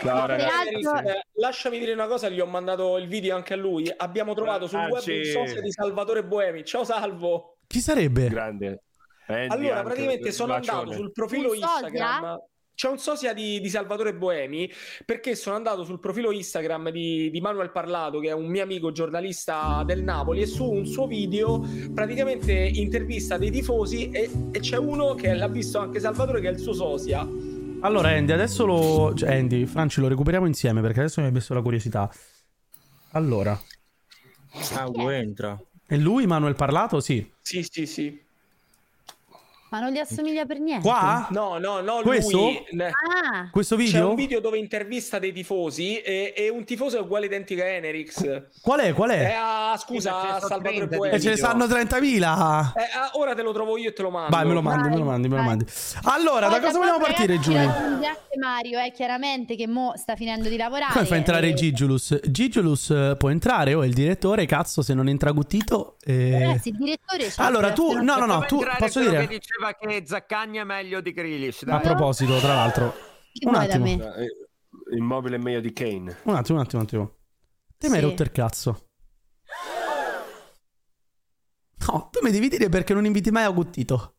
S2: Dai,
S4: No,
S2: ragazzi.
S4: peraltro, eh, lasciami dire una cosa, gli ho mandato il video anche a lui. Abbiamo trovato sul web
S11: Ragazzi.
S4: un socio di Salvatore Boemi. Ciao Salvo.
S1: Chi sarebbe?
S11: Grande.
S13: Eh,
S11: Andy,
S4: allora,
S11: Eh, anche,
S4: praticamente
S11: un
S4: sono
S11: bacione.
S4: andato sul profilo
S2: Un sosia?
S4: Instagram. C'è un sosia di, di Salvatore Boemi perché sono andato sul profilo Instagram di, di Manuel Parlato, che è un mio amico giornalista del Napoli, e su un suo video praticamente intervista dei tifosi e, e c'è uno che l'ha visto anche Salvatore, che è il suo sosia.
S1: Allora, Andy, adesso lo. cioè, Andy, Franci, lo recuperiamo insieme perché adesso mi ha messo la curiosità. Allora,
S5: Ah, uè, entra.
S1: è lui Manuel Parlato? Sì.
S4: Sì, sì, sì.
S2: Ma non gli assomiglia per niente.
S1: Qua?
S4: No, no, no,
S1: Questo?
S4: lui... ne-
S2: Ah,
S1: Questo
S4: C'è
S1: video?
S4: un video dove intervista dei tifosi e, e un tifoso è uguale identico a Enerix.
S1: Qual è? Qual
S4: Eh,
S1: è?
S4: ah, scusa,
S10: sono
S4: Salvatore
S10: 30
S4: Boemi.
S1: Eh, ce ne
S10: video.
S1: stanno 30.000.
S4: Eh, ah, ora te lo trovo io e te lo mando.
S1: Vai, me lo mandi,
S2: Vai,
S1: me lo mandi, me lo
S2: vai.
S1: mandi. Allora, da
S2: Poi
S1: cosa vogliamo
S2: quando,
S1: partire,
S2: ragazzi,
S1: Giulio?
S2: raggiunge Anche Mario, eh, chiaramente, che mo sta finendo di lavorare.
S1: Come fa a entrare
S2: E-
S1: Gigulus? Gigulus eh, può entrare o è il direttore, cazzo, se non entra Guttito. eh.
S2: Ragazzi, il direttore ci
S1: Allora,
S2: ha
S1: tu-
S2: chiesto-
S1: no, no, no.
S10: Poteva
S1: tu-
S10: entrare
S1: posso
S10: quello
S1: dire?
S10: che diceva che Zaccagna è meglio di Grilis.
S1: A proposito, tra l'altro,
S2: Che
S1: un
S2: vuoi da
S1: attimo.
S2: me?
S7: Eh,
S12: Immobile è meglio di Kane.
S1: Un attimo, un attimo, un attimo. Te mi hai
S12: Sì.
S1: rotto il cazzo. No, tu mi devi dire perché non inviti mai Aguttito.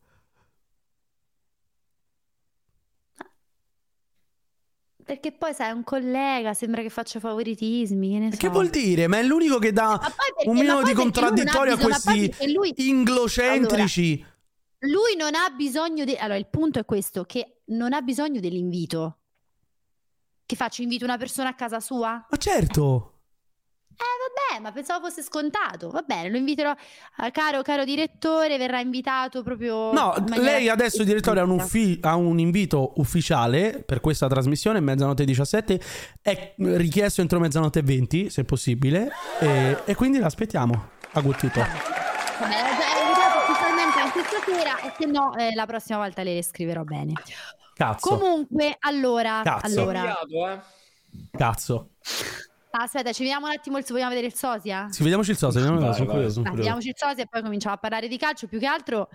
S2: Perché poi sai, è un collega, sembra che faccia favoritismi, che ne so.
S1: Che vuol dire? Ma è l'unico che dà
S2: perché-
S1: un
S2: ma
S1: minuto
S2: poi
S1: di
S2: perché lui non ha
S1: contraddittorio a
S2: bisogno- ma poi
S1: questi
S2: perché lui-
S1: inglocentrici.
S2: Lui non ha bisogno de- Allora, il punto è questo, che non ha bisogno dell'invito. Che faccio? Invito una persona a casa sua?
S1: Ma certo.
S2: Eh, vabbè, ma pensavo fosse scontato. Va bene, lo inviterò. Ah, Caro, caro direttore, verrà invitato proprio.
S1: No,
S2: in maniera-
S1: lei adesso il direttore ha un, uffi- ha un invito ufficiale per questa trasmissione, mezzanotte 17, è richiesto entro mezzanotte 20, se possibile, e, e quindi l'aspettiamo a Guttito.
S2: Vabbè, è invitato ufficialmente anche stasera, e se no, eh, la prossima volta le scriverò bene.
S1: Cazzo,
S2: Comunque, allora,
S1: Cazzo.
S2: allora.
S1: cazzo.
S2: Aspetta, ci vediamo un attimo. Il... Vogliamo vedere il sosia?
S1: Sì, vediamoci il socio, vediamo il socio, sono
S5: Vai, vai.
S1: curioso, sono
S2: Dai,
S1: curioso.
S2: vediamoci il sosia e poi cominciamo a parlare di calcio. Più che altro,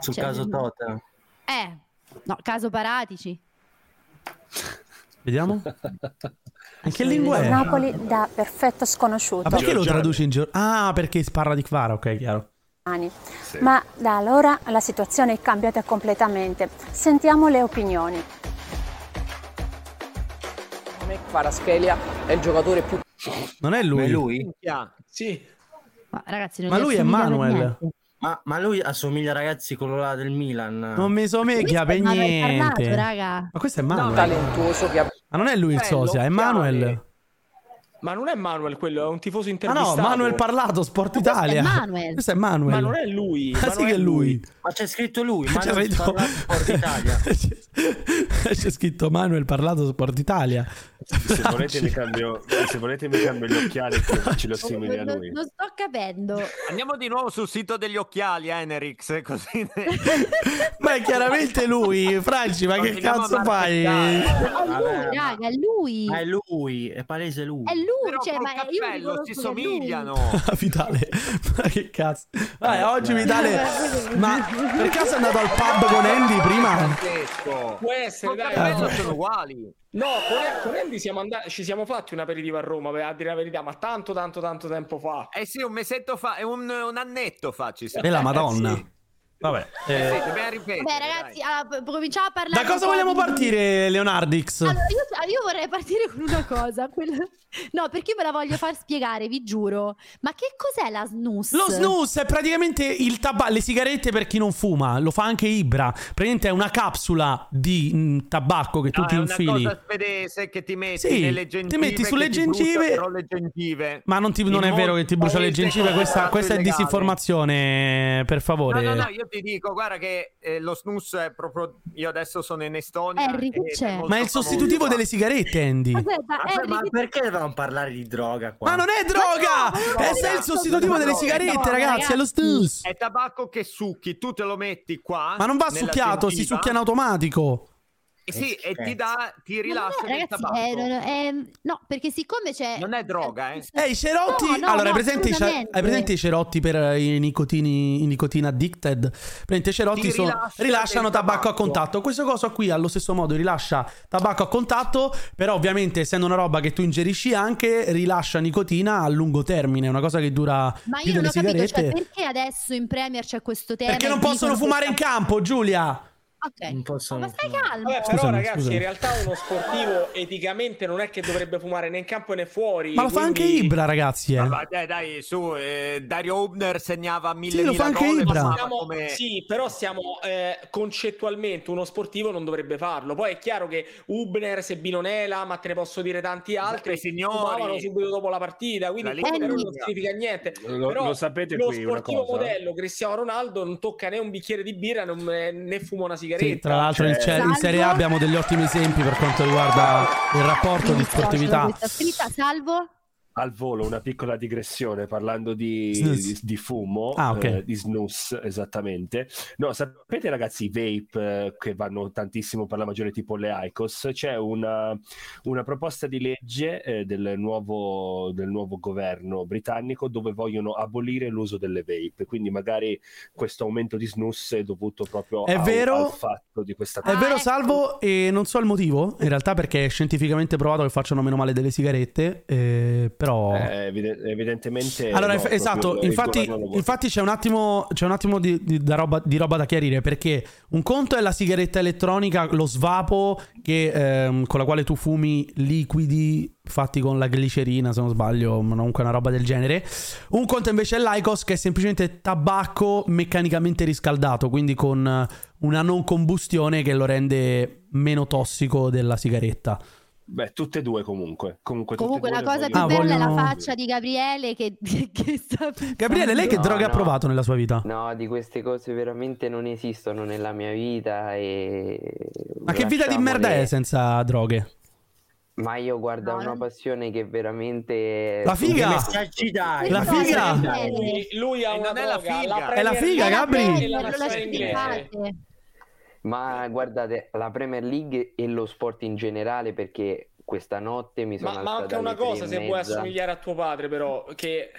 S5: Sul
S2: Cioè,
S5: caso
S2: no.
S5: Tottenham.
S2: eh, no, caso Paratici.
S1: Vediamo. In che lingua è?
S14: Napoli da perfetto sconosciuto.
S1: Ma perché lo traduce in giro? Ah, perché parla di Kvara, ok, chiaro.
S14: Giordani.
S1: Sì.
S14: Ma da allora la situazione è cambiata completamente. Sentiamo le opinioni.
S4: Eh?
S15: Paraschelia è il giocatore più
S1: Non è lui?
S4: Sì.
S2: Ma, ragazzi,
S5: non
S1: Ma
S5: gli
S1: lui è
S5: assomiglia per
S1: Manuel.
S5: niente. Ma, ma lui assomiglia ragazzi con là del Milan.
S1: Non mi somiglia per
S5: Questo è Manuel
S1: eh, niente.
S5: Parlato, raga.
S1: Ma questo è Manuel.
S5: No, talentuoso
S1: che Ma non è lui il
S4: Bello,
S1: sosia, è Manuel.
S4: Ma non è Manuel quello, è un tifoso
S1: Ah no,
S4: intervistato.
S1: Manuel Parlato, Sport Italia.
S4: Manuel.
S1: Questo è Manuel.
S4: Ma non è lui.
S1: Ah,
S4: ma
S1: sì
S4: non
S1: che è lui.
S5: Ma c'è scritto lui,
S1: C'è
S5: Manuel
S1: scritto-
S5: Parlato, Sport Italia.
S1: C'è scritto Manuel Parlato Sport Italia.
S12: Se volete, mi cambio, se volete mi cambio gli occhiali che ce li assimili a
S2: Non,
S12: lui.
S2: non sto capendo.
S10: Andiamo di nuovo sul sito degli occhiali, eh, Nerix, eh, così...
S1: ma è chiaramente lui, Franci, ma che
S10: Continuiamo
S1: cazzo
S10: a
S1: fai?
S10: marchettare.
S2: È lui,
S5: Vabbè,
S2: raga, è lui.
S5: ma è lui, è palese lui.
S2: È lui,
S10: Però
S2: cioè,
S10: col
S2: ma io mi
S10: cappello si
S2: riconosco che è lui.
S10: somigliano.
S1: Vitale, ma che cazzo. Vai, oggi Vitale... Ma per caso è andato al pub con Andy prima?
S4: Può essere, dai.
S1: cappello
S10: sono uguali.
S4: No, con- con Andy siamo andati, ci siamo fatti un aperitivo a Roma, per a dire la verità, ma tanto, tanto, tanto tempo fa.
S10: Eh sì, un mesetto fa, è un, un annetto fa, ci siamo.
S1: E la Madonna. Vabbè.
S10: Eh, sì,
S1: eh,
S10: dobbiamo ripetere,
S2: Vabbè, ragazzi, allora, p- cominciamo a parlare.
S1: da cosa
S2: un po'
S1: vogliamo
S2: di-
S1: partire, Leonardix?
S2: Allora, io, io vorrei partire con una cosa. quella- No, perché ve la voglio far spiegare, vi giuro. Ma che cos'è la snus?
S1: Lo snus è praticamente il tabacco, le sigarette per chi non fuma, lo fa anche Ibra. Praticamente è una capsula di mm, tabacco che tu
S10: No,
S1: ti
S10: Ah, è
S1: infili.
S10: una cosa spedese che ti metti
S1: Sì,
S10: nelle
S1: ti
S10: gengive.
S1: metti sulle
S10: che ti brucia
S1: gengive.
S10: però le gengive.
S1: Ma non, ti- non
S10: In
S1: è vero
S10: molti
S1: che ti brucia le
S10: paesi
S1: gengive, questa,
S10: considerato
S1: questa è
S10: illegale.
S1: disinformazione, per
S10: No,
S1: favore.
S10: no, no, io ti dico, guarda che eh, lo snus è proprio... Io adesso sono in
S5: Eh,
S10: Estonia.
S2: Harry, che
S10: ed
S2: c'è?
S10: molto
S1: Ma è il
S10: famoso
S1: sostitutivo
S10: qua.
S1: delle sigarette, Andy. Ma
S2: Aspetta,
S5: Ma,
S2: Harry,
S5: ma
S2: che-
S5: perché dovevamo parlare di droga qua?
S1: non è droga!
S5: no,
S1: Questo è
S5: no,
S1: il sostitutivo
S5: no,
S1: delle
S5: no,
S1: sigarette,
S5: no,
S1: ragazzi, è lo snus.
S10: È tabacco che succhi, tu te lo metti qua.
S1: Ma non va
S10: nella
S1: succhiato, si
S10: gengiva.
S1: succhia in automatico.
S10: Eh Sì, e ti dà, ti
S2: Ma non
S10: rilassa
S2: è,
S10: del
S2: ragazzi,
S10: tabacco.
S2: è- non è- no, perché siccome c'è.
S10: Non è droga, eh.
S1: Ehi, i cerotti.
S2: No, no,
S1: allora,
S2: no,
S1: hai, presente i ce-
S2: assolutamente.
S1: hai presente i cerotti per eh, i nicotini, i nicotina addicted? Praticamente i cerotti
S10: Ti
S1: sono-
S10: rilascia
S1: rilasciano
S10: del
S1: tabacco a
S10: tabacco.
S1: contatto. Questo coso qui allo stesso modo rilascia tabacco a contatto, però ovviamente essendo una roba che tu ingerisci anche, rilascia nicotina a lungo termine, una cosa che dura
S2: Ma
S1: più
S2: io non
S1: delle
S2: ho capito,
S1: sigarette.
S2: cioè, perché adesso in Premier c'è questo tema?
S1: perché
S2: e
S1: non possono
S2: dicono
S1: fumare in
S2: questa-
S1: campo, Giulia.
S2: Ok. Ma stai calmo.
S4: Vabbè, però
S1: Scusami,
S4: ragazzi,
S1: scusami.
S4: in realtà uno sportivo eticamente non è che dovrebbe fumare né in campo né fuori.
S1: Ma lo fa anche
S4: quindi-
S1: Ibra, ragazzi. Eh.
S10: Ah, Ma dai, dai, su, eh, Dario Hubner segnava mille
S1: Sì, lo fa
S10: mila
S1: anche
S10: gol,
S1: Ibra.
S10: ma
S4: Siamo-
S10: come...
S4: Sì, però siamo eh, concettualmente uno sportivo non dovrebbe farlo. Poi è chiaro che Ubner, Sebinonela, ma te ne posso dire tanti altri,
S10: signori.
S4: fumavano subito dopo la partita,
S10: La
S4: quindi
S10: Liga
S4: però non
S10: Europea.
S4: significa niente.
S12: Lo-
S4: Però
S12: lo sapete
S4: lo
S12: qui una
S4: sportivo
S12: cosa?
S4: modello Cristiano Ronaldo non tocca né un bicchiere di birra non- né fuma una sigaretta.
S1: Sì, tra l'altro in,
S4: Cioè-
S1: ce- in Serie A abbiamo degli ottimi esempi per quanto riguarda il rapporto di
S2: Mi dissocio da
S1: sportività.
S2: questa scritta, salvo.
S12: al volo una piccola digressione parlando di,
S1: Snus.
S12: di- di fumo,
S1: Ah, ok.
S12: eh, di snus esattamente. No, sapete ragazzi, i vape eh, che vanno tantissimo per la maggiore tipo le ICOS, c'è una, una proposta di legge eh, del, nuovo, del nuovo governo britannico dove vogliono abolire l'uso delle vape, quindi magari questo aumento di snus è dovuto proprio
S1: È
S12: al-
S1: vero?
S12: al fatto di questa
S1: È vero, salvo, e non so il motivo, in realtà perché è scientificamente provato che facciano meno male delle sigarette, eh, però...
S12: Eh, evide- evidentemente
S1: Allora,
S12: no,
S1: eff-
S12: proprio
S1: esatto,
S12: il
S1: infatti,
S12: governo lo vuole.
S1: infatti c'è un attimo, c'è un attimo di, di- da roba, di roba da chiarire perché un conto è la sigaretta elettronica, lo svapo che, ehm, con la quale tu fumi liquidi fatti con la glicerina, se non sbaglio, ma comunque una roba del genere. Un conto invece è l'ICOS che è semplicemente tabacco meccanicamente riscaldato, quindi con eh, una non combustione che lo rende meno tossico della sigaretta.
S12: Beh, tutte e due comunque. Comunque, tutte e
S2: Comunque
S12: due
S2: la
S12: le
S2: cosa più
S12: vogliono-
S1: Ah,
S2: bella è la
S1: vogliono-
S2: faccia di Gabriele che, che sta pensando.
S1: Gabriele, lei che
S16: No,
S1: droga ha
S16: no.
S1: provato nella sua vita?
S16: No, di queste cose veramente non esistono nella mia vita e...
S1: Ma che vita di merda è senza droghe?
S16: Ma io guardo una passione che veramente...
S1: La figa! Che
S4: messaggi
S1: dai? La figa!
S4: Lui, lui ha una droga, la
S16: È la
S4: Premier
S16: figa,
S4: League
S16: Gabri!
S4: e la nazionale inglese.
S16: Ma guardate, la Premier League e lo sport in generale perché questa notte mi sono
S4: Ma
S16: alzata
S4: manca una
S16: alle tre
S4: cosa
S16: e
S4: se vuoi
S16: mezza.
S4: assomigliare a tuo padre, però. Che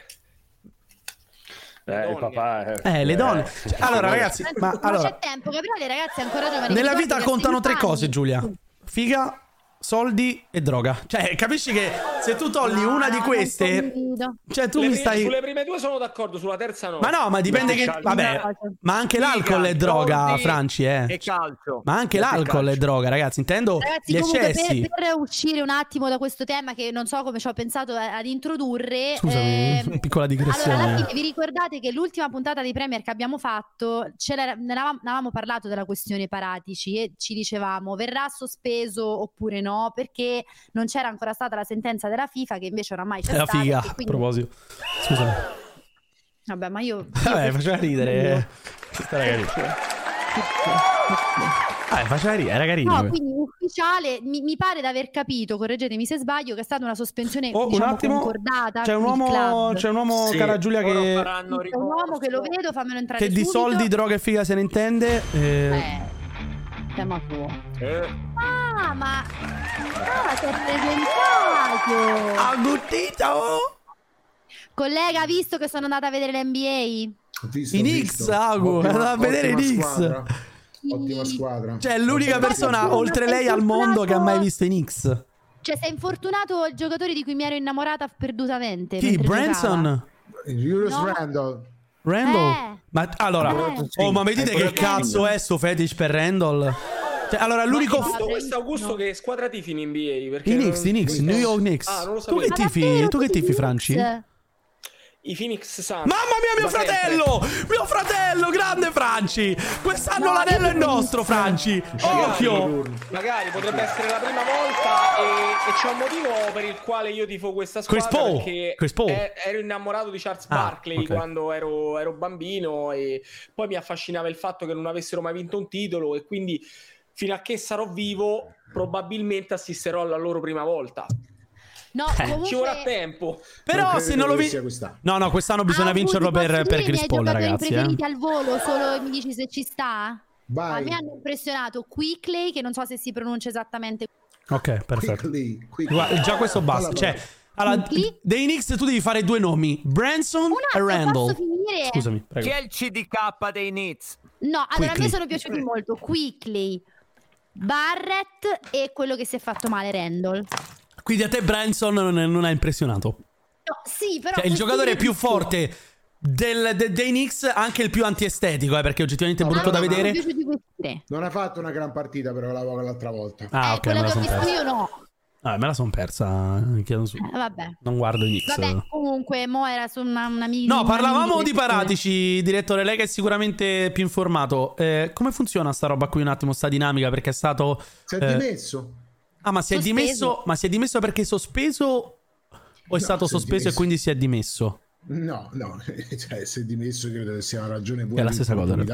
S12: Eh, il papà,
S1: Eh, le donne. Cioè, allora, ragazzi, ma allora,
S2: c'è tempo, Gabriele, ragazzi, è ancora giovane.
S1: Nella
S2: Ricordati
S1: vita
S2: che a
S1: contano tre
S2: 16 anni-
S1: cose, Giulia. Figa, soldi e droga. Cioè, capisci che se tu togli una di queste... Cioè, tu mi
S4: le prime-
S1: stai...
S4: Sulle prime due sono d'accordo, sulla terza no.
S1: Ma no, ma dipende che... Vabbè, ma anche l'alcol è droga,
S4: soldi
S1: Franci,
S4: e
S1: eh.
S4: calcio.
S1: Ma anche
S4: E
S1: l'alcol è droga, ragazzi. Intendo
S2: Ragazzi,
S1: gli
S2: comunque
S1: eccessi.
S2: per, per uscire un attimo da questo tema che non so come ci ho pensato a- ad introdurre,
S1: Scusami,
S2: ehm,
S1: piccola digressione.
S2: allora alla fine vi ricordate che l'ultima puntata di Premier che abbiamo fatto, ce l'era- ne avevamo- ne avevamo parlato della questione Paratici e ci dicevamo verrà sospeso oppure no perché non c'era ancora stata la sentenza della FIFA che invece oramai c'è
S1: È la
S2: stata.
S1: figa,
S2: e
S1: a
S2: quindi-
S1: proposito. Scusami.
S2: Vabbè, ma io...
S1: Vabbè, faceva ridere. eh. Era carino. Vabbè, faceva ridere, era carino.
S2: No, quindi ufficiale, mi, mi pare di aver capito, correggetemi se sbaglio, che è stata una sospensione
S1: Oh, un
S2: diciamo,
S1: attimo,
S2: concordata
S1: c'è un
S2: con il
S1: uomo,
S2: club.
S1: c'è un uomo
S2: Sì,
S1: cara Giulia, che,
S2: C'è un uomo che lo vedo, fammelo entrare
S1: che di
S2: subito.
S1: soldi, droga e figa se ne intende. eh,
S2: Tema tuo. Ah, ma... Ah, si è presentato!
S1: Agguttito!
S2: Collega, ha visto che sono andata a vedere l'NBA?
S1: I Knicks, Agu, andava a vedere i Knicks.
S17: Ottima squadra.
S1: Cioè, è l'unica
S17: Ottima
S1: persona
S17: squadra.
S1: oltre lei al mondo che ha mai visto i Knicks.
S2: Cioè, sei infortunato il giocatore di cui mi ero innamorata perdutamente.
S1: Chi?
S2: mentre giocava.
S1: Branson?
S17: Julius
S2: No.
S17: Randall.
S1: Randall? Ma allora,
S17: Eh.
S1: oh, ma mi dite
S17: È quello
S1: che
S17: che dico.
S1: cazzo è sto fetish per Randall? Cioè, allora, l'unico.
S4: Augusto, questo Augusto che squadra tifi in NBA? Perché
S1: I Knicks,
S4: non-
S1: i Knicks, New York Knicks.
S4: Ah, non lo
S1: tu
S4: sapevo.
S1: che tifi, tu che tifi, Franci? Mamma
S4: I Phoenix Suns.
S1: mia, mio
S4: Da sempre.
S1: fratello! Mio fratello, grande Franci! Quest'anno
S4: No,
S1: l'anello
S4: io
S1: è nostro, Franci! Occhio!
S4: Magari potrebbe essere la prima volta e, e c'è un motivo per il quale io tifo questa squadra
S1: Chris Paul,
S4: perché
S1: Chris Paul.
S4: e- ero innamorato di Charles
S1: Ah,
S4: Barkley
S1: ok.
S4: quando ero, ero bambino e poi mi affascinava il fatto che non avessero mai vinto un titolo e quindi fino a che sarò vivo probabilmente assisterò alla loro prima volta.
S2: No,
S4: Ci
S1: Eh.
S2: comunque-
S4: vorrà tempo.
S1: Però se non lo vi- No, no, quest'anno
S2: Ah,
S1: bisogna vincerlo per, per Chris Paul, ragazzi.
S2: I miei giocatori preferiti
S1: eh.
S2: al volo, solo mi dici se ci sta?
S17: Vai.
S2: A me hanno impressionato Quickley, che non so se si pronuncia esattamente.
S1: Ok, perfetto.
S17: Quickly, quickly.
S1: Guarda, già questo basta. Cioè, allora, dei Knicks tu devi fare due nomi: Branson e Randall.
S2: finire?
S1: Scusami,
S17: eh.
S1: prego.
S10: Chi è il CDK dei Knicks?
S2: No, allora a
S1: Quickley.
S2: me sono piaciuti molto Quickley, Barrett e quello che si è fatto male Randall.
S1: Quindi a te Branson non, non ha impressionato.
S2: No, sì, però
S1: Cioè, il
S2: questi
S1: giocatore
S2: veri-
S1: più forte del- de- dei Knicks, anche il più antiestetico, eh, perché oggettivamente è
S2: No,
S1: brutto
S2: Ah, no,
S1: da
S2: no,
S1: vedere.
S2: mi sono piaciuti questi tre.
S17: Non ha fatto una gran partita, però la- l'altra volta.
S1: Ah, ok, me la
S2: Quella eh, che ho
S1: sono
S2: visto
S1: persa.
S2: io no.
S1: Ah, me la sono persa. Chiedo su.
S2: Eh, vabbè.
S1: Non guardo i Knicks.
S2: Vabbè, comunque, mo era su una, una mini-
S1: No,
S2: una
S1: parlavamo
S2: mini
S1: di
S2: digressione.
S1: Paratici, direttore, lei che è sicuramente più informato. Eh, come funziona sta roba qui un attimo, sta dinamica? Perché è stato...
S17: Si è
S1: eh,
S17: dimesso.
S1: Ah, ma si è
S17: Sospeso.
S1: dimesso? Ma si è dimesso perché è sospeso? O è stato
S17: si
S1: sospeso
S17: è
S1: e
S17: dimesso.
S1: quindi si è dimesso?
S17: No, no, cioè, se è dimesso credo che sia una ragione
S1: È
S17: buona.
S1: la stessa cosa,
S17: Per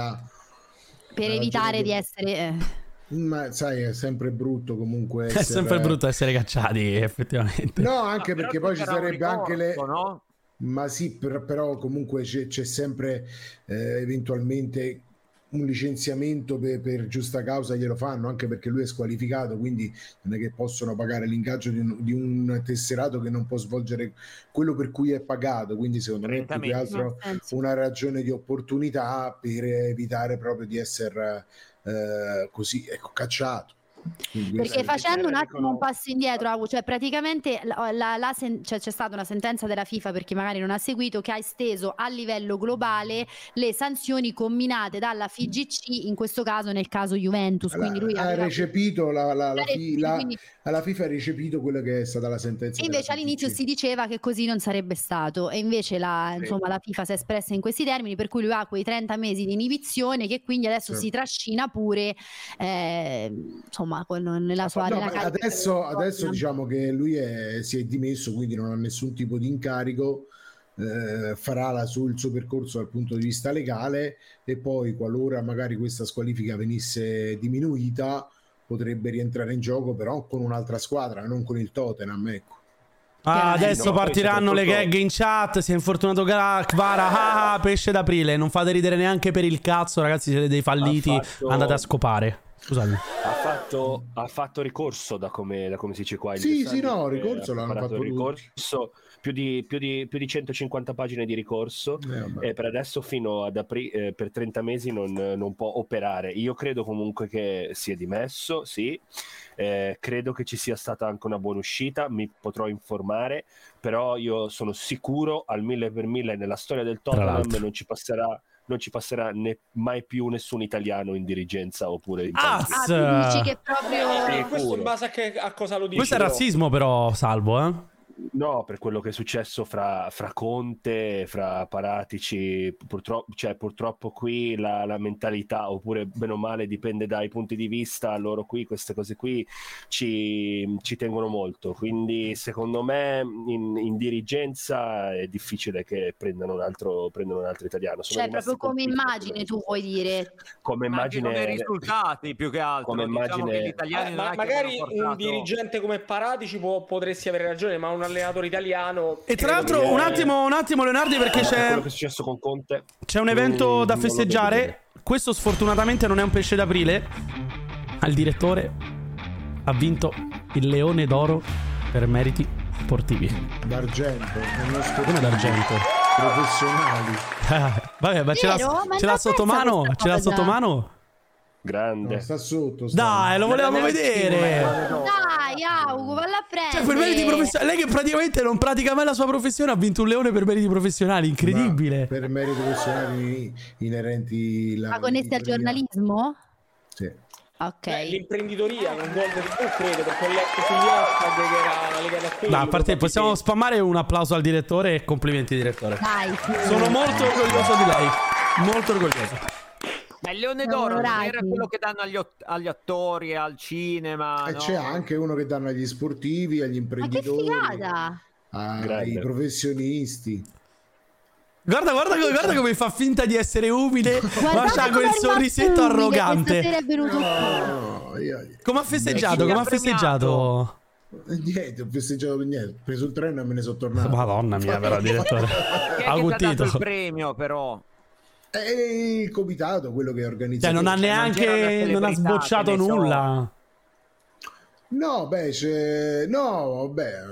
S2: Per evitare di essere... eh.
S17: Ma sai, è sempre brutto comunque.
S1: È sempre
S17: essere-
S1: brutto essere cacciati, effettivamente.
S17: No, anche
S10: però
S17: perché poi ci
S10: c'era un
S17: sarebbe anche le...
S10: ricordo, no?
S17: Ma sì, per- però comunque c'è, c'è sempre eh, eventualmente un licenziamento per, per giusta causa glielo fanno, anche perché lui è squalificato, quindi non è che possono pagare l'ingaggio di un, di un tesserato che non può svolgere quello per cui è pagato, quindi secondo me è più che
S10: Prettamente.
S17: altro
S10: Ha
S17: una ragione di opportunità per evitare proprio di essere eh, così, ecco, cacciato. Quindi
S2: Perché
S17: questo-
S2: facendo un attimo un passo indietro, Agu, cioè praticamente la- la- la sen- cioè c'è stata una sentenza della FIFA per chi magari non ha seguito che ha esteso a livello globale le sanzioni combinate dalla FIGC, in questo caso nel caso Juventus. Esatto, Quindi lui
S17: ha
S2: aveva-
S17: recepito la, la- la fi- la-
S2: quindi-
S17: alla FIFA ha recepito quella che è stata la sentenza
S2: E invece
S17: della
S2: all'inizio si diceva che così non sarebbe stato e invece la,
S17: Sì.
S2: insomma, la FIFA si è espressa in questi termini per cui lui ha quei 30 mesi di inibizione che quindi adesso
S17: Sì.
S2: si trascina pure eh, insomma con- nella sua
S17: No,
S2: nella
S17: ma
S2: carica che
S17: adesso,
S2: aveva
S17: adesso
S2: svolto.
S17: diciamo che lui è- si è dimesso quindi non ha nessun tipo di incarico eh, farà la su- il suo percorso dal punto di vista legale e poi qualora magari questa squalifica venisse diminuita potrebbe rientrare in gioco però con un'altra squadra non con il Tottenham ecco.
S1: Ah,
S17: Chiaramente.
S1: adesso
S17: No, poi
S1: partiranno le
S17: soprattutto-
S1: gag in chat. Si è infortunato Gra- Kvara. Ah, ah, pesce d'aprile. Non fate ridere neanche per il cazzo, ragazzi. Siete dei falliti.
S12: Ha fatto-
S1: Andate a scopare. Scusami.
S12: fatto, ha fatto ricorso da come, da come si dice qua. il
S17: Sì,
S12: Bersani,
S17: sì, no,
S12: eh,
S17: ricorso
S12: ha
S17: l'hanno
S12: preparato
S17: fatto
S12: il
S17: tutti.
S12: ricorso, più, di, più di- più di 150 pagine di ricorso
S17: Eh,
S12: e per adesso fino ad apri- eh, per 30 mesi non, non può operare. Io credo comunque che sia dimesso, sì, Eh, credo che ci sia stata anche una buona uscita, mi potrò informare, però io sono sicuro al mille per mille nella storia del Tottenham
S1: l'altro.
S12: non ci passerà. Non ci passerà ne- mai più nessun italiano in dirigenza oppure in panchina.
S1: Ah, tu dici che
S4: Eh,
S12: proprio-
S4: questo in base a, che- a cosa lo dici.
S1: Questo è
S4: però.
S1: razzismo, però, salvo, eh.
S12: No, per quello che è successo fra, fra Conte, fra Paratici, purtroppo, cioè, purtroppo qui la, la mentalità, oppure bene o male dipende dai punti di vista, loro qui queste cose qui ci, ci tengono molto, quindi secondo me in, in dirigenza è difficile che prendano un altro, prendano un altro italiano. Sono
S2: Cioè,
S12: rimasti
S2: proprio come
S12: colpito
S2: immagine tu vuoi dire.
S12: come
S10: Immagino dei
S12: immagine...
S10: risultati più che altro.
S12: Come
S10: Diciamo
S12: immagine-
S10: che gli italiani
S4: Eh,
S10: non
S4: ma-
S10: è che
S4: magari
S10: abbiano
S4: un
S10: portato-
S4: dirigente come Paratici può, potresti avere ragione, ma un allenatore italiano.
S1: E tra l'altro, un attimo, un attimo, Leonardi, perché c'è.
S12: Quello che è successo con Conte.
S1: C'è un evento da
S12: Mm, non lo vedo bene.
S1: festeggiare. Questo sfortunatamente non è un pesce d'aprile. Al direttore ha vinto il leone d'oro per meriti sportivi.
S17: d'argento è uno sportivo
S1: Come d'argento?
S17: professionali
S1: Ah, Vabbè, ma ce l'ha,
S17: Vero? Ma
S1: ce l'ha
S17: non
S1: sotto
S17: pensa
S1: mano?
S17: questa
S1: Ce l'ha
S17: cosa.
S1: sotto mano?
S12: Grande.
S17: No, sta sotto sta.
S1: Dai, lo volevamo
S17: Dai,
S1: vedere.
S2: Dai, Augu, valla a prendere.
S1: Cioè, per meriti professionali. Lei che praticamente non pratica mai la sua professione ha vinto un leone per meriti professionali. Incredibile.
S17: per meriti professionali inerenti la
S2: Ma connessi al giornalismo? Ok.
S4: L'imprenditoria con gol del tu credo, perché ho letto sugli hashtag che era legata a quello.
S1: No, a parte, possiamo spammare un applauso al direttore e complimenti, direttore.
S2: Dai.
S1: Sono molto orgoglioso di lei. Molto orgoglioso.
S10: Ma il Leone
S2: Siamo
S10: d'Oro non era
S2: onorati.
S10: quello che danno agli, ott- agli attori, al cinema.
S17: Ah, E
S10: no?
S17: Eh, c'è anche uno che danno agli sportivi, agli
S2: Ma che
S17: imprenditori,
S2: figata!
S17: ai
S12: Grande.
S17: professionisti.
S1: Guarda, guarda, co- guarda come fa finta di essere umile, ma
S2: Guardate
S1: c'ha quel
S2: com'è rimasto
S1: sorrisetto
S2: umile,
S1: arrogante.
S2: Questa sera è venuto qui.
S17: No, io-
S1: Come ha festeggiato?
S17: Beh,
S1: Come ha
S17: ci ha
S1: festeggiato?
S17: Eh, Niente, ho festeggiato per niente. Ho preso il treno e me ne sono tornato.
S1: Madonna mia, però, direttore.
S10: Chi è che ti ha dato
S1: Aguttito.
S10: il premio, però?
S17: E il comitato, quello che organizza.
S1: Cioè, non ha neanche. Non ha sbocciato nulla.
S17: No, beh, c'è- no, beh, eh,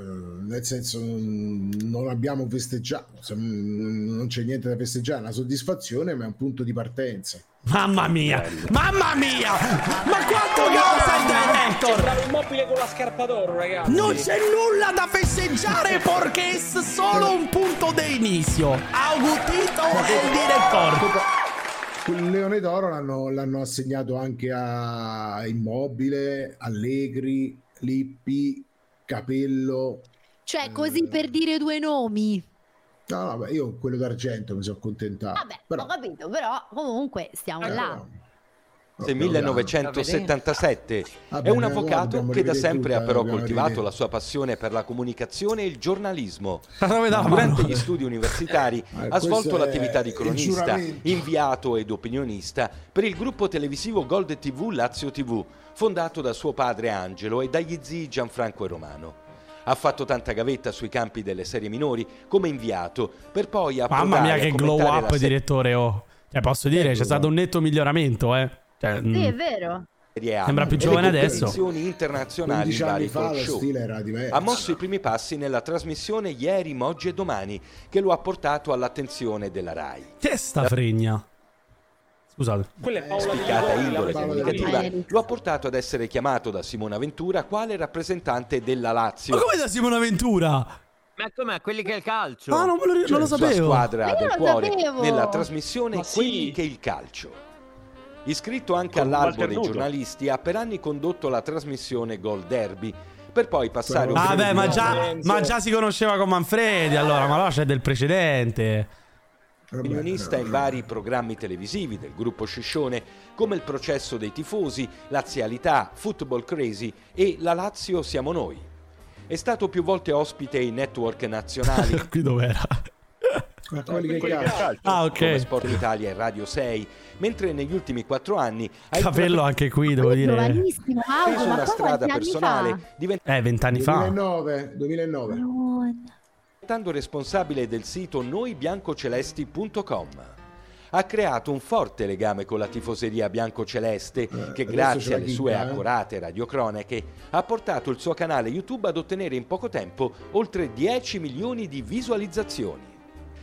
S17: nel senso mm, non abbiamo festeggiato, insomma, mm, non c'è niente da festeggiare, è una soddisfazione, ma è un punto di partenza.
S1: Mamma mia, mamma mia, ma quanto cosa il
S4: Sembrava immobile con la scarpa d'oro, ragazzi.
S1: Non c'è nulla da festeggiare perché è solo un punto di inizio. Augutito e il direttore.
S17: Il Leone d'Oro l'hanno, l'hanno assegnato anche a Immobile, Allegri, Lippi, Capello.
S2: Cioè, così per dire due nomi.
S17: No, no, beh, io quello d'argento mi sono accontentato. Eh,
S2: Vabbè, ho capito, però comunque stiamo là.
S18: 1977.
S17: Ah,
S18: È un
S17: beh,
S18: avvocato
S17: dobbiamo
S18: che da
S17: rivedere
S18: sempre ha
S17: tutta,
S18: però
S17: dobbiamo
S18: coltivato
S17: rivedere.
S18: la sua passione per la comunicazione e il giornalismo.
S1: dalla
S18: Durante gli studi universitari
S17: Eh,
S18: ha
S17: questo
S18: svolto
S17: è
S18: l'attività di
S17: il
S18: cronista,
S17: giuramento.
S18: inviato ed opinionista per il gruppo televisivo Gold TV Lazio TV, fondato da suo padre Angelo e dagli zii Gianfranco e Romano. Ha fatto tanta gavetta sui campi delle serie minori come inviato, per poi approdare
S1: Mamma mia,
S18: a
S1: che glow
S18: commentare la
S1: up,
S18: serie
S1: direttore. Oh. Cioè, posso dire, c'è stato un netto miglioramento, eh. Cioè,
S2: Sì,
S1: mm.
S2: è vero.
S18: A
S1: Sembra più
S18: e
S1: giovane
S18: le
S1: adesso.
S18: competizioni internazionali
S17: 15
S18: in vari
S17: anni fa
S18: talk
S17: lo
S18: show.
S17: stile era diverso.
S18: Ha mosso i primi passi nella trasmissione Ieri, Moggi e Domani, che lo ha portato all'attenzione della RAI.
S1: Testa fregna. Scusate.
S4: Quella è Paola
S18: Spiccata
S4: Di
S18: indole
S4: Paola Di
S18: comunicativa
S4: Gregori.
S18: lo ha portato ad essere chiamato da Simona Ventura quale rappresentante della Lazio.
S1: Ma come da Simona Ventura?
S10: Ma com'è? Quelli che è il calcio.
S1: Ah, non, me lo, non lo
S18: La
S1: sapevo.
S18: cioè, squadra del cuore nella trasmissione
S10: Ma
S18: Quelli che il calcio. Iscritto anche all'albo
S10: Walter
S18: dei
S10: Nudo.
S18: giornalisti, ha per anni condotto la trasmissione Gol Derby, per poi passare un
S1: Ah, beh, ma
S18: periodo-
S1: già, ma già si conosceva con Manfredi, allora, ma là c'è del precedente.
S18: opinionista in vari programmi televisivi del gruppo Sciscione, come Il processo dei tifosi, Lazialità, Football Crazy e La Lazio siamo noi. È stato più volte ospite in network nazionali
S1: Qui dov'era?
S17: Ma quelli che
S18: Quelli che
S17: calcio.
S18: calcio,
S1: Ah, ok.
S18: come Sport Italia e Radio 6, mentre negli ultimi quattro anni ha
S1: Capello anche qui, devo dire.
S2: Giovanissimo,
S18: intrapreso
S2: Mauro, ma
S18: una
S2: poi
S18: strada
S2: quanti anni fa?
S18: personale diventando
S1: Eh, vent'anni fa.
S17: 2009, 2009.
S18: responsabile del sito noibiancocelesti.com. Ha creato un forte legame con la tifoseria biancoceleste che
S17: ce
S18: grazie
S17: Eh, la
S18: alle
S17: chicca,
S18: sue
S17: eh.
S18: accurate radiocronache ha portato il suo canale YouTube ad ottenere in poco tempo oltre 10 milioni di visualizzazioni.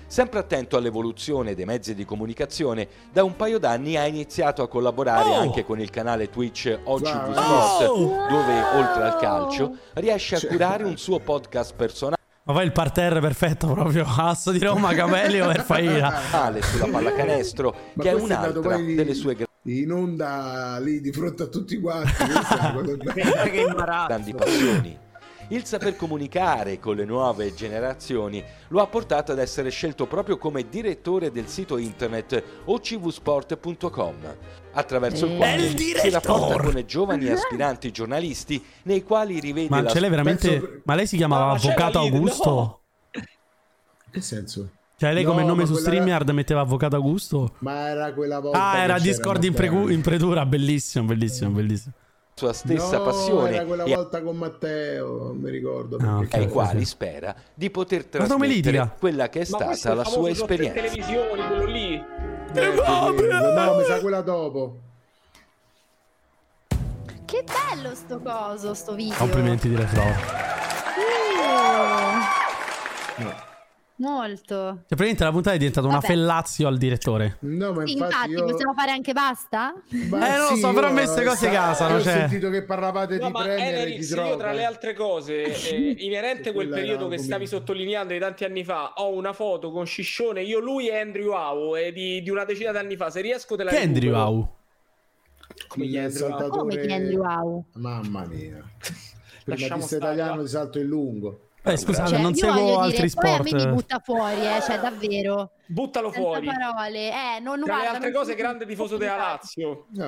S18: Sempre attento all'evoluzione dei mezzi di comunicazione, da un paio d'anni ha iniziato a collaborare anche con il canale Twitch OGV Sport, dove oltre al calcio riesce a curare un suo podcast personale.
S1: Ma poi il parterre perfetto proprio. Asso di Roma, Capelli o Erfaina.
S18: Ale sulla pallacanestro,
S17: Ma
S18: che è
S17: questo è andato
S18: un'altra
S17: poi-
S18: delle sue gra-
S17: In onda lì di fronte a tutti quanti. questa è una cosa bella.
S18: grandi passioni. Il saper comunicare con le nuove generazioni lo ha portato ad essere scelto proprio come direttore del sito internet ocvsport.com, attraverso il
S1: Bel
S18: quale si
S1: direttore!
S18: rapporta con i giovani
S17: Eh.
S18: aspiranti giornalisti nei quali rivede
S1: Ma
S18: la
S1: ce l'hai veramente. Ma lei si chiamava
S18: Ma c'era
S1: Avvocato
S18: lì-
S1: Augusto?
S17: Che senso?
S1: Cioè, lei come
S17: No,
S1: nome
S17: ma
S1: su
S17: quella-
S1: StreamYard metteva Avvocato Augusto?
S17: Ma era quella volta.
S1: Ah,
S17: che
S1: era
S17: c'era
S1: Discord in,
S17: Matteo.
S1: pregu- in predura, bellissimo, bellissimo, bellissimo.
S18: sua stessa
S17: No,
S18: passione
S17: Era quella
S18: e
S17: volta con Matteo, non mi ricordo.
S1: Ah,
S17: perché
S18: ai
S17: cazzo.
S18: quali spera di poter
S17: Ma come
S18: trasmettere
S17: litiga?
S18: quella che è
S4: Ma questo
S18: stata
S4: è
S18: la
S4: famoso
S18: sua
S4: su tutte le
S18: esperienza.
S4: televisioni, quello lì.
S17: Eh, No, mi sa quella dopo.
S2: Che bello sto coso, sto video.
S1: Complimenti di Flora.
S2: Uh, molto.
S1: Cioè, praticamente la puntata è diventata una
S2: Vabbè.
S1: fellazio al direttore.
S17: No, ma
S2: Sì,
S17: infatti,
S2: Infatti,
S17: io...
S2: possiamo fare anche basta?
S1: Eh, non lo so, però a me queste cose casano,
S17: Ho
S1: cioè.
S17: sentito che parlavate
S4: No,
S17: di
S4: ma
S17: Premier e di
S4: Enerix, io tra
S17: droga.
S4: le altre cose, eh, inerente a quel
S17: Quella era
S4: periodo
S17: un
S4: che stavi
S17: argomento.
S4: sottolineando di tanti anni fa, ho una foto con Sciscione, io, lui e Andrew Howe eh, di, di una decina d'anni fa. Se riesco te la
S1: Che Andrew
S4: recupero.
S1: Au?
S4: Come gli
S17: Il
S4: Andrew Howe.
S2: Come
S17: saltatore-
S2: ti rendi wow?
S17: Mamma mia.
S4: Lasciamo
S17: Primatista
S4: stare,
S17: italiano di salto in lungo.
S1: Eh, scusate,
S2: Cioè,
S1: non
S2: io voglio
S1: seguo
S2: dire,
S1: altri
S2: poi a me mi
S1: sport.
S2: butta fuori, eh, cioè davvero.
S4: Buttalo
S2: Senza
S4: fuori.
S2: parole. Eh, non
S4: Tra le
S2: guarda,
S4: altre
S2: non-
S4: cose, grande tifoso della Lazio.
S17: No,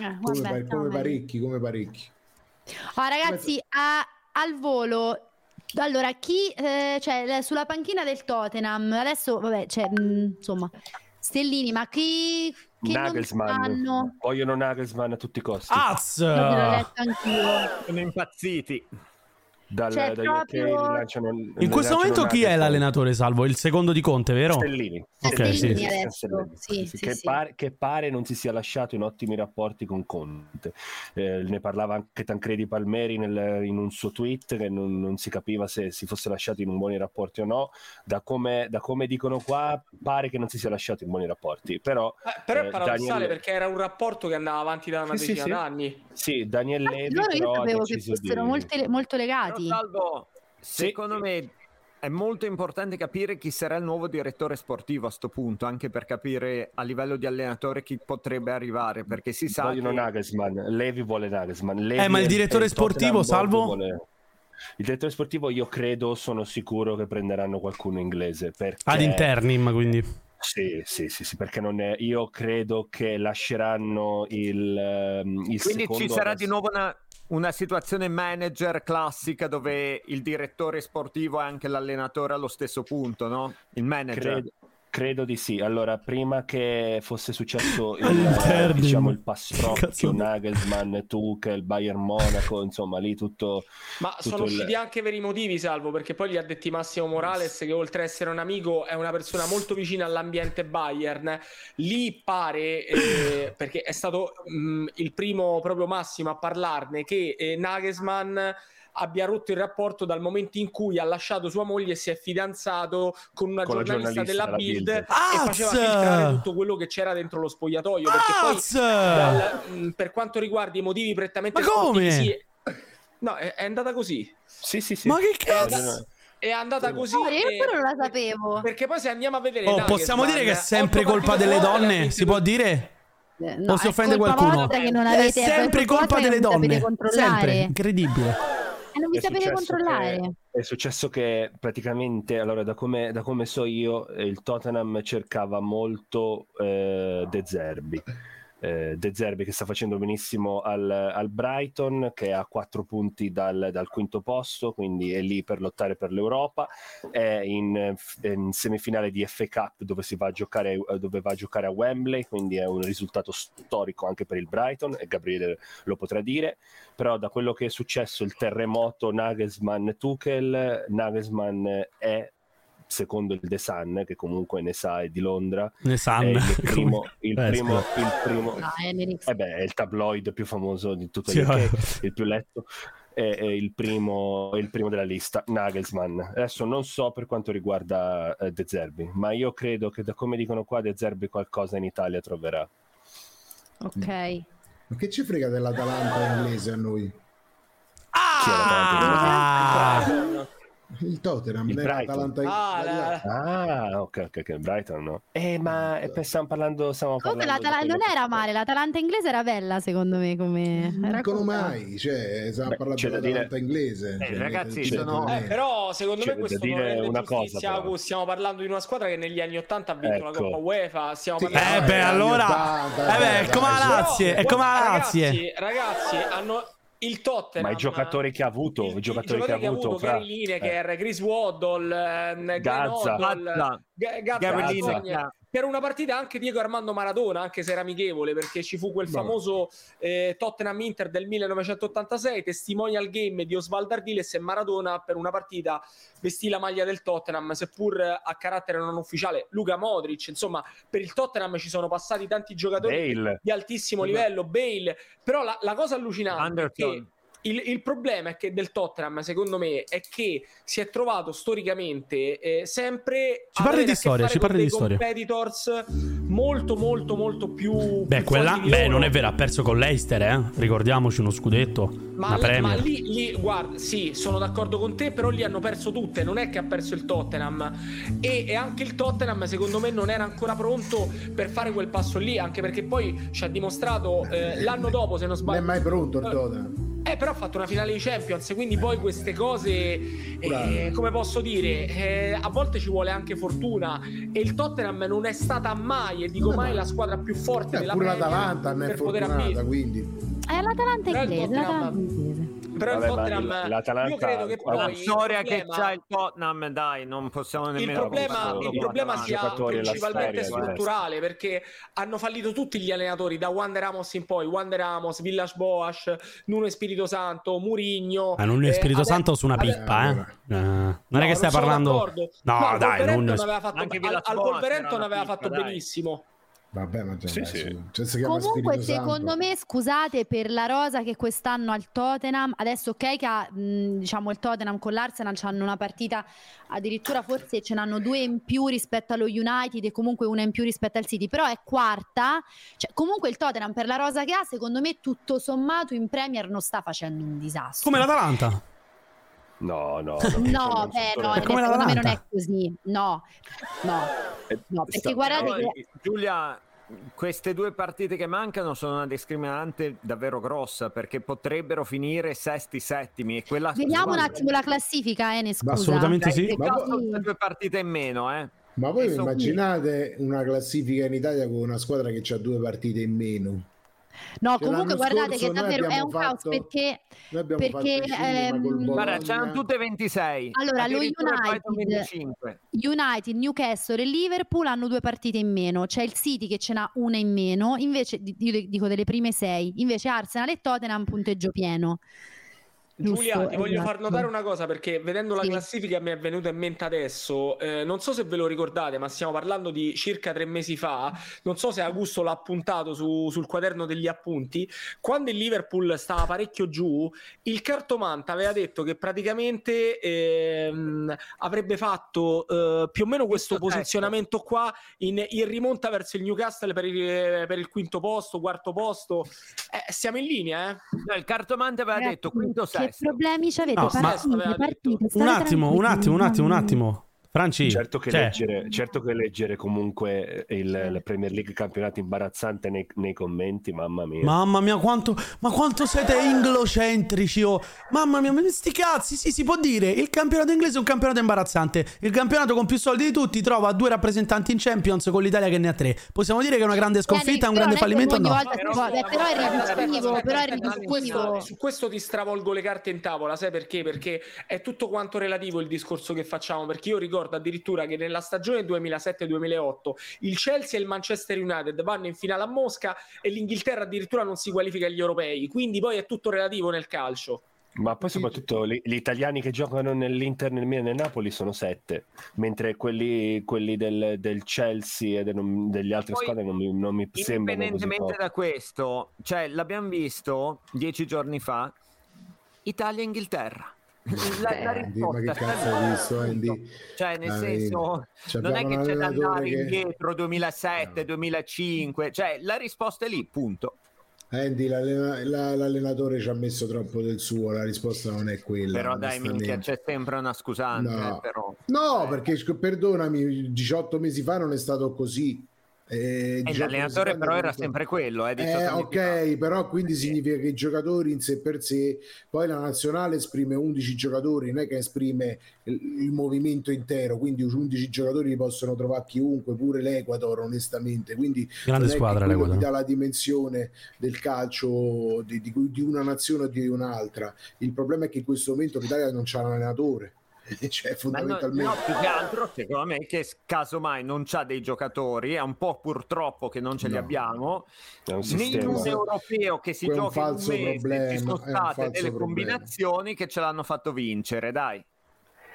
S2: Eh, vabbè,
S17: come, pa- come
S2: no, meglio.
S17: parecchi, come parecchi.
S2: Oh, ragazzi, a- al volo. Allora, chi eh, cioè, l- sulla panchina del Tottenham, adesso vabbè, cioè, mh, insomma, Stellini, ma chi che non sanno?
S18: Nagelsmann.
S12: Vogliono Nagelsmann a tutti i costi.
S1: Az!
S2: Proprio l'ho letto anch'io.
S10: Sono impazziti.
S12: Dal,
S2: Cioè,
S12: dagli
S2: proprio-
S12: occhiali lanciano-
S1: In questo
S12: lanciano
S1: momento chi è
S12: Nagelsmann.
S1: l'allenatore salvo? Il secondo di Conte, vero?
S12: Stellini.
S1: Ok, sì.
S2: Stellini adesso, sì, sì,
S12: che,
S2: sì.
S12: Pare, che pare non si sia lasciato in ottimi rapporti con Conte. Eh, ne parlava anche Tancredi Palmeri nel- in un suo tweet che non, non si capiva se si fosse lasciato in buoni rapporti o no. Da come, da come dicono qua, pare che non si sia lasciato in buoni rapporti. Però,
S4: Eh, però è
S12: eh,
S4: paradossale
S12: Daniel-
S4: perché era un rapporto che andava avanti da una
S12: Sì, sì,
S4: decina
S12: sì.
S4: d'anni.
S12: Sì, Daniel Levi
S2: Loro io
S12: però ha
S2: sapevo che
S12: deciso di...
S2: fossero molte- molto legati.
S10: Salvo, secondo me è molto importante capire chi sarà il nuovo direttore sportivo a sto punto, anche per capire a livello di allenatore chi potrebbe arrivare, perché si sa
S12: Vogliono
S10: che...
S12: Nagelsmann, Levi vuole Nagelsmann. Levi
S1: Eh, ma il
S12: e-
S1: direttore
S12: e
S1: sportivo,
S12: Tottenham
S1: Salvo?
S12: Board vuole- Il direttore sportivo io credo, sono sicuro che prenderanno qualcuno inglese. Perché...
S4: Eh,
S1: Ad internim, quindi.
S12: Sì, sì, sì, sì, perché non è- io credo che lasceranno il, ehm, il
S10: Quindi ci
S12: secondo
S10: sarà
S12: adesso.
S10: di nuovo una, una situazione manager classica dove il direttore sportivo è anche l'allenatore allo stesso punto, no? Il manager.
S12: Credo, credo di sì. Allora, prima che fosse successo il, eh,
S1: All'interno.
S12: diciamo, il pastrocchio, Nagelsmann, Tuchel, Bayern Monaco, insomma, lì tutto...
S4: Ma
S12: tutto
S4: sono
S12: il-
S4: usciti anche per i motivi, Salvo, perché poi gli ha detti Massimo Morales che oltre a essere un amico è una persona molto vicina all'ambiente Bayern. Lì pare, eh, perché è stato mh, il primo proprio Massimo a parlarne, che eh, Nagelsmann abbia rotto il rapporto dal momento in cui ha lasciato sua moglie e si è fidanzato con una
S12: Con la giornalista
S4: giornalista, della
S12: della
S4: Bild,
S12: Bild.
S4: e faceva
S12: Azz!
S4: filtrare tutto quello che c'era dentro lo spogliatoio perché poi
S1: Azz!
S4: dal- mh, per quanto riguarda i motivi prettamente
S1: Ma come?
S4: sportivi, sì, No, è, è andata così.
S12: Sì, sì,
S1: Ma che cazzo?
S4: È andata così.
S2: Amore, Oh, io
S4: e-
S2: ancora non la sapevo.
S4: Perché poi se andiamo a vedere.
S1: Oh,
S4: Nagelsmann,
S1: possiamo dire che è sempre
S4: otto
S1: colpa
S4: partite
S1: delle
S4: fuori,
S1: donne? Si può dire?
S2: Eh,
S1: o
S2: no,
S1: si
S2: è
S1: offende
S2: colpa
S1: qualcuno?
S2: vostra che non
S1: È
S2: avete-
S1: sempre
S2: è
S1: colpa
S2: colpa vostra
S1: delle
S2: che non
S1: donne.
S2: sapete controllare.
S1: Sempre. Incredibile.
S2: E non vi
S12: È
S2: sapete
S12: successo eh.
S2: controllare.
S12: che- è successo che praticamente, allora, da come, da come so io, eh, il Tottenham cercava molto eh, De Zerbi. Eh, De Zerbi che sta facendo benissimo al, al Brighton, che ha quattro punti dal, dal quinto posto, quindi è lì per lottare per l'Europa. È in, eh, f- è in semifinale di FA Cup dove, si va a giocare, eh, dove va a giocare a Wembley, quindi è un risultato storico anche per il Brighton e Gabriele lo potrà dire. Però da quello che è successo il terremoto Nagelsmann-Tuchel, Nagelsmann è secondo il The Sun, che comunque ne sa è di Londra,
S1: Ne
S12: è
S1: sanno.
S12: il primo, il
S1: Eh,
S12: primo,
S1: scusa.
S12: il primo
S2: No, è Enrico.
S12: eh beh, è il tabloid più famoso di tutto
S1: Sì,
S12: UK,
S1: vabbè.
S12: il più letto è, è il, primo, è il primo della lista, Nagelsmann. Adesso non so per quanto riguarda eh, De Zerbi, ma io credo che da come dicono qua De Zerbi qualcosa in Italia troverà. Mm.
S2: Ok.
S17: Ma che ci frega
S2: Ah.
S17: dell'Atalanta inglese a noi?
S4: Ah!
S12: Chi era davanti?
S17: Il Ah. Tottenham, eh,
S12: Il
S17: non è
S12: Brighton.
S17: l'Atalanta
S4: Ah,
S17: inglese.
S4: la-
S12: Ah, ok, ok, ok, Brighton no. Eh, ma eh, stiamo parlando... Stiamo
S2: Comunque
S12: parlando di
S2: l'Atala-
S12: quello
S2: non
S12: che-
S2: era male, l'Atalanta inglese era bella secondo me come...
S17: Non
S2: era
S17: dicono
S2: comoda.
S17: mai, cioè, stiamo
S12: Beh,
S17: parlando
S12: c'è da
S17: dell'Atalanta
S12: dire-
S17: inglese.
S10: Eh,
S17: cioè,
S10: ragazzi,
S17: cioè,
S10: sono-
S17: non è-
S4: Eh, però secondo
S12: C'è
S4: me
S12: da
S4: questo non
S12: cioè, dire
S4: rende
S12: una cosa,
S4: giustizia,
S12: però.
S4: Agus. Stiamo parlando di una squadra che negli anni 80 ha vinto la
S12: Ecco.
S4: Coppa UEFA. Stiamo
S17: Sì.
S4: parlando
S1: Eh
S4: di-
S1: beh, allora...
S17: dai, dai,
S1: Eh beh,
S17: dai,
S1: è come la
S17: dai.
S1: Lazio. È
S4: Però,
S1: come la
S4: ragazzi,
S1: Lazio.
S4: Ragazzi, hanno il Tottenham.
S12: Ma i giocatori che ha avuto, i
S4: i
S12: giocatori che ha
S4: giocatori che ha avuto,
S12: avuto, fra- Eh.
S4: Gary Lineker, Chris Waddle, ehm, Glenn
S12: Gazza.
S4: Hoddle, Ga- Gazza,
S10: Gary
S4: Gazza.
S10: Lineker.
S4: per una partita anche Diego Armando Maradona, anche se era amichevole, perché ci fu quel
S10: No.
S4: famoso eh, Tottenham Inter del 1986, testimonial game di Osvaldo Ardiles e Maradona per una partita vestì la maglia del Tottenham, seppur eh, a carattere non ufficiale, Luca Modric, insomma, per il Tottenham ci sono passati tanti giocatori
S12: Bale.
S4: di altissimo livello, Bale. Però la, la cosa allucinante è che
S10: Anderson.
S4: il, il problema è che del Tottenham, secondo me, è che si è trovato storicamente eh, sempre
S1: Ci
S4: ad
S1: parli
S4: avere
S1: di
S4: a che
S1: storia,
S4: fare
S1: ci
S4: con
S1: parli
S4: dei
S1: di storia.
S4: competitors molto molto molto più
S1: Bè,
S4: più
S1: quella...
S4: forti di
S1: Beh,
S4: loro.
S1: non è vero, ha perso con l'Eister, eh. Ricordiamoci uno scudetto.
S4: Ma,
S1: Una
S4: lì, ma
S1: Premier.
S4: lì, lì, guarda, sì, sono d'accordo con te, però lì hanno perso tutte, non è che ha perso il Tottenham. E, e anche il Tottenham, secondo me, non era ancora pronto per fare quel passo lì, anche perché poi ci ha dimostrato eh, l'anno dopo, se non
S17: Non è
S4: sbaglio.
S17: mai pronto il Tottenham.
S4: Eh, però ha fatto una finale di Champions, quindi poi queste cose, eh,
S17: Bravo.
S4: come posso dire, eh, a volte ci vuole anche fortuna. E il Tottenham non è stata mai, e dico
S17: No,
S4: mai,
S17: no.
S4: la squadra più forte
S17: Eh,
S4: della
S17: pure
S4: Premier
S17: l'Atalanta non è
S4: per poter
S17: fortunata,
S4: ambire.
S17: quindi...
S2: Eh, l'Atalanta
S4: Però il
S2: inglese,
S4: Tottenham-
S2: l'Atalanta inglese.
S4: Però il
S12: Vabbè, ma
S4: Tottenham,
S12: il- l'Atalanta-
S4: io credo che poi
S12: guarda,
S10: La
S4: il
S10: storia che
S4: problema-
S10: c'ha il Tottenham, dai, non possiamo
S4: il
S10: nemmeno
S4: problema,
S12: Guarda,
S4: il
S12: guarda,
S4: problema
S12: guarda,
S4: sia
S12: giocatori e la
S4: principalmente
S12: storia, guarda.
S4: strutturale perché hanno fallito tutti gli allenatori da Wander Ramos in poi, Wander Ramos, Villas Boas, Nuno Espirito Santo, Murigno.
S1: Ah, non è
S4: eh,
S1: Spirito
S4: ade-
S1: Santo su una
S4: ade-
S1: pippa, eh. Eh, non è
S4: No,
S1: che stai
S4: sono
S1: parlando.
S4: d'accordo.
S1: No,
S4: al
S1: dai,
S4: Wolverhampton
S1: non.
S4: aveva fatto-
S10: Anche
S4: al,
S10: Villas
S4: al
S10: Boas
S4: Wolverhampton
S10: era una
S4: aveva fatto
S10: pippa, dai.
S4: benissimo.
S17: Vabbè, ma già,
S12: Sì,
S17: dai,
S12: sì.
S17: su. Cioè, si chiama
S2: Comunque,
S17: Spirito Santo.
S2: secondo me, scusate per la rosa che quest'anno al Tottenham. Adesso, ok, che ha, mh, diciamo il Tottenham con l'Arsenal hanno una partita addirittura forse ce n'hanno due in più rispetto allo United e comunque una in più rispetto al City, però è quarta. Cioè, comunque il Tottenham per la rosa che ha, secondo me, tutto sommato in Premier non sta facendo un disastro.
S1: Come l'Atalanta.
S12: No, no,
S2: No, beh, no,
S1: È
S2: perché
S1: come
S2: secondo me non è
S1: l'Atalanta.
S2: così. No, no,
S12: Eh,
S2: no, perché guardate
S10: Però,
S2: che
S10: eh, Giulia, queste due partite che mancano sono una discriminante davvero grossa perché potrebbero finire sesti, settimi e quella
S2: Vediamo un
S10: squadra-
S2: attimo la classifica, Ene, scusa.
S1: Assolutamente
S10: Dai,
S1: sì.
S10: che
S2: Ma
S10: cazzo,
S2: poi-
S10: due partite in meno, eh.
S17: Ma voi vi
S10: Insomma-
S17: immaginate una classifica in Italia con una squadra che ha due partite in meno?
S2: No,
S17: Cioè,
S2: comunque
S17: l'anno
S2: guardate
S17: scorso
S2: che
S17: noi
S2: davvero è
S17: abbiamo
S2: un caos
S17: fatto-
S2: perché,
S17: Noi abbiamo fatto
S2: perché
S17: i cinema
S2: ehm,
S17: col
S10: Guarda, c'erano tutte 26.
S2: Allora, lo
S10: addirittura il Brighton
S2: United-
S10: 25.
S2: United, Newcastle e Liverpool hanno due partite in meno, c'è il City che ce n'ha una in meno, invece di- io dico delle prime sei, invece Arsenal e Tottenham punteggio pieno.
S4: Giulia,
S2: Giusto,
S4: ti voglio far
S2: esatto.
S4: notare una cosa perché vedendo la classifica mi è venuta in mente adesso, eh, non so se ve lo ricordate, ma stiamo parlando di circa tre mesi fa, non so se Augusto l'ha appuntato su- sul quaderno degli appunti, quando il Liverpool stava parecchio giù, il cartomante aveva detto che praticamente ehm, avrebbe fatto eh, più o meno questo posizionamento qua in, in rimonta verso il Newcastle per il, per il quinto posto, quarto posto. Eh, siamo in linea, eh?
S10: No, il cartomante aveva
S2: Ragazzi,
S10: detto quinto
S2: Che
S10: sesto.
S2: problemi ci avete?
S10: No, ma-
S2: partite, partite, state
S1: Un attimo, un attimo, un attimo, un attimo. Franci,
S12: Certo che,
S1: cioè,
S12: leggere, certo che leggere comunque il, la Premier League campionato imbarazzante nei, nei commenti, mamma mia.
S1: Mamma mia, quanto, ma quanto siete inglocentrici! Oh. Mamma mia, ma sti cazzi! Sì, si può dire. Il campionato inglese è un campionato imbarazzante. Il campionato con più soldi di tutti trova due rappresentanti in Champions con l'Italia che ne ha tre. Possiamo dire che è una grande sconfitta, è un grande fallimento? No.
S2: però è riduttivo, però è
S4: Su questo, su questo ti stravolgo le carte in tavola, sai perché? Perché è tutto quanto relativo il discorso che facciamo, perché io ricordo addirittura che nella stagione 2007-2008 il Chelsea e il Manchester United vanno in finale a Mosca e l'Inghilterra addirittura non si qualifica agli europei, quindi poi è tutto relativo nel calcio.
S12: Ma poi soprattutto li- gli italiani che giocano nell'Inter, nel Milan e nel Napoli sono sette, mentre quelli, quelli del, del Chelsea e del- degli altri
S10: Poi,
S12: squadre non mi, non mi sembrano così
S10: Indipendentemente
S12: forti.
S10: da questo, cioè l'abbiamo visto dieci giorni fa, Italia e Inghilterra. La, la
S2: Eh,
S17: Andy, ma che
S10: risposta sta
S17: cazzo
S10: lì.
S17: hai visto, Andy?
S10: Cioè, nel
S17: Ah,
S10: senso,
S17: vedi.
S10: non è
S17: Abbiamo
S10: che
S17: un
S10: c'è da
S17: allenatore
S10: andare
S17: che-
S10: indietro 2007, 2005, cioè la risposta è lì, punto.
S17: Andy, l'allena- la- l'allenatore ci ha messo troppo del suo, la risposta non è quella.
S10: però dai, minchia, cioè
S17: onestamente.
S10: c'è sempre una scusante,
S17: No.
S10: eh, però.
S17: No, perché sc- perdonami, 18 mesi fa non è stato così. Eh,
S10: E
S17: 18 mesi
S10: l'allenatore
S17: fa
S10: però
S17: non è
S10: era
S17: stato-
S10: sempre quello, eh, 18
S17: Eh,
S10: mesi
S17: ok, però quindi significa che i giocatori in sé per sé, poi la nazionale esprime 11 giocatori, non è che esprime il, il movimento intero, quindi 11 giocatori li possono trovare chiunque, pure l'Equador onestamente, quindi
S1: Grande
S17: non è che
S1: squadra,
S17: quello
S1: l'Ecuador.
S17: ti dà la dimensione del calcio di, di cui- di una nazione o di un'altra. Il problema è che in questo momento l'Italia non c'ha un allenatore,
S10: Ma
S17: cioè
S10: no,
S17: fondamentalmente...
S10: no, più che altro, secondo me, che s- casomai non c'ha dei giocatori, è un po' purtroppo che non ce li abbiamo.
S12: È un
S10: Né in
S12: sistema.
S10: un europeo che si
S17: Quello è un
S10: gioca in un
S17: falso
S10: mese,
S17: problema,
S10: ci
S17: è
S10: sono
S17: un
S10: state
S17: falso
S10: delle
S17: problema.
S10: combinazioni che ce l'hanno fatto vincere, dai.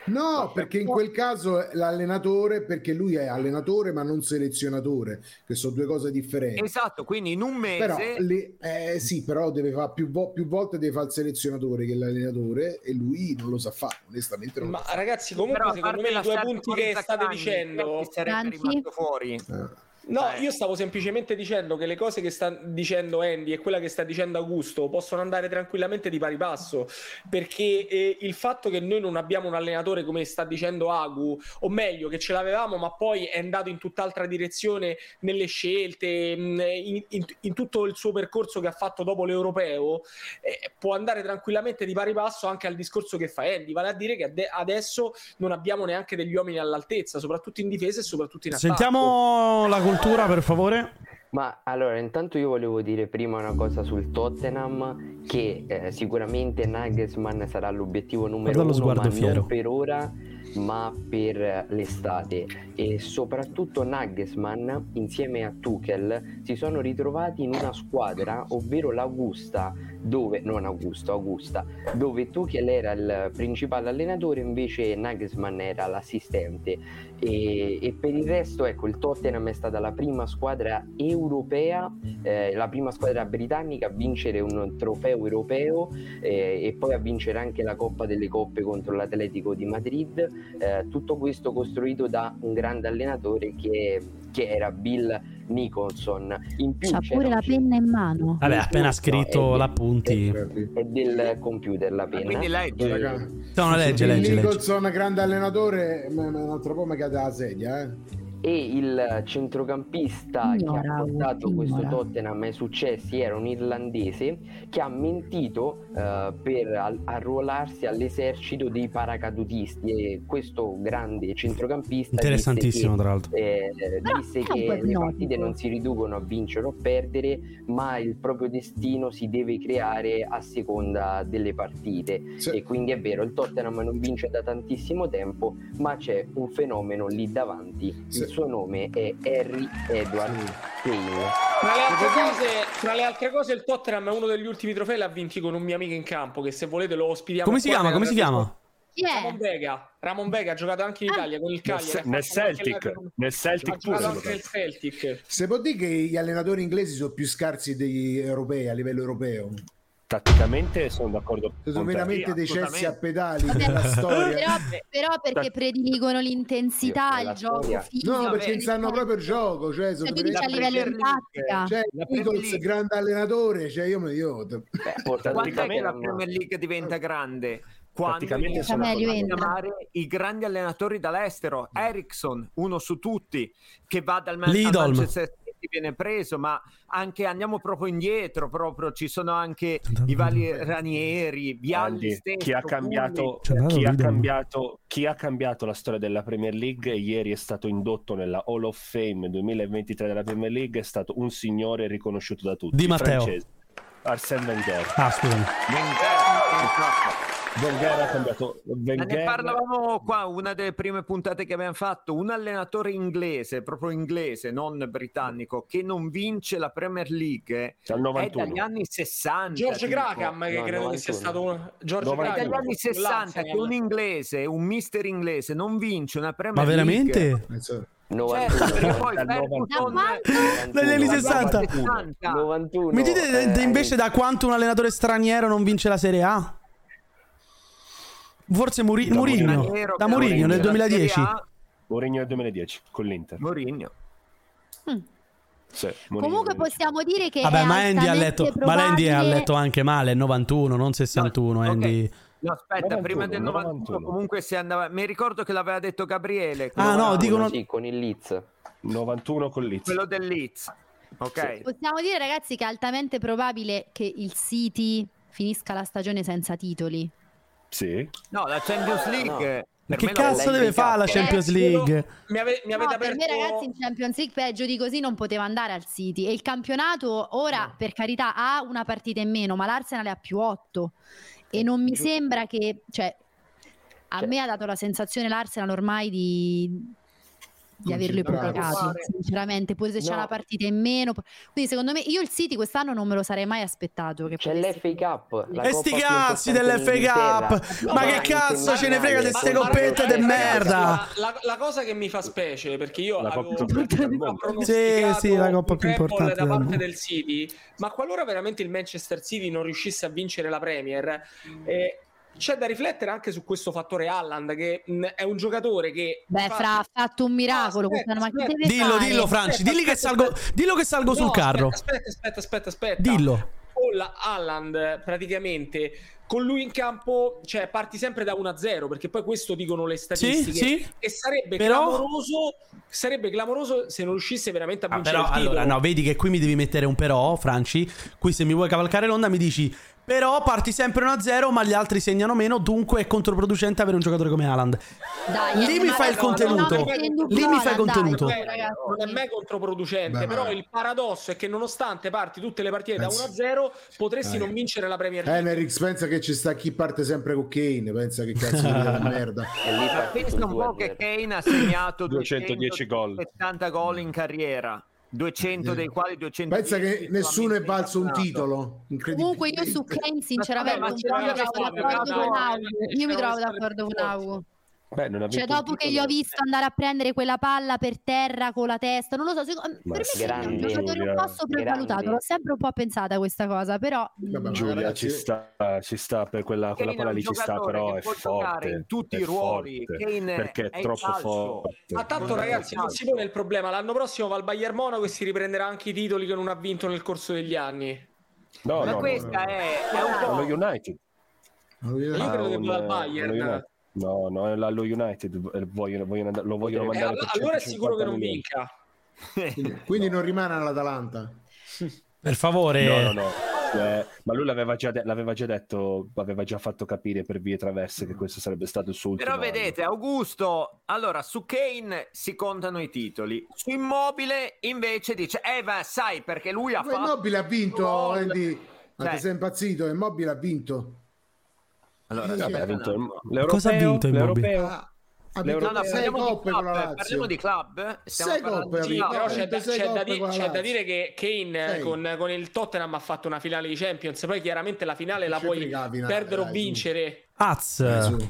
S17: No, perché in quel caso è l'allenatore, perché lui è allenatore ma non selezionatore, che sono due cose differenti.
S10: Esatto, quindi in un mese...
S17: Però, le- eh, sì, però deve fa più, vo- più volte deve fare il selezionatore che l'allenatore e lui non lo sa fare, onestamente non lo
S4: Ma
S17: sa fare.
S4: ragazzi, comunque
S10: Però a
S4: secondo
S10: parte
S4: me i due
S10: lasciare
S4: punti
S10: fuori
S4: che state
S10: Zaccagni,
S4: dicendo...
S10: chi sarebbe
S2: Franchi?
S10: rimasto fuori.
S17: Eh.
S4: No, io stavo semplicemente dicendo che le cose che sta dicendo Andy e quella che sta dicendo Augusto possono andare tranquillamente di pari passo, perché eh, il fatto che noi non abbiamo un allenatore come sta dicendo Agu, o meglio che ce l'avevamo ma poi è andato in tutt'altra direzione nelle scelte, mh, in, in- in tutto il suo percorso che ha fatto dopo l'europeo, eh, può andare tranquillamente di pari passo anche al discorso che fa Andy, vale a dire che ade- adesso non abbiamo neanche degli uomini all'altezza, soprattutto in difesa e soprattutto in attacco.
S1: Sentiamo la cultura, per favore.
S16: Ma allora, intanto io volevo dire prima una cosa sul Tottenham, che eh, sicuramente Nagelsmann sarà l'obiettivo numero
S1: Guarda lo
S16: uno,
S1: sguardo
S16: ma
S1: fiero.
S16: non per ora, ma per eh, l'estate. E soprattutto Nagelsmann, insieme a Tuchel, si sono ritrovati in una squadra, ovvero l'Augusta, dove, non Augusto, Augusta, dove Tuchel era il principale allenatore, invece Nagelsmann era l'assistente. E, e per il resto, ecco, il Tottenham è stata la prima squadra europea, eh, la prima squadra britannica a vincere un trofeo europeo eh, e poi a vincere anche la Coppa delle Coppe contro l'Atletico di Madrid. Eh, tutto questo costruito da un grande allenatore che, che era Bill Nicholson. In più
S2: C'ha
S16: c'era
S2: pure la penna in mano.
S1: Vabbè, appena
S16: No,
S1: scritto
S16: è-
S1: l'appunti.
S16: è del computer la
S17: Ah,
S16: pena.
S10: quindi leggi,
S16: Eh,
S17: raga.
S1: No, legge, legge, legge.
S17: Nicholson, grande allenatore, ma ma un altro po' mi cade la sedia. eh.
S16: e il centrocampista che ha portato questo Tottenham ai successi era un irlandese che ha mentito eh, per al- arruolarsi all'esercito dei paracadutisti e questo grande centrocampista
S1: Interessantissimo,
S16: disse
S1: tra l'altro.
S16: che, eh,
S2: Però
S16: disse
S2: è un
S16: che
S2: po'
S16: le
S2: ipnotico.
S16: partite non si riducono a vincere o a perdere ma il proprio destino si deve creare a seconda delle partite e quindi è vero il Tottenham non vince da tantissimo tempo ma c'è un fenomeno lì davanti il suo nome è Harry Edward Kane
S4: Tra le, altre cose, tra le altre cose, il Tottenham è uno degli ultimi trofei. L'ha vinti con un mio amico in campo. Che se volete lo ospitiamo.
S1: Come si
S4: qua,
S1: chiama?
S4: che
S1: Come si
S4: era-
S1: chiama?
S4: Ramon Vega. Ramon Vega ha giocato anche
S2: Ah.
S4: in Italia con
S12: Nel,
S4: il Cagliari. ha
S12: nel
S4: fatto anche
S12: Celtic,
S4: la-
S12: nel
S4: Ha
S12: Celtic pure.
S4: giocato
S12: lo
S4: anche nel Celtic.
S17: Se può dire che gli allenatori inglesi sono più scarsi degli europei a livello europeo.
S12: Tatticamente sono d'accordo
S17: Sono
S12: con te.
S17: veramente dei cessi a pedali
S2: Vabbè,
S17: nella
S2: però,
S17: storia.
S2: però perché prediligono l'intensità, il gioco eh, fisico.
S17: No, perché sanno proprio il gioco, cioè, sono
S2: quindi c'è a
S17: veramente-
S2: livello di tattica.
S17: Cioè,
S10: La Premier
S17: Nichols,
S10: League.
S17: grande allenatore, cioè io mi io
S10: Quando è che la Premier League diventa grande? Quando
S17: Praticamente
S10: iniziano
S17: sono
S10: a
S17: meglio entra.
S10: chiamare i grandi allenatori dall'estero,
S12: Mm.
S10: Ericsson, uno su tutti, che va dal Man- al
S1: Lidl.
S10: Manchester City, viene preso, ma anche andiamo proprio indietro, proprio ci sono anche i vari Ranieri, Vialli
S12: Andy,
S10: stesso.
S12: chi ha cambiato, Cioè,
S1: Cioè,
S10: Culli.
S12: chi ha cambiato, chi ha cambiato la storia della Premier League ieri è stato indotto nella Hall of Fame 2023 della Premier League è stato un signore riconosciuto da tutti
S1: Di Matteo.
S12: francese, Arsène Wenger
S16: eh.
S1: Ah, scusami.
S12: Wenger ha cambiato
S10: Ma Ne
S12: Wenger
S10: parlavamo qua, una delle prime puntate che abbiamo fatto, un allenatore inglese, proprio inglese, non britannico, che non vince la Premier League è
S12: 91.
S10: dagli anni 60.
S4: George
S10: tipo.
S4: Graham, che credo che sia stato uno. George
S10: È
S4: Graham. eh.
S10: dagli anni 60 che
S4: L'Arsenal.
S10: un inglese, un mister inglese non vince una Premier
S1: Ma veramente?
S10: League. Certo, perché poi Ferguson-
S1: Dagli anni 60.
S10: 60.
S1: Mi dite
S16: eh,
S1: de- de- invece da quanto un allenatore straniero non vince la Serie A? Forse Muri- Mourinho.
S12: Mourinho.
S1: Da Mourinho nel 2010.
S12: Mourinho nel 2010 con l'Inter
S10: Mourinho
S12: sì, Mourinho.
S2: Comunque possiamo dire che
S1: Vabbè,
S2: è
S1: ma Andy ha
S2: altamente
S1: letto, ma
S2: probabile-
S1: Andy ha letto anche male, 91, non 61. Andy.
S10: No, aspetta, prima del
S12: 91.
S10: 91, comunque si andava... Mi ricordo che l'aveva detto Gabriele.
S12: Ah, no, dicono-
S10: Sì,
S16: con il Leeds.
S12: 91 con Leeds
S10: quello del Leeds. Ok.
S2: Possiamo dire, ragazzi, che è altamente probabile che il City finisca la stagione senza titoli.
S12: sì
S10: No, la Champions League.
S1: Ma Ah,
S10: per
S1: che
S10: me la-
S1: cazzo deve fare la Champions League?
S4: Mi, ave- mi
S2: No,
S4: avete
S2: per me,
S4: aperto-
S2: ragazzi, in Champions League peggio di così non poteva andare al City. E il campionato ora, per carità, ha una partita in meno, ma l'Arsenal ha più 8. E non mi sembra che. Cioè,
S4: Cioè
S2: a me ha dato la sensazione l'Arsenal ormai di. Di averlo
S6: Concentrato.
S2: ipotecato, sinceramente, pure se c'è
S16: No.
S2: una partita in meno. Quindi, secondo me, io il City quest'anno non me lo sarei mai aspettato. Che
S16: c'è l'FA Cup la
S1: E
S16: coppa
S1: sti
S16: più
S1: cazzi
S16: importante
S1: dell'FA
S16: d'Inghilterra.
S1: Cup! Ma che
S16: anche
S1: cazzo ce ne frega di
S16: Ma-
S1: ste
S16: ma-
S1: coppette de merda!
S4: La, la- la cosa che mi fa specie perché io avevo
S1: Sì,
S4: pronosticato
S1: sì, la coppa più
S4: un treble
S1: importante
S4: da
S1: del
S4: parte
S1: mondo.
S4: del City, ma qualora veramente il Manchester City non riuscisse a vincere la Premier, eh, c'è da riflettere anche su questo fattore Haaland che mh, è un giocatore che
S2: Beh,
S4: fa-
S2: Fra ha fatto un miracolo
S4: Aspetta,
S2: quest'anno, ma che
S4: aspetta.
S2: deve
S1: Dillo,
S2: fare?
S1: dillo, Franci, dilli che salgo, dillo che salgo sul
S4: No,
S1: carro.
S4: Aspetta, aspetta, aspetta, aspetta.
S1: Dillo.
S4: Con la Haaland praticamente con lui in campo, cioè parti sempre da 1-0 perché poi questo dicono le statistiche
S1: sì.
S4: e sarebbe
S1: Però-
S4: clamoroso sarebbe clamoroso se non riuscisse veramente a
S1: Ah,
S4: vincere
S1: però
S4: il titolo.
S1: allora, no, vedi che qui mi devi mettere un però, Franci. Qui se mi vuoi cavalcare l'onda mi dici però parti sempre 1-0, ma gli altri segnano meno, dunque è controproducente avere un giocatore come Haaland.
S2: Dai,
S1: Lì mi
S2: ma
S1: fa il
S2: adesso non
S1: contenuto.
S2: avete in dubbio
S1: Lì mi fa
S2: Haaland,
S1: il
S2: dai,
S1: contenuto.
S2: poi, ragazzi.
S4: non è mai controproducente,
S17: Beh,
S4: però
S17: ma-
S4: il paradosso è che nonostante parti tutte le partite da
S17: Penso-
S4: 1-0 potresti
S17: Eh.
S4: non vincere la Premier League.
S17: Henrix pensa che ci sta chi parte sempre con Kane, pensa che cazzo di merda.
S10: Ma pensa un po' che Kane ha segnato 210 gol. 70 gol in carriera, 200 dei quali 200.
S17: Pensa che nessuno è valso un titolo, incredibile.
S2: Comunque io su Kane sinceramente
S10: Ma
S2: non
S10: c'era
S2: voglio
S10: la
S2: trovare
S10: Juve,
S2: d'accordo
S10: no,
S2: con
S10: no,
S2: Augu. Io mi trovo d'accordo con Augu.
S12: Beh, non ha vinto
S2: Cioè
S12: il
S2: dopo che
S12: titolo.
S2: gli ho visto andare a prendere quella palla per terra con la testa, non lo so, secondo- per
S12: Ma
S2: me Kane è un
S12: grande,
S2: giocatore un
S12: Giulia,
S2: po' sopravvalutato,
S12: grande.
S2: l'ho sempre un po' pensata questa cosa, però
S17: Vabbè,
S12: Giulia
S17: ragazzi-
S12: ci sta, ci sta per quella, quella
S10: Kane è
S12: parola
S10: un
S12: lì ci sta,
S10: giocatore
S12: però
S10: che
S12: è
S10: può giocare
S12: forte.
S10: in tutti
S12: è
S10: i ruoli.
S12: forte,
S10: Kane
S12: perché è,
S10: è il
S12: troppo
S10: calcio.
S12: forte.
S4: Ma tanto ragazzi non si pone il problema, l'anno prossimo va al Bayern Monaco e si riprenderà anche i titoli che non ha vinto nel corso degli anni.
S12: No,
S10: Ma
S12: no,
S10: questa
S12: no, no.
S10: È, è un po'...
S12: Lo United. Ah,
S4: Io credo che vada al Bayern.
S12: lo United. No, no, è allo United eh, vogliono, vogliono and- lo vogliono
S4: Eh,
S12: mandare.
S4: all-
S12: per
S4: allora è sicuro che
S12: 150
S4: non
S12: milioni.
S4: vinca.
S17: Quindi non rimane all'Atalanta.
S1: Per favore.
S12: No, no, no. Eh, ma lui l'aveva già, de- l'aveva già detto, aveva già fatto capire per vie traverse che questo sarebbe stato il suo ultimo.
S10: Però vedete, Augusto, allora su Kane si contano i titoli, su Immobile invece dice, eh ma sai perché lui ha
S17: Ma
S10: fatto...
S17: Immobile ha vinto,
S10: gol".
S17: Andy. Ma
S10: Cioè,
S17: te sei impazzito? Immobile ha vinto.
S10: Allora,
S17: Sì,
S12: anno.
S17: sì.
S12: Ha vinto il- l'europeo,
S1: Cosa ha vinto Immobile?
S12: l'europeo.
S17: Ah, ha vinto
S10: No, no,
S17: sei
S10: parliamo, di
S17: coppe con
S10: club,
S17: la Lazio.
S10: parliamo di club. Stiamo
S17: Sei
S10: parlando
S17: coppe,
S10: di
S17: amico.
S10: club.
S4: Però c'è, da,
S17: sei
S4: c'è da
S17: coppe
S4: di-
S17: con la
S4: c'è da
S17: Lazio.
S4: dire che Kane eh,
S17: Sei.
S4: con, con il Tottenham ha fatto una finale di Champions, poi chiaramente la finale la
S17: ci
S4: puoi
S17: fregavi, Natale,
S4: perdere o
S17: dai,
S4: vincere.
S1: Az.
S12: Eh,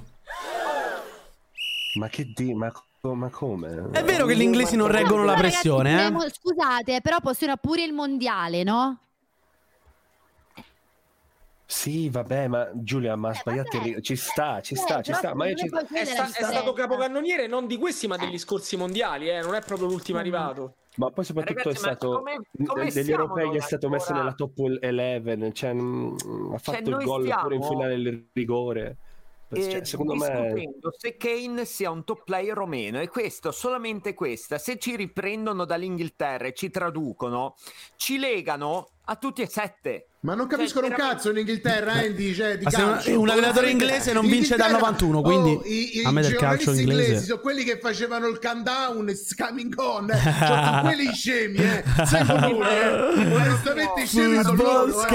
S12: Ma che di, ma, co- ma come?
S1: È vero che gli inglesi non reggono la
S2: Però, ragazzi,
S1: pressione, eh?
S2: abbiamo- Scusate, però possiamo pure il mondiale, no?
S12: Sì, vabbè, ma Giulia, ma sbagliate lì. Ci sta, ci sta, ci sta. Ma io ci...
S4: È, sta- è stato capocannoniere non di questi ma degli scorsi mondiali, eh, non è proprio l'ultimo arrivato.
S12: Ma poi soprattutto
S4: Ragazzi,
S12: è
S4: ma
S12: stato
S4: come- come
S12: de- degli
S4: siamo
S12: europei
S4: noi
S12: è stato messo
S4: ancora?
S12: nella top 11, cioè, mm, ha fatto il
S10: noi
S12: gol
S10: stiamo-
S12: pure in finale del rigore.
S10: Eh,
S12: Cioè, secondo me
S10: discutendo se Kane sia un top player o meno e questo solamente questa se ci riprendono dall'Inghilterra e ci traducono ci legano a tutti e sette
S17: Ma non capiscono
S4: Cioè,
S17: un cazzo in Inghilterra, Andy, cioè, di
S1: Ma se un-
S17: calcio.
S1: un allenatore inglese non vince dal
S17: L'Inghilterra-
S1: 91, quindi
S17: Oh, i, i
S1: a me del
S17: giornalisti
S1: calcio inglese.
S17: inglesi sono quelli che facevano il countdown e coming on, eh. Cioè, sono quelli scemi, eh. Sei sicuro, eh? Onestamente i scemi sono loro, eh.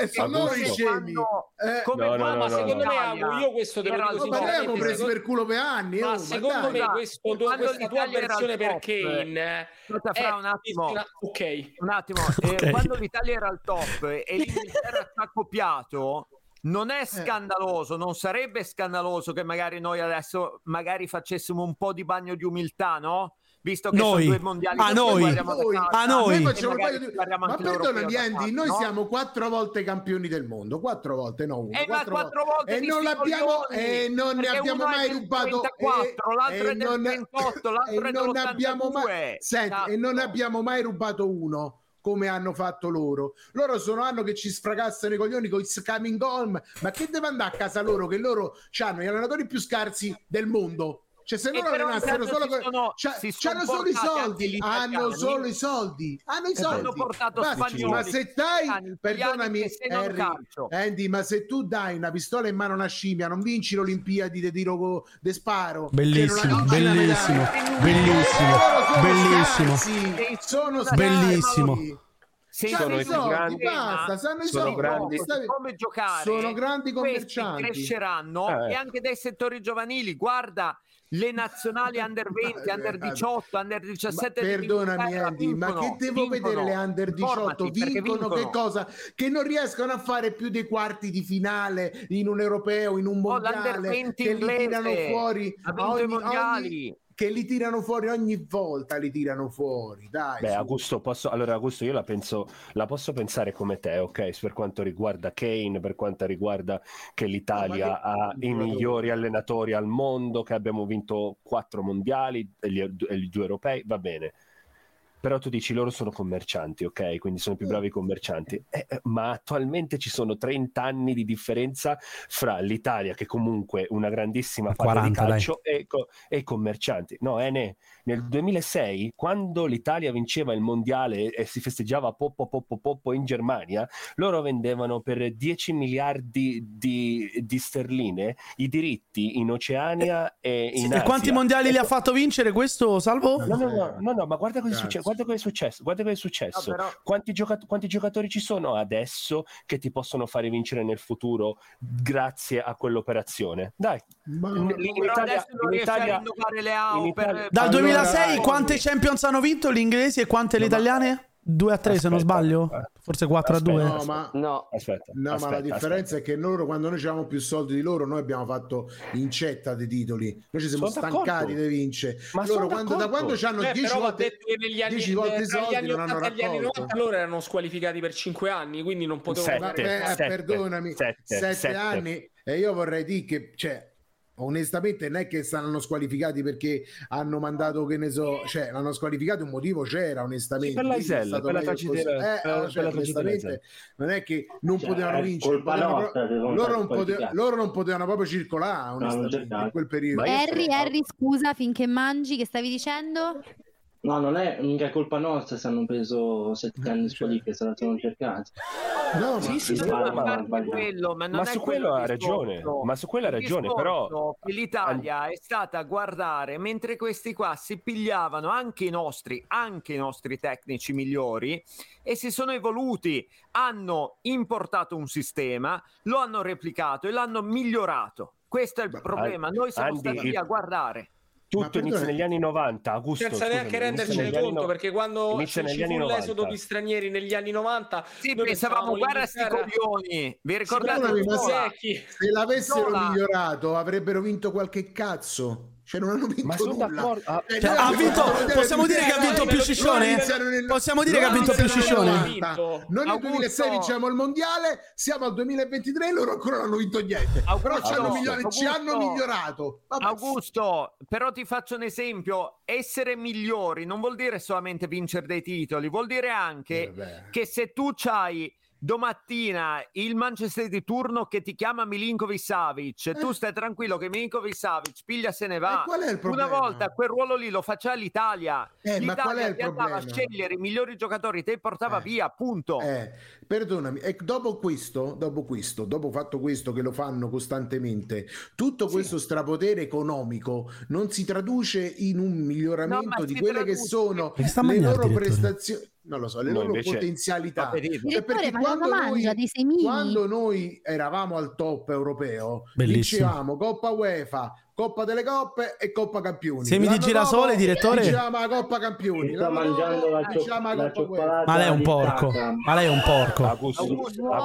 S17: Eh, sono loro i scemi. Eh,
S10: come
S12: No, no,
S10: quando
S12: no,
S4: Ma
S12: no,
S4: secondo
S12: no.
S4: me, Agu, Ah, io questo te lo
S10: Era il
S4: dico
S10: top.
S17: Ma noi abbiamo
S4: sinceramente,
S17: preso
S4: secondo-
S17: per culo per anni, oh,
S4: Ma secondo
S17: dai.
S4: me questo, tu-
S10: Quando
S4: questa tua
S10: l'Italia era
S4: versione
S10: al
S4: per
S10: top,
S4: Kane eh,
S10: Aspetta,
S4: è
S10: fra un attimo,
S4: una- ok.
S10: un attimo. eh,
S4: Ok.
S10: quando l'Italia era al top e l'Inghilterra ci ha copiato, non
S17: Eh.
S10: è scandaloso, non sarebbe scandaloso che magari noi adesso magari facessimo un po' di bagno di umiltà, no? Visto che
S1: Noi.
S10: sono due mondiali
S1: A
S10: che poi
S1: noi.
S10: guardiamo da
S1: Noi.
S10: casa,
S1: A noi.
S10: e
S1: Noi
S17: facciamo un
S10: magari
S17: paio di-
S10: guardiamo
S17: Ma
S10: anche l'europeo
S17: perdonami
S10: da
S17: Andy,
S10: casa,
S17: noi
S10: no?
S17: siamo quattro volte campioni del mondo, quattro volte, no uno,
S10: Eh, ma quattro volte
S17: e
S10: di
S17: non,
S10: sti
S17: l'abbiamo,
S10: coglioni,
S17: e non ne
S10: perché
S17: abbiamo
S10: uno è
S17: mai
S10: del
S17: rubato eh,
S10: 34,
S17: e-
S10: l'altro è del 38, l'altro
S17: e
S10: è Esatto.
S17: non
S10: dell'82.
S17: abbiamo mai, senti, e non ne abbiamo mai rubato uno come hanno fatto loro loro sono anno che ci sfragassano i coglioni con il coming home ma che deve andare a casa loro che loro hanno gli allenatori più scarsi del mondo cioè se
S10: E
S17: loro
S10: però
S17: allenassero
S10: intanto
S17: solo
S10: si
S17: con-
S10: sono-
S17: c'ha-
S10: si sono
S17: c'hanno solo i
S10: portati anche
S17: soldi
S10: gli
S17: hanno
S10: italiani.
S17: solo i soldi hanno i
S10: Eh, hanno
S17: soldi
S10: portato
S17: Basta,
S10: spagnoli,
S17: ma se
S10: italiani,
S17: dai
S10: italiani
S17: perdonami
S10: che se non
S17: Harry,
S10: calcio.
S17: Andy ma se tu dai una pistola in mano a una scimmia non vinci l'Olimpiadi di tiro co- de sparo che non
S1: Bellissimo,
S17: la vinci la
S1: bellissimo,
S17: medaglia.
S1: bellissimo,
S17: Loro sono
S1: bellissimo,
S17: scarsi, sono scarsi.
S1: bellissimo.
S10: Se
S17: Cioè,
S12: Sono
S17: i
S12: i più
S17: soldi,
S12: grandi-
S17: basta, sanno i
S12: sono
S17: soldi.
S12: grandi-
S17: Stavi-
S10: come giocare
S17: sono grandi
S10: questi
S17: commercianti. ecco.
S10: cresceranno
S12: Eh.
S10: e anche dai settori giovanili guarda le nazionali under 20 under 18 under 17
S17: Eh, Ma perdonami
S10: dell'Inghilterra
S17: Andy ma
S10: vincono,
S17: che devo
S10: vincono.
S17: vedere le under 18
S10: Informati, perché
S17: vincono che cosa che non riescono a fare più dei quarti di finale in un europeo in un
S10: Oh, l'under
S17: mondiale
S10: 20
S17: che li
S10: inglese
S17: tirano fuori
S10: ha
S17: a
S10: vinto i
S17: ogni-
S10: mondiali
S17: ogni- che li tirano fuori ogni volta li tirano fuori dai
S12: Beh,
S17: su.
S12: Augusto, posso... allora, Augusto, io la penso, la posso pensare come te, ok? Per quanto riguarda Kane, per quanto riguarda che l'Italia ha i migliori allenatori al mondo, che abbiamo vinto quattro mondiali e gli, e gli due europei, va bene. Però tu dici loro sono commercianti, ok? Quindi sono i più bravi commercianti. Eh, eh, ma attualmente ci sono 30 anni di differenza fra l'Italia, che comunque è una grandissima parte di
S1: 40, dai.
S12: calcio, e, co- e i commercianti. No, Ene, nel 2006, quando l'Italia vinceva il mondiale e si festeggiava poppo poppo poppo in Germania, loro vendevano per 10 miliardi di, di sterline i diritti in Oceania e in
S1: Sì,
S12: Asia.
S1: e quanti mondiali li ha fatto vincere questo, Salvo?
S12: No, no, no, no, no, ma guarda cosa, è succe- guarda cosa è successo. Guarda cosa è successo.
S10: No, però-
S12: Quanti, gioca- quanti giocatori ci sono adesso che ti possono fare vincere nel futuro grazie a quell'operazione? Dai, in, in
S10: Però
S12: Italia,
S10: adesso non
S12: in
S10: riesce a
S12: Italia,
S10: rinnovare le AO
S12: in Italia-
S10: per-
S1: Dal
S12: Allora- eh,
S1: 2006 quante Champions hanno vinto gli inglesi e quante le italiane? 2 a 3 se non sbaglio? Forse 4 a
S12: Aspetta,
S1: 2?
S12: eh. aspetta,
S17: No, ma-
S16: No,
S12: aspetta,
S17: No, ma la
S12: aspetta,
S17: differenza è che loro, quando noi avevamo più soldi di loro, noi abbiamo fatto incetta di titoli. Noi ci siamo
S12: Sono
S17: stancati
S12: d'accordo.
S17: di vincere.
S12: Ma
S17: loro,
S12: sono
S17: quando, da
S12: d'accordo.
S17: quando hanno
S4: Eh,
S17: 10
S4: però va
S17: volte,
S4: detto che negli anni, eh,
S17: 10 volte i
S4: tra gli
S17: soldi
S4: anni
S17: non hanno
S4: 80 e gli anni
S17: raccolto.
S4: 90 loro erano squalificati per 5 anni, quindi non potevano
S12: Sette,
S4: fare
S17: Eh,
S12: sette,
S17: perdonami,
S12: sette,
S17: 7
S12: sette.
S17: anni e io vorrei dire che cioè, onestamente non è che saranno squalificati perché hanno mandato che ne so cioè l'hanno squalificato un motivo c'era onestamente
S12: Sì, per la
S17: Quindi è
S12: Isel,
S17: stato
S12: per la
S17: meglio
S12: tragicità-
S17: così.
S12: per la-
S17: Eh,
S12: per la
S17: cioè,
S12: tragicità
S17: onestamente,
S12: Isel.
S17: non è che non
S12: Cioè,
S17: potevano
S12: è
S17: vincere
S12: colpa
S17: potevano
S12: nostra
S17: pro-
S12: che non
S17: loro, non
S12: sono
S17: pote-
S12: qualificati.
S17: loro non potevano proprio circolare onestamente in quel periodo
S2: Harry, Harry, scusa, finché mangi, che stavi dicendo?
S19: No, non è mica colpa nostra se hanno preso
S5: Eh,
S19: sette anni di squalifica,
S5: certo.
S19: se la sono cercata.
S17: No,
S19: ma-
S12: Sì, sì, sì,
S19: Sbaglio,
S12: ma-
S19: sbaglio.
S12: ma-
S10: quello, ma non è
S12: su quello ha
S10: il discorso.
S12: ragione, ma su quello ha
S10: Il
S12: ragione,
S10: discorso
S12: però
S10: che l'Italia è stata a guardare mentre questi qua si pigliavano anche i nostri, anche i nostri tecnici migliori e si sono evoluti, hanno importato un sistema, lo hanno replicato e l'hanno migliorato. Questo è il problema, noi siamo
S12: Andy,
S10: stati lì
S12: il-
S10: a guardare.
S12: tutto inizia negli anni 90, Augusto.
S4: senza
S12: scusami,
S4: Cioè, neanche
S12: inizia
S4: rendercene
S12: negli anni
S4: conto
S12: no-
S4: perché quando
S12: inizia
S4: ci,
S12: negli
S4: ci
S12: anni
S4: fu
S12: 90.
S4: l'esodo di stranieri negli anni 90
S10: sì, pensavamo, guarda sti coglioni, vi ricordate
S17: Scusami, ma
S10: Zola?
S17: se, se l'avessero
S10: Zola.
S17: migliorato avrebbero vinto qualche cazzo cioè non hanno vinto
S12: sono
S17: nulla
S12: d'accordo. Ah,
S17: Cioè,
S12: cioè,
S17: noi
S12: ha
S17: abbiamo
S12: vinto-
S17: fatto vedere
S12: possiamo
S17: tutti-
S12: dire che ha
S17: eh,
S12: vinto
S17: no,
S12: più
S17: no,
S12: Sciscione?
S17: no, iniziano nel-
S12: Possiamo dire che ha
S17: no,
S12: vinto più
S17: iniziano nel
S12: Sciscione?
S17: 90.
S12: Vinto.
S17: Noi nel
S12: Augusto.
S17: 2016 vinciamo il mondiale, siamo al 2023 e loro ancora non hanno vinto niente. Però ci hanno,
S10: Augusto,
S17: miglior- ci
S10: Augusto.
S17: hanno migliorato. Vabbè.
S10: Augusto, però ti faccio un esempio, essere migliori non vuol dire solamente vincere dei titoli, vuol dire
S17: Eh,
S10: anche che se tu c'hai domattina il Manchester di turno che ti chiama Milinkovic Savic, tu stai tranquillo che Milinkovic Savic piglia se ne va.
S17: Eh. E qual è il
S10: Una
S17: problema?
S10: volta quel ruolo lì lo faceva l'Italia.
S17: Eh, ma
S10: L'Italia
S17: qual è il
S10: ti andava a
S17: problema?
S10: scegliere i migliori giocatori, te li portava via, punto.
S17: Eh, perdonami, e dopo questo, dopo questo, dopo fatto questo che lo fanno costantemente, tutto questo strapotere economico non si traduce in un miglioramento di quelle che sono
S1: Perché sta a
S17: le
S1: mangiare
S17: loro
S1: il direttore?
S17: prestazioni. Non lo so, le
S1: No,
S17: loro
S1: invece-
S17: potenzialità.
S1: Fa per dire.
S17: Cioè, perché
S2: Direttore, ma cosa
S17: quando
S2: mangia?
S17: noi,
S2: Dei semini?
S17: quando noi eravamo al top europeo,
S1: Bellissimo.
S17: vincevamo Coppa UEFA, Coppa delle Coppe e Coppa Campioni.
S1: Semi di
S17: L'anno
S1: girasole,
S17: dopo
S1: direttore?
S17: Vinciamo la Coppa Campioni.
S11: Sta
S17: l'anno
S11: mangiando
S17: dopo
S11: la cioc-
S17: vinciamo la
S11: la
S17: Coppa UEFA.
S11: cioccolata
S1: Ma lei è un
S11: di
S1: porco.
S11: Tata.
S1: Ma lei è un porco.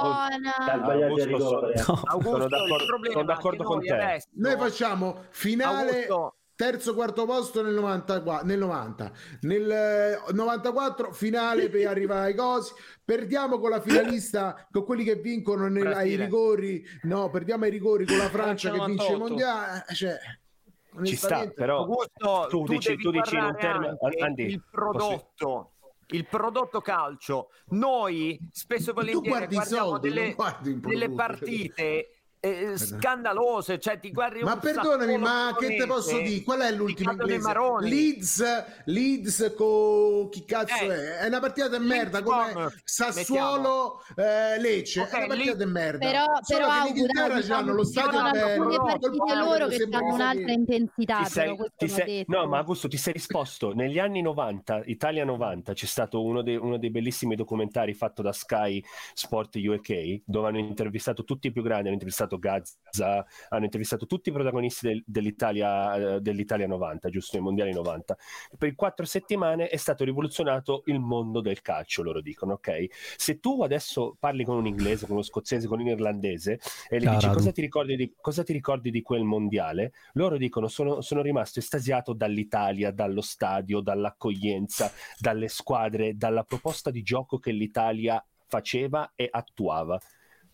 S11: Augusto,
S12: Augusto, sono- sono d'accordo, sono d'accordo con te.
S17: Noi facciamo finale
S10: Augusto.
S17: terzo quarto posto nel 94, nel 90, nel eh, 94 finale per arrivare ai cosi, perdiamo con la finalista con quelli che vincono nel- ai
S12: Brasile.
S17: rigori, no, perdiamo ai rigori con la Francia che vince
S12: 98.
S17: il mondiale, eh, cioè
S12: Ci sta,
S17: onestamente-
S12: però
S10: Augusto,
S12: tu, dici,
S10: devi
S12: tu dici in un
S10: guardare
S12: termine...
S10: anche
S12: Andy,
S10: il
S12: posso-
S10: prodotto, il prodotto calcio. Noi spesso e volentieri
S17: guardi i
S10: guardiamo
S17: soldi,
S10: delle,
S17: non guardi il
S10: delle
S17: prodotto.
S10: partite eh, scandalose, cioè ti guardi
S17: Ma
S10: un
S17: perdonami,
S10: sacco
S17: ma che te
S10: giapponese,
S17: posso dire? Qual è
S10: ti
S17: l'ultimo
S10: cadono i
S17: inglese?
S10: maroni.
S17: Leeds, Leeds con chi cazzo
S10: Eh,
S17: è? È una partita di merda come
S10: Leeds-Bournemouth,
S17: Sassuolo eh, Lecce, è una partita di merda.
S2: Però,
S17: Solo
S2: però
S17: che in
S2: auguri,
S17: Inghilterra
S2: diciamo,
S17: c'hanno lo
S2: ci
S17: stadio
S2: sono alcune
S17: bello,
S2: partite
S17: col
S2: loro
S17: pubblico
S2: che
S17: sembra
S2: hanno
S17: che-
S2: un'altra intensità,
S12: Ti sei-
S2: però questo
S12: ti
S2: va
S12: sei-
S2: detto.
S12: no, ma Augusto, ti sei risposto. Negli anni 90, Italia 90, c'è stato uno dei, uno dei bellissimi documentari fatto da Sky Sport UK, dove hanno intervistato tutti i più grandi, hanno intervistato Gazza, hanno intervistato tutti i protagonisti del- dell'Italia, eh, dell'Italia 90, giusto, i mondiali 90. Per quattro settimane è stato rivoluzionato il mondo del calcio, loro dicono, ok? Se tu adesso parli con un inglese, con uno scozzese, con un irlandese e gli dici
S1: Caradu.
S12: cosa ti, ricordi di, cosa ti ricordi di quel mondiale? Loro dicono: sono, sono rimasto estasiato dall'Italia, dallo stadio, dall'accoglienza, dalle squadre, dalla proposta di gioco che l'Italia faceva e attuava.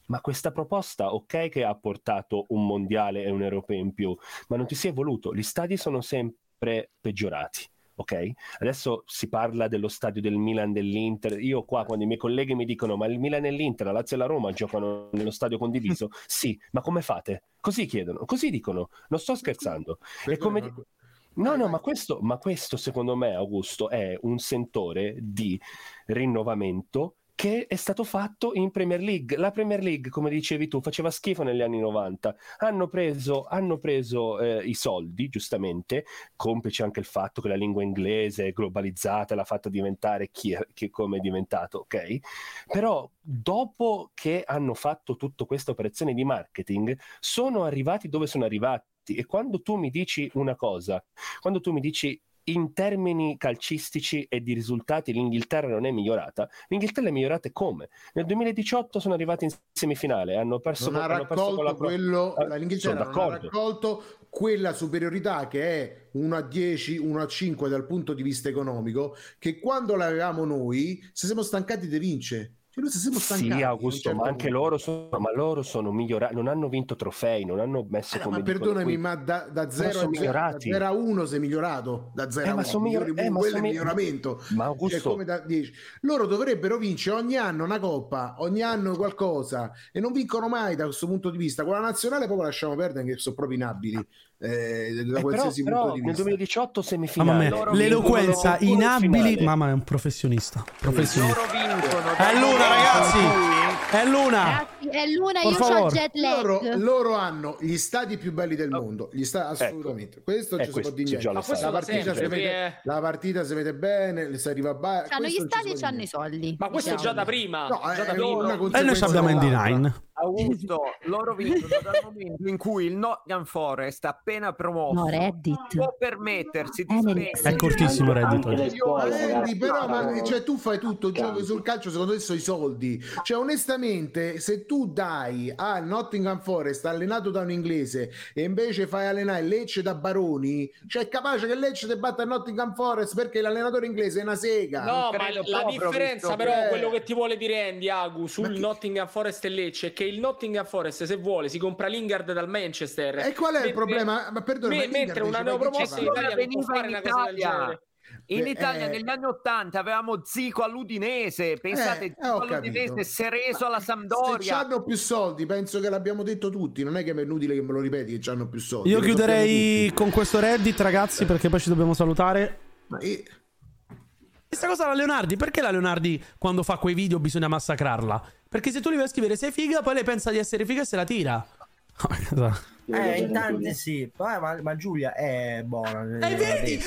S12: Ma questa proposta, ok, che ha portato un mondiale e un europeo in più, ma non ti si è voluto. Gli stadi sono sempre peggiorati. Ok, adesso si parla dello stadio del Milan, dell'Inter. Io qua, quando i miei colleghi mi dicono: Ma il Milan e l'Inter, la Lazio e la Roma giocano nello stadio condiviso? sì, ma come fate? Così chiedono, così dicono. Non sto scherzando. E come di- No, no, ma questo, ma questo secondo me, Augusto, è un sentore di rinnovamento che è stato fatto in Premier League. La Premier League, come dicevi tu, faceva schifo negli anni 90. Hanno preso, hanno preso, eh, i soldi, giustamente, complice anche il fatto che la lingua inglese è globalizzata, l'ha fatta diventare chi è, chi- come è diventato, ok? Però dopo che hanno fatto tutta questa operazione di marketing, sono arrivati dove sono arrivati. E quando tu mi dici una cosa, quando tu mi dici in termini calcistici e di risultati l'Inghilterra non è migliorata, l'Inghilterra è migliorata come? Nel 2018 sono arrivati in semifinale, hanno perso,
S17: non ha
S12: hanno perso con
S17: raccolto
S12: la Cro-
S17: quello
S12: Eh,
S17: l'Inghilterra
S12: sono
S17: non ha
S12: d'accordo.
S17: raccolto quella superiorità che è 1 a 10 1 a 5 dal punto di vista economico che quando l'avevamo noi ci siamo stancati di vincere noi se siamo stancati.
S12: Sì, Augusto,
S17: cioè,
S12: ma anche loro sono, ma loro sono migliorati, non hanno vinto trofei, non hanno messo
S17: Ma
S12: come dicono
S17: perdonami,
S12: qui.
S17: ma da, da
S12: sono
S17: 0 a- da
S12: migliorati.
S17: 0 a 1 sei migliorato. Da 0
S12: Eh,
S17: a
S12: ma
S17: 1
S12: sono miglior- eh, ma
S17: quello è
S12: sono mi-
S17: miglioramento.
S12: Ma Augusto-
S17: Cioè, come da 10. Loro dovrebbero vincere ogni anno una coppa, ogni anno qualcosa, e non vincono mai da questo punto di vista. Con la nazionale proprio lasciamo perdere che sono proprio inabili eh, da
S12: Eh, però,
S17: qualsiasi
S12: però
S17: punto di
S12: nel
S17: vista.
S12: 2018
S1: Mamma
S12: semifinale.
S1: mia,
S12: Loro
S1: l'eloquenza,
S12: vincono-
S1: inabili. Mamma è un professionista. Professionista.
S17: È
S1: l'una, ragazzi! È l'una.
S2: Ragazzi, è l'una,
S17: Per
S2: io ho
S17: favore.
S2: jet lag.
S17: Loro, loro hanno gli stadi più belli del mondo, gli sta- assolutamente. Questo
S12: Ah. Ecco. Eh,
S17: ci si può
S12: questo
S17: dire
S12: ci già
S17: niente.
S12: lo
S17: La
S12: sai. Ma questo da
S17: partita, si
S12: sempre,
S4: eh.
S17: vede, la partita si vede bene, si arriva a bar.
S2: C'hanno gli
S17: questo non ci si
S2: stadi e
S17: può
S2: c'hanno i soldi.
S4: Ma questo già da prima.
S17: No, eh,
S4: già
S17: è
S4: da
S17: una
S4: prima.
S1: E Eh, noi ci abbiamo il D9.
S10: Augusto, loro vincono dal momento in cui il Nottingham Forest appena promosso
S2: No, Reddit. Eh,
S10: può permettersi di
S2: Enelix.
S10: spendere
S1: È cortissimo il reddito oggi.
S17: Eh, Andy, però, ma- cioè, tu fai tutto, giochi sul calcio, secondo te sono i soldi. Cioè, onestamente, se tu dai al Nottingham Forest allenato da un inglese e invece fai allenare Lecce da Baroni, cioè è capace che Lecce ti batta il Nottingham Forest perché l'allenatore inglese è una sega.
S4: No, ma
S17: Ah, Credo
S4: la
S17: proprio, eh.
S4: differenza,
S17: visto
S4: però,
S17: che-
S4: quello che ti vuole dire Andy Agu sul Nottingham Forest e Lecce è che il Nottingham Forest, se vuole, si compra Lingard dal Manchester.
S17: E qual è il
S4: Mentre-
S17: problema? Ma perdona, ma Lingard
S4: mentre una
S17: dice, ma che
S4: neopromossa
S17: ci
S4: in
S17: fa?
S4: Italia non può
S10: veniva
S4: fare
S10: in
S4: una cosa del
S10: Italia.
S4: genere.
S10: In
S17: Eh,
S10: Italia
S17: eh.
S10: negli anni Ottanta avevamo Zico all'Udinese, pensate
S17: Eh, eh,
S10: Zico
S17: ho
S10: all'Udinese,
S17: capito.
S10: Sereso alla
S17: Se
S10: Sampdoria.
S17: hanno più soldi, penso che l'abbiamo detto tutti. Non è che è inutile che me lo ripeti che hanno più soldi.
S1: Io
S17: lo sappiamo
S1: chiuderei con questo Reddit, ragazzi, perché poi ci dobbiamo salutare.
S17: tutti. E-
S1: Questa cosa la Leonardi, perché la Leonardi quando fa quei video bisogna massacrarla? Perché se tu li vai a scrivere sei figa, poi lei pensa di essere figa e se la tira.
S5: Eh, in tanti sì, ma, ma- ma Giulia è buona. eh,
S1: E vedi?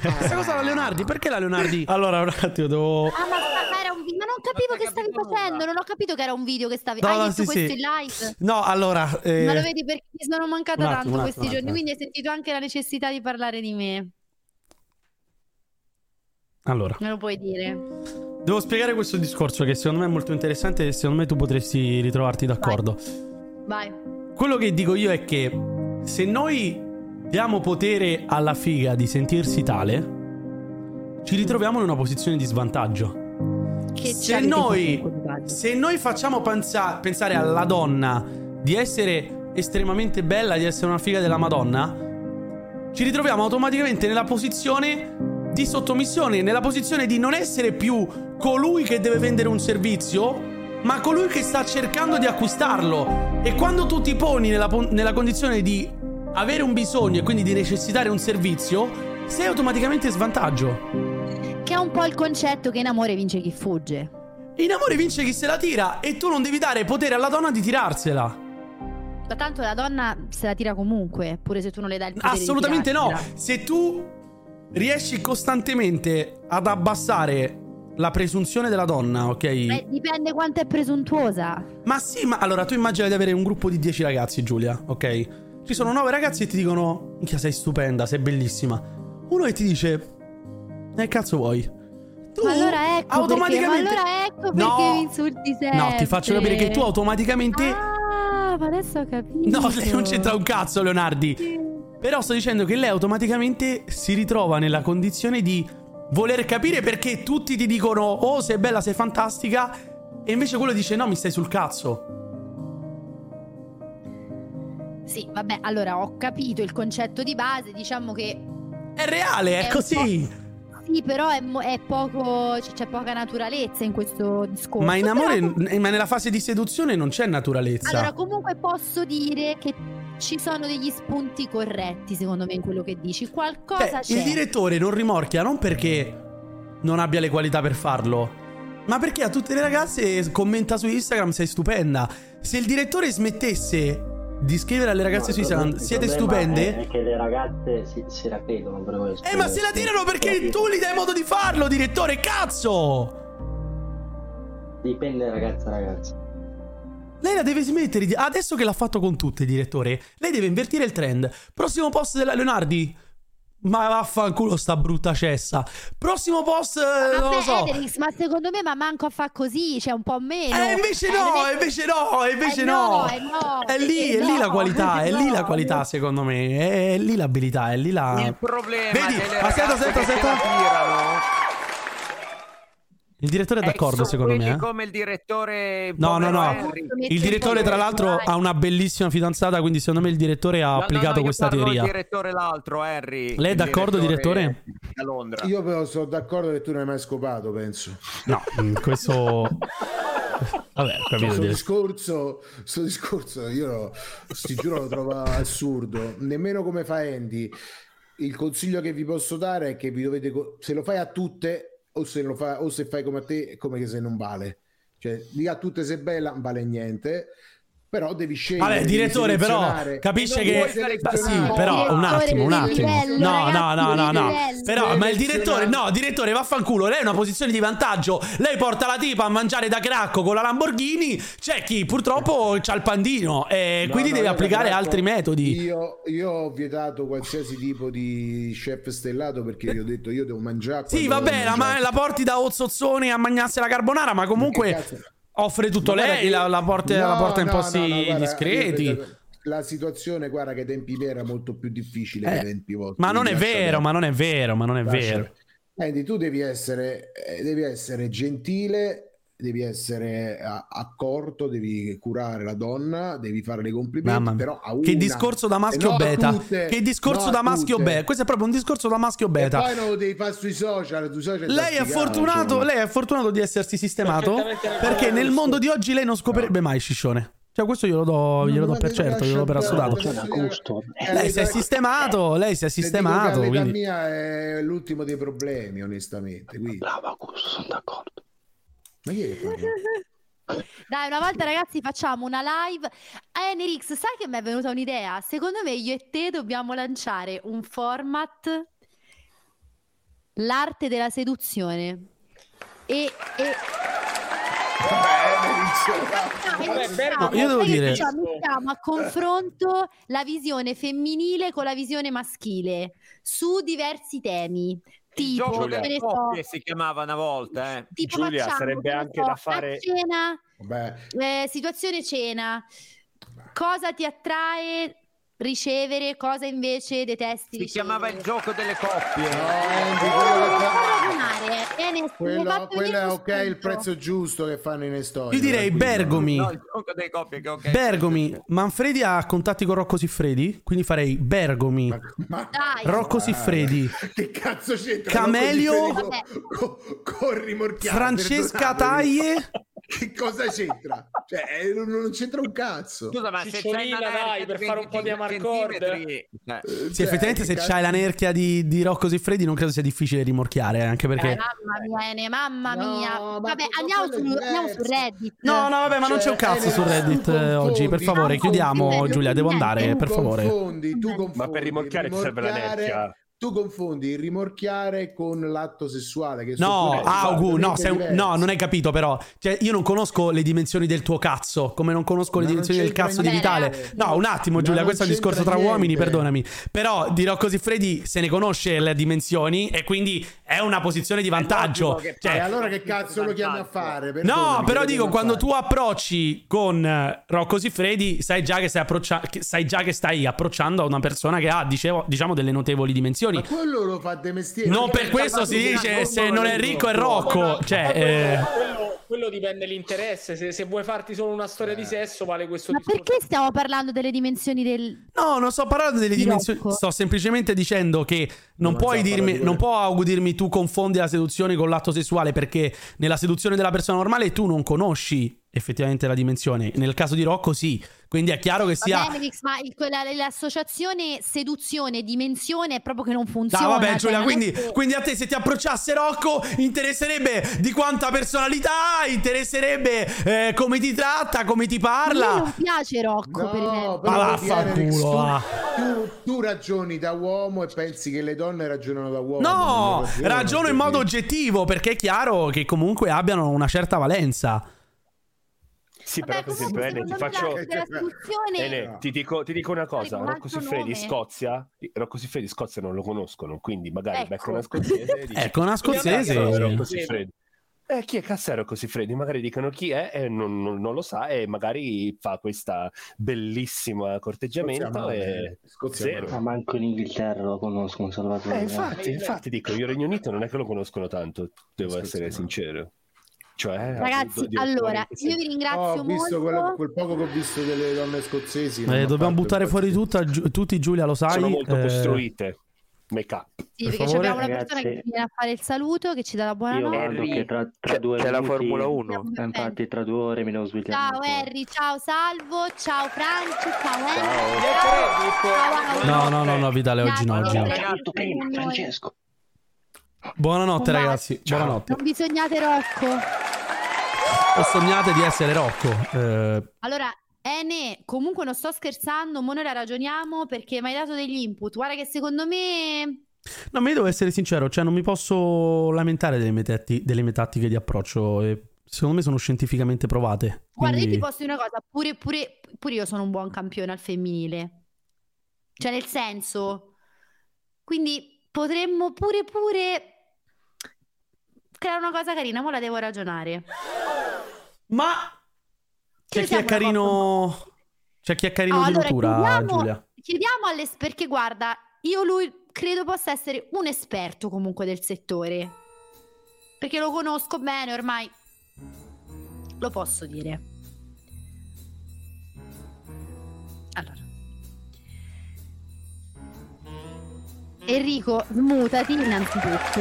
S1: Questa cosa la Leonardi, perché la Leonardi? Allora, un attimo, devo.
S2: Ah, ma, ma era un vi- ma non capivo che stavi facendo, non ho capito che era un video che stavi...
S1: No,
S2: Hai
S1: no,
S2: detto
S1: sì,
S2: questo
S1: sì.
S2: in live?
S1: No, allora. eh,
S2: Ma lo vedi perché mi sono mancata
S1: un attimo, un
S2: tanto
S1: attimo,
S2: questi
S1: un attimo.
S2: giorni, quindi hai sentito anche la necessità di parlare di me.
S1: Allora,
S2: Me lo puoi dire.
S1: devo spiegare questo discorso che secondo me è molto interessante e secondo me tu potresti ritrovarti d'accordo.
S2: Vai.
S1: Quello che dico io è che se noi diamo potere alla figa di sentirsi tale, ci ritroviamo in una posizione di svantaggio.
S2: Che ci
S1: Se
S2: avete
S1: noi,
S2: fatto con Bud?
S1: se noi facciamo pensa- pensare alla donna di essere estremamente bella, di essere una figa della Madonna, ci ritroviamo automaticamente nella posizione di sottomissione, nella posizione di non essere più colui che deve vendere un servizio, ma colui che sta cercando di acquistarlo. E quando tu ti poni nella, pon- nella condizione di avere un bisogno e quindi di necessitare un servizio, sei automaticamente in svantaggio.
S2: Che è un po' il concetto che in amore vince chi fugge.
S1: In amore vince chi se la tira e tu non devi dare potere alla donna di tirarsela.
S2: Ma tanto la donna se la tira comunque, pure se tu non le dai il potere di
S1: Assolutamente no.
S2: tirartela.
S1: Se tu riesci costantemente ad abbassare la presunzione della donna, ok?
S2: Beh, Eh, dipende quanto è presuntuosa.
S1: Ma sì, ma allora tu immagina di avere un gruppo di 10 ragazzi, Giulia, ok? Ci sono 9 ragazzi e ti dicono: Minchia, sei stupenda, sei bellissima. Uno che ti dice: Eh, cazzo vuoi? Tu
S2: ma allora ecco
S1: automaticamente-
S2: perché, ma allora ecco perché
S1: No.
S2: mi insulti sempre.
S1: No, ti faccio capire che tu automaticamente.
S2: Eh, Ah, ma adesso ho capito.
S1: No, lei non c'entra un cazzo, Leonardi. Però sto dicendo che lei automaticamente si ritrova nella condizione di voler capire perché tutti ti dicono oh sei bella, sei fantastica e invece quello dice no, mi stai sul cazzo.
S2: Sì, vabbè, allora ho capito il concetto di base, diciamo che
S1: È reale, è,
S2: È un
S1: così.
S2: sì, però è, mo- è poco c- c'è poca naturalezza in questo discorso.
S1: Ma in
S2: però
S1: amore,
S2: com-
S1: ma nella fase di seduzione non c'è naturalezza.
S2: allora comunque posso dire che ci sono degli spunti corretti, secondo me, in quello che dici. Qualcosa
S1: Cioè,
S2: c'è.
S1: il direttore non rimorchia non perché non abbia le qualità per farlo, ma perché a tutte le ragazze commenta su Instagram sei stupenda. Se il direttore smettesse di scrivere alle ragazze
S19: No,
S1: su
S19: il problema- il
S1: Instagram siete
S19: problema
S1: stupende,
S19: È, è che le ragazze si, si la credono per questo.
S1: eh ma se la tirano perché tu gli dai modo di farlo, direttore, cazzo!
S19: Dipende ragazza ragazza.
S1: Lei la deve smettere di... Adesso che l'ha fatto con tutte, direttore, lei deve invertire il trend. Prossimo post della Leonardi. Ma vaffanculo sta brutta cessa. Prossimo post... eh, non lo
S2: Ah, Vabbè,
S1: so.
S2: Ederix, ma secondo me ma manco a fa così, cioè un po' meno.
S1: Eh, invece no,
S2: non è-
S1: invece no, invece
S2: Eh
S1: no.
S2: eh no,
S1: È lì, è
S2: eh
S1: lì
S2: no.
S1: la qualità, è lì la qualità secondo me, è lì l'abilità, è lì la...
S10: Il problema
S1: Vedi,
S10: delle
S1: aspetta,
S10: ragazze
S1: aspetta,
S10: che se
S1: aspetta.
S10: la tirano
S1: Il direttore è d'accordo, secondo me.
S10: Quindi
S1: eh.
S10: come il direttore
S1: No, no, no.
S10: Povero Henry.
S1: Il direttore, tra l'altro, ha una bellissima fidanzata. Quindi, secondo me, il direttore ha
S10: No, no,
S1: applicato
S10: no, io
S1: questa
S10: parlo del
S1: teoria.
S10: direttore l'altro, Henry.
S1: Lei è
S10: Il
S1: d'accordo, direttore?
S10: A Londra.
S17: Io però sono d'accordo che tu non hai mai scopato, penso.
S1: No, mm, questo. Vabbè, ho capito.
S17: Questo
S1: dire-
S17: discorso, sto discorso io ti giuro lo trovo assurdo, nemmeno come fa Andy. Il consiglio che vi posso dare è che vi dovete co- se lo fai a tutte o se, lo fa, o se fai come a te è come che se non vale. Cioè, lì a tutte se è bella non vale niente, però devi scegliere.
S1: Vabbè,
S17: devi
S1: direttore, però
S17: selezionare.
S1: capisce
S17: E non
S1: che.
S17: puoi
S1: Beh, sì,
S17: selezionare.
S1: però un attimo, un
S17: Devi
S1: attimo.
S17: selezionare.
S1: No, no, no, no, no.
S17: Devi
S1: Però, ma il direttore, no,
S17: selezionare.
S1: direttore, vaffanculo. Lei è una posizione di vantaggio. Lei porta la tipa a mangiare da cracco con la Lamborghini. C'è chi purtroppo c'ha il pandino. E
S17: No,
S1: quindi
S17: no,
S1: deve
S17: io
S1: applicare
S17: peraltro-
S1: altri metodi.
S17: Io, io ho vietato qualsiasi tipo di chef stellato perché gli ho detto io devo mangiare.
S1: Sì,
S17: quando
S1: vabbè,
S17: devo
S1: la, ma-
S17: mangiare.
S1: la porti da Ozzozzone a mangiarsi la carbonara, ma comunque
S17: cazzo?
S1: offre tutto
S17: Ma guarda
S1: lei,
S17: che-
S1: la, la porta, la
S17: No,
S1: porta in
S17: no,
S1: posti
S17: no, no, guarda, io
S1: discreti.
S17: credo che La situazione, guarda, che ai tempi miei era molto più difficile
S1: Eh,
S17: che ai tempi vostri.
S1: ma non è
S17: quindi lascia
S1: vero,
S17: perdere.
S1: ma non è vero, ma non è
S17: cioè. Lascia.
S1: vero.
S17: Quindi tu devi essere, eh, devi essere gentile, devi essere a- accorto, devi curare la donna, devi fare dei complimenti,
S1: Mamma mia.
S17: però a una.
S1: Che discorso da
S17: E
S1: maschio
S17: Eh, no a
S1: beta.
S17: tutte,
S1: che
S17: no
S1: discorso
S17: a
S1: da maschio
S17: tutte.
S1: beta. Questo è proprio un discorso da maschio
S17: E
S1: beta.
S17: poi non lo devi fare sui social, sui social
S1: Lei
S17: da
S1: è,
S17: sfigato,
S1: fortunato,
S17: cioè.
S1: lei è fortunato di essersi sistemato
S17: Perfettamente d'accordo.
S1: perché nel mondo di oggi lei non scoprirebbe mai Sciscione. Cioè, questo glielo do, glielo do per certo, glielo do per assodato. Lei si è sistemato, lei si è
S17: Se dico che
S1: sistemato.
S17: All'età
S1: quindi-
S17: mia è l'ultimo dei problemi, onestamente. Quindi. Brava, Augusto, sono d'accordo. Ma chi è che parla?
S2: Dai, una volta ragazzi facciamo una live. Enerix, sai che mi è venuta un'idea? Secondo me io e te dobbiamo lanciare un format l'arte della seduzione. E, e...
S11: Vabbè,
S2: Facciamo-
S1: No, io devo
S2: sai che
S1: dire-
S2: facciamo? Mettiamo a confronto la visione femminile con la visione maschile su diversi temi. Tipo,
S10: Gioco
S2: che
S10: delle
S2: ne so,
S10: coppie si chiamava una volta, eh.
S2: tipo facciamo, che ne so, a cena eh, situazione cena, cosa ti attrae ricevere, cosa invece detesti
S10: Si
S2: ricevere.
S10: chiamava il gioco delle coppie.
S17: Quello, quello è ok, il prezzo giusto che fanno in Estonia.
S1: Io direi
S17: tranquillo.
S1: Bergomi.
S10: No, il gioco delle coppie che ok.
S1: Bergomi, Manfredi ha contatti con Rocco Siffredi? Quindi farei Bergomi,
S2: Dai.
S1: Rocco Siffredi,
S17: Che cazzo c'entra?
S1: Camelio-
S17: Rocco Siffredi co- co- Corri Morchiati.
S1: Francesca
S17: perdonatemi.
S1: Taglie.
S17: Che cosa c'entra? Cioè, eh, non, non c'entra un cazzo.
S10: Scusa, ma se c'è
S4: Cicciolina,
S10: una
S4: dai, per fare un po' di amarcord.
S17: Eh, cioè,
S1: Sì, effettivamente se c'hai la
S17: nera
S1: nerchia di, di Rocco Siffredi non credo sia difficile rimorchiare, eh, anche perché...
S2: Eh, mamma mia, Ene, mamma mia. Vabbè, andiamo
S17: quello è
S2: su, andiamo su
S17: diverso. Cioè,
S2: Reddit.
S17: Eh,
S1: No, no, vabbè, ma non c'è un cazzo su Reddit eh, oggi, per favore,
S17: eh,
S1: chiudiamo Giulia, devo andare, per favore.
S17: Confondi, tu confondi,
S12: Ma per rimorchiare ti serve la
S17: rimorchiare-
S12: nerchia.
S17: Tu confondi il rimorchiare con l'atto sessuale. Che
S1: No,
S17: sono due cose
S1: Augu, no,
S17: completamente
S1: sei un-
S17: diverse.
S1: no, non hai capito però. Cioè, io non conosco le dimensioni del tuo cazzo, come non conosco le
S17: Ma non
S1: dimensioni del
S17: c'entra
S1: cazzo di
S17: niente.
S1: Vitale. No, un attimo
S17: Ma
S1: Giulia,
S17: non
S1: questo è un discorso tra
S17: c'entra
S1: uomini,
S17: niente.
S1: perdonami. Però dirò così, Freddy se ne conosce le dimensioni e quindi è una posizione di vantaggio. Cioè,
S17: E allora che cazzo lo chiami a fare?
S1: No,
S17: Perdonami,
S1: però
S17: che
S1: dico,
S17: devo
S1: quando
S17: fare?
S1: tu approcci con eh, Rocco Siffredi, sai già che stai, approccia- che sai già che stai approcciando a una persona che ha, dicevo- diciamo, delle notevoli dimensioni.
S17: Ma quello lo fa de mestiere.
S1: Non
S17: perché
S1: per questo
S17: fa
S1: si
S17: tutto il
S1: dice
S17: mondo
S1: se non è ricco è
S4: Ma-
S1: Rocco.
S4: ma
S1: Cioè,
S4: quello,
S1: eh,
S4: quello- quello dipende dall'interesse. Se, se vuoi farti solo una storia di sesso, vale questo
S2: Ma
S4: discorso.
S2: perché stiamo parlando delle dimensioni del...
S1: No, non sto parlando delle
S2: Di
S1: dimensioni.
S2: Rocco.
S1: Sto semplicemente dicendo che non,
S17: Non
S1: puoi
S17: so, parla
S1: dirmi,
S17: di
S1: non può Augu dirmi tu confondi la seduzione con l'atto sessuale perché nella seduzione della persona normale tu non conosci effettivamente la dimensione. Nel caso di Rocco, sì. Quindi è chiaro che sia.
S2: Vabbè, Enrix, ma il- quella- l'associazione seduzione-dimensione è proprio che non
S1: No,
S2: funziona.
S1: vabbè,
S2: cioè,
S1: Giulia,
S2: non è
S1: quindi,
S2: che-
S1: quindi a te se ti approcciasse Rocco interesserebbe di quanta personalità hai, interesserebbe eh, come ti tratta, come ti
S2: A me
S1: parla.
S2: non piace Rocco, per
S1: Ma
S2: esempio.
S17: Però vedi, Eric,
S1: vaffanculo, ah.
S17: tu-
S1: va.
S17: Tu, tu ragioni da uomo e pensi che le donne ragionano da uomo.
S1: No,
S17: Non ragionano
S1: ragiono in
S17: così.
S1: modo oggettivo perché è chiaro che comunque abbiano una certa valenza.
S12: Sì, però per esempio,
S17: comunque,
S12: Ene, ti
S17: secondo me
S12: faccio...
S17: la- la soluzione-
S12: Ene, ti dico, ti dico una cosa,
S17: Quale
S12: Rocco Siffredi
S17: nome?
S12: Scozia, Rocco Siffredi Scozia non lo conoscono, quindi magari
S17: Ecco.
S12: becco una scozzese e dice,
S1: Ecco, una
S12: "Chi cazzo
S1: scozzese?"
S12: è Rocco Siffredi? Eh, chi è Cassero così freddi? Magari dicono chi è e non, non- non lo sa e magari fa questa bellissima
S17: Scozia
S12: corteggiamento
S17: male,
S12: e
S17: Scozia
S12: zero.
S19: Ah, Ma manco in Inghilterra lo conoscono, Salvatore.
S12: Eh, infatti, infatti dico, io Regno Unito non è che lo conoscono tanto, devo essere sincero. Cioè,
S2: Ragazzi,
S12: appunto, di
S2: allora,
S12: attori che
S2: io vi ringrazio
S17: Oh, ho visto
S2: molto.
S17: quella- quel poco che ho visto delle donne scozzesi. non
S1: Eh,
S17: ho
S1: dobbiamo
S17: fatto-
S1: buttare fuori tutta- Giu- tutti, Giulia, lo sai.
S12: Sono molto
S1: eh,
S12: costruite. Make up.
S2: Sì,
S1: per
S2: perché
S1: favore.
S2: abbiamo una persona che ci viene a fare il saluto, che ci dà la
S19: Io
S2: buonanotte.
S19: vado che tra, tra
S16: C'è-
S19: due
S16: c'è la
S19: minuti-
S16: Formula 1.
S19: Eh, Infatti tra due ore mi devo svegliare.
S2: Ciao Harry, ciao Salvo, ciao Franci, ciao Henry,
S1: No, no, no, no, Vitale, oggi no. Oggi no.
S2: prima, Francesco.
S1: Buonanotte, ragazzi. Buonanotte.
S2: Non bisognate Rocco.
S1: O sognate di essere Rocco. eh,
S2: Allora, Ene, comunque non sto scherzando, mo noi la ragioniamo perché mi hai dato degli input. Guarda che secondo me...
S1: No, ma io devo essere sincero, cioè non mi posso lamentare delle mie, tatti- delle mie tattiche di approccio. e secondo me sono scientificamente provate.
S2: Guarda, io
S1: quindi-
S2: ti posso dire una cosa, pure, pure- pure io sono un buon campione al femminile. Cioè, nel senso... Quindi potremmo pure pure... Creare una cosa carina, mo la devo ragionare.
S1: Ma... C'è chi è carino... C'è chi è carino di
S2: Allora,
S1: natura,
S2: chiediamo,
S1: Giulia.
S2: chiediamo alle- perché guarda, io lui credo possa essere un esperto comunque del settore. Perché lo conosco bene ormai. Lo posso dire. Allora. Enrico, smutati innanzitutto.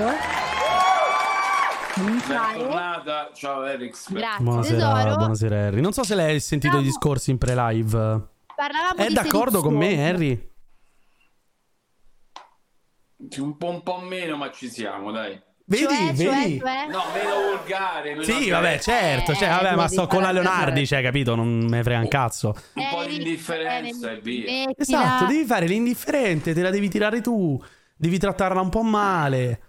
S2: Non fare.
S20: Bentornata, ciao Eric.
S2: Grazie,
S1: Buonasera,
S2: tesoro.
S1: buonasera Harry. Non so se lei ha sentito i discorsi in pre-live.
S2: Parlavamo
S1: È
S2: di
S1: d'accordo con
S2: seduzione.
S1: me, Harry?
S20: Un po', un po' meno, ma ci siamo, dai.
S1: Vedi,
S2: Cioè, eh, cioè,
S1: vedi?
S2: cioè?
S20: No, meno volgare. Meno
S1: Sì, vabbè, certo, cioè,
S20: Eh,
S1: vabbè, ma
S20: devi
S1: sto con la
S20: fare la
S1: Leonardi, cioè, capito? Non me frega
S2: Eh,
S1: un cazzo.
S20: Un po' di indifferenza e via.
S1: Esatto, devi fare l'indifferente, te la devi tirare tu, devi trattarla un po' male.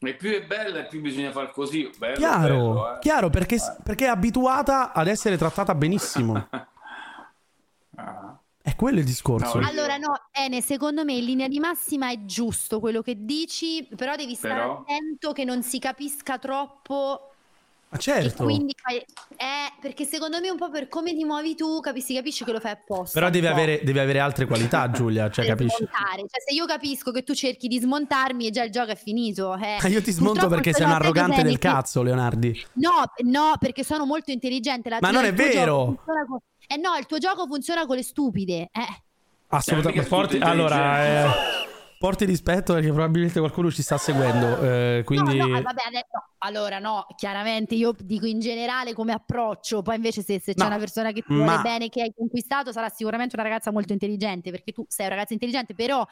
S20: E più è bella, e più bisogna far così. Bello,
S1: Chiaro,
S20: bello, eh.
S1: chiaro, perché, perché è abituata ad essere trattata benissimo.
S20: Ah.
S1: È quello il discorso.
S2: Allora, no, Ene, secondo me in linea di massima è giusto quello che dici, però devi stare
S1: Però?
S2: attento che non si capisca troppo.
S1: Ma certo.
S2: E quindi fai- eh, perché secondo me un po' per come ti muovi tu, capisci, capisci che lo fai apposta.
S1: Però
S2: un
S1: devi
S2: po'.
S1: avere, devi avere altre qualità, Giulia, cioè,
S2: Per
S1: capisci?
S2: smontare. Cioè, se io capisco che tu cerchi di smontarmi e già il gioco è finito. eh.
S1: Ah, Io ti smonto
S2: Purtroppo
S1: perché
S2: il
S1: sei
S2: tuo
S1: un
S2: gioco è
S1: arrogante del
S2: Zenith.
S1: cazzo, Leonardi.
S2: No, no, perché sono molto intelligente. La-
S1: Ma
S2: no,
S1: non
S2: il
S1: è
S2: tuo gioco
S1: vero.
S2: funziona con- Eh no, il tuo gioco funziona con le stupide. Eh.
S1: Assolutamente.
S20: mica
S1: Porti,
S20: tutti
S1: allora, eh,
S20: intelligenti.
S1: porti rispetto perché probabilmente qualcuno ci sta seguendo. eh, quindi...
S2: No, no, vabbè, adesso- no, allora no, chiaramente io dico in generale come approccio, poi invece se, se c'è
S1: No,
S2: una persona che ti vuole
S1: ma-
S2: bene, che hai conquistato, sarà sicuramente una ragazza molto intelligente, perché tu sei una ragazza intelligente, però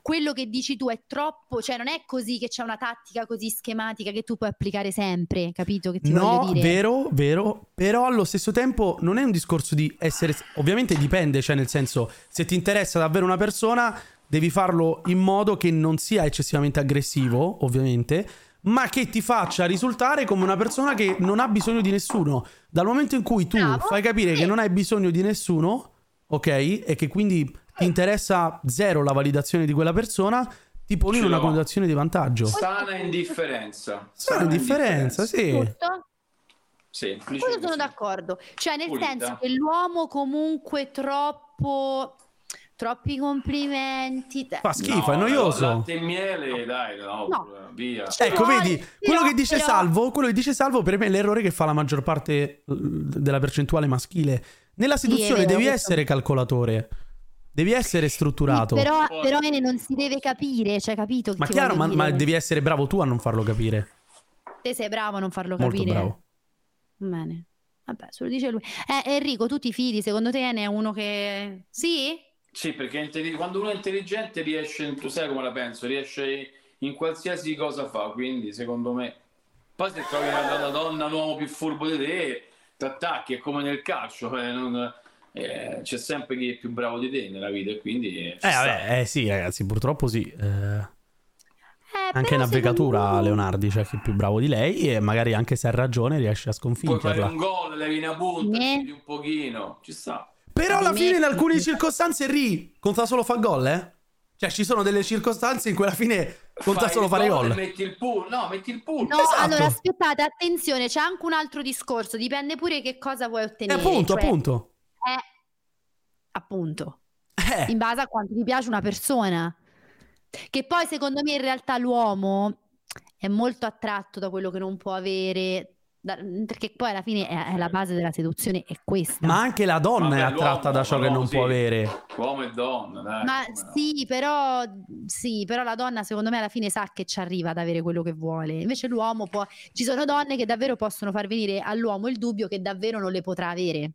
S2: quello che dici tu è troppo, cioè non è così che c'è una tattica così schematica che tu puoi applicare sempre, capito? Che ti voglio
S1: No,
S2: dire.
S1: vero, vero, però allo stesso tempo non è un discorso di essere... Ovviamente dipende, cioè nel senso, se ti interessa davvero una persona, devi farlo in modo che non sia eccessivamente aggressivo, ovviamente, ma che ti faccia risultare come una persona che non ha bisogno di nessuno. Dal momento in cui tu fai capire che non hai bisogno di nessuno, ok, e che quindi ti interessa zero la validazione di quella persona, ti poni in
S20: Ce
S1: una
S20: l'ho.
S1: condizione di vantaggio.
S20: Sana indifferenza.
S1: Sana indifferenza, sì.
S2: Giusto?
S20: Semplice.
S2: Quello sono d'accordo. Cioè, nel
S20: Pulita.
S2: senso che l'uomo comunque troppo troppi complimenti.
S1: Fa schifo, è noioso.
S20: latte e miele, dai, no,
S2: No.
S20: via.
S1: Ecco, vedi, quello
S2: però-
S1: che dice
S2: però-
S1: Salvo, quello che dice Salvo per me è l'errore che fa la maggior parte eh, della percentuale maschile. Nella
S2: Sì, è
S1: seduzione
S2: vero,
S1: devi
S2: questo-
S1: essere calcolatore. Devi essere strutturato.
S2: Però, però Ene non si deve capire, cioè capito? che
S1: Esatto. ma
S2: ti
S1: chiaro, ma,
S2: voglio
S1: ma
S2: dire?
S1: devi essere bravo tu a non farlo capire.
S2: Te sei bravo a non farlo
S1: Molto
S2: capire.
S1: bravo.
S2: Bene. Vabbè, se lo dice lui. Eh, Enrico, tu ti fidi, secondo te ne è uno che... Sì?
S20: Sì, perché è intelli- quando uno è intelligente riesce, in- tu sai come la penso, riesce in qualsiasi cosa fa, quindi secondo me... Poi se trovi una, una donna, un uomo più furbo di te, ti attacchi, è come nel calcio, eh, non- eh, c'è sempre chi è più bravo di te nella vita, e quindi... eh, ci
S1: Eh,
S20: sta.
S1: vabbè, eh sì, ragazzi, purtroppo sì. Eh, anche
S2: Eh, però
S1: in avvegatura, Leonardi, cioè chi è più bravo di lei, e magari anche se ha ragione riesce a
S20: Puoi fare un
S1: sconfiggerla.
S20: gol, levi una
S2: Eh.
S20: punta, tiri un pochino, ci sta.
S1: Però alla fine, in alcune circostanze, Ri conta solo fa gol, eh? Cioè, ci sono delle circostanze in cui alla fine conta
S20: Fai
S1: solo
S20: il
S1: fare
S20: e
S1: gol.
S20: Metti il pull, no, metti il pull.
S2: No,
S1: Esatto.
S2: allora aspettate, attenzione, c'è anche un altro discorso, dipende pure che cosa vuoi
S1: E
S2: ottenere.
S1: appunto,
S2: cioè,
S1: appunto.
S2: eh, appunto.
S1: Eh.
S2: In base a quanto ti piace una persona. Che poi secondo me in realtà l'uomo è molto attratto da quello che non può avere da- perché poi alla fine è, è la base della seduzione, è questa.
S1: Ma anche la donna
S20: Vabbè,
S1: è
S20: l'uomo,
S1: attratta da ciò
S20: ma
S1: che
S20: no,
S1: non
S20: sì.
S1: può avere.
S20: Uomo e donna, dai.
S2: Ma sì, però, sì, però la donna secondo me alla fine sa che ci arriva ad avere quello che vuole. Invece l'uomo può... Ci sono donne che davvero possono far venire all'uomo il dubbio che davvero non le potrà avere.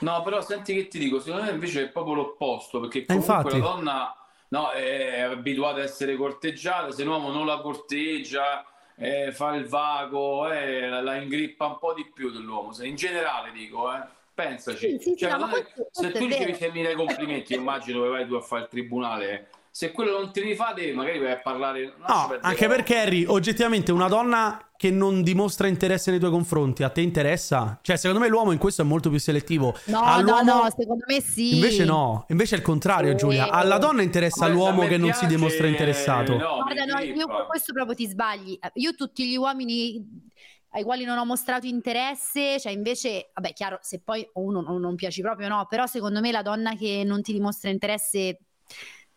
S20: No, però senti che ti dico, secondo me invece è proprio l'opposto, perché comunque
S1: Eh, infatti.
S20: la donna no, è abituata a essere corteggiata, se l'uomo non la corteggia, eh, fa il vago, eh, la, la ingrippa un po' di più dell'uomo, se- in generale dico, eh. Pensaci,
S2: Sì, sì, sì,
S20: Cioè,
S2: no,
S20: la
S2: ma
S20: donna-
S2: questo-
S20: se
S2: questo
S20: tu
S2: è
S20: ricevi
S2: vero.
S20: 6.000 complimenti, immagino dove vai tu a fare il tribunale, se quello non te li fa, te magari vai a parlare... lascia perdere.
S1: Anche perché, Harry, oggettivamente una donna che non dimostra interesse nei tuoi confronti, a te interessa? Cioè, secondo me l'uomo in questo è molto più selettivo.
S2: No, no,
S1: All'uomo-
S2: no, secondo me sì.
S1: Invece no, invece è il contrario,
S2: Sì.
S1: Giulia. Alla donna interessa
S20: Guarda,
S1: l'uomo
S20: a me
S1: che non si
S20: piace-
S1: dimostra interessato.
S20: no,
S2: Guarda, no, io con questo proprio ti sbagli. Io tutti gli uomini ai quali non ho mostrato interesse, cioè invece, vabbè, chiaro, se poi o uno non, non piaci proprio, no, però secondo me la donna che non ti dimostra interesse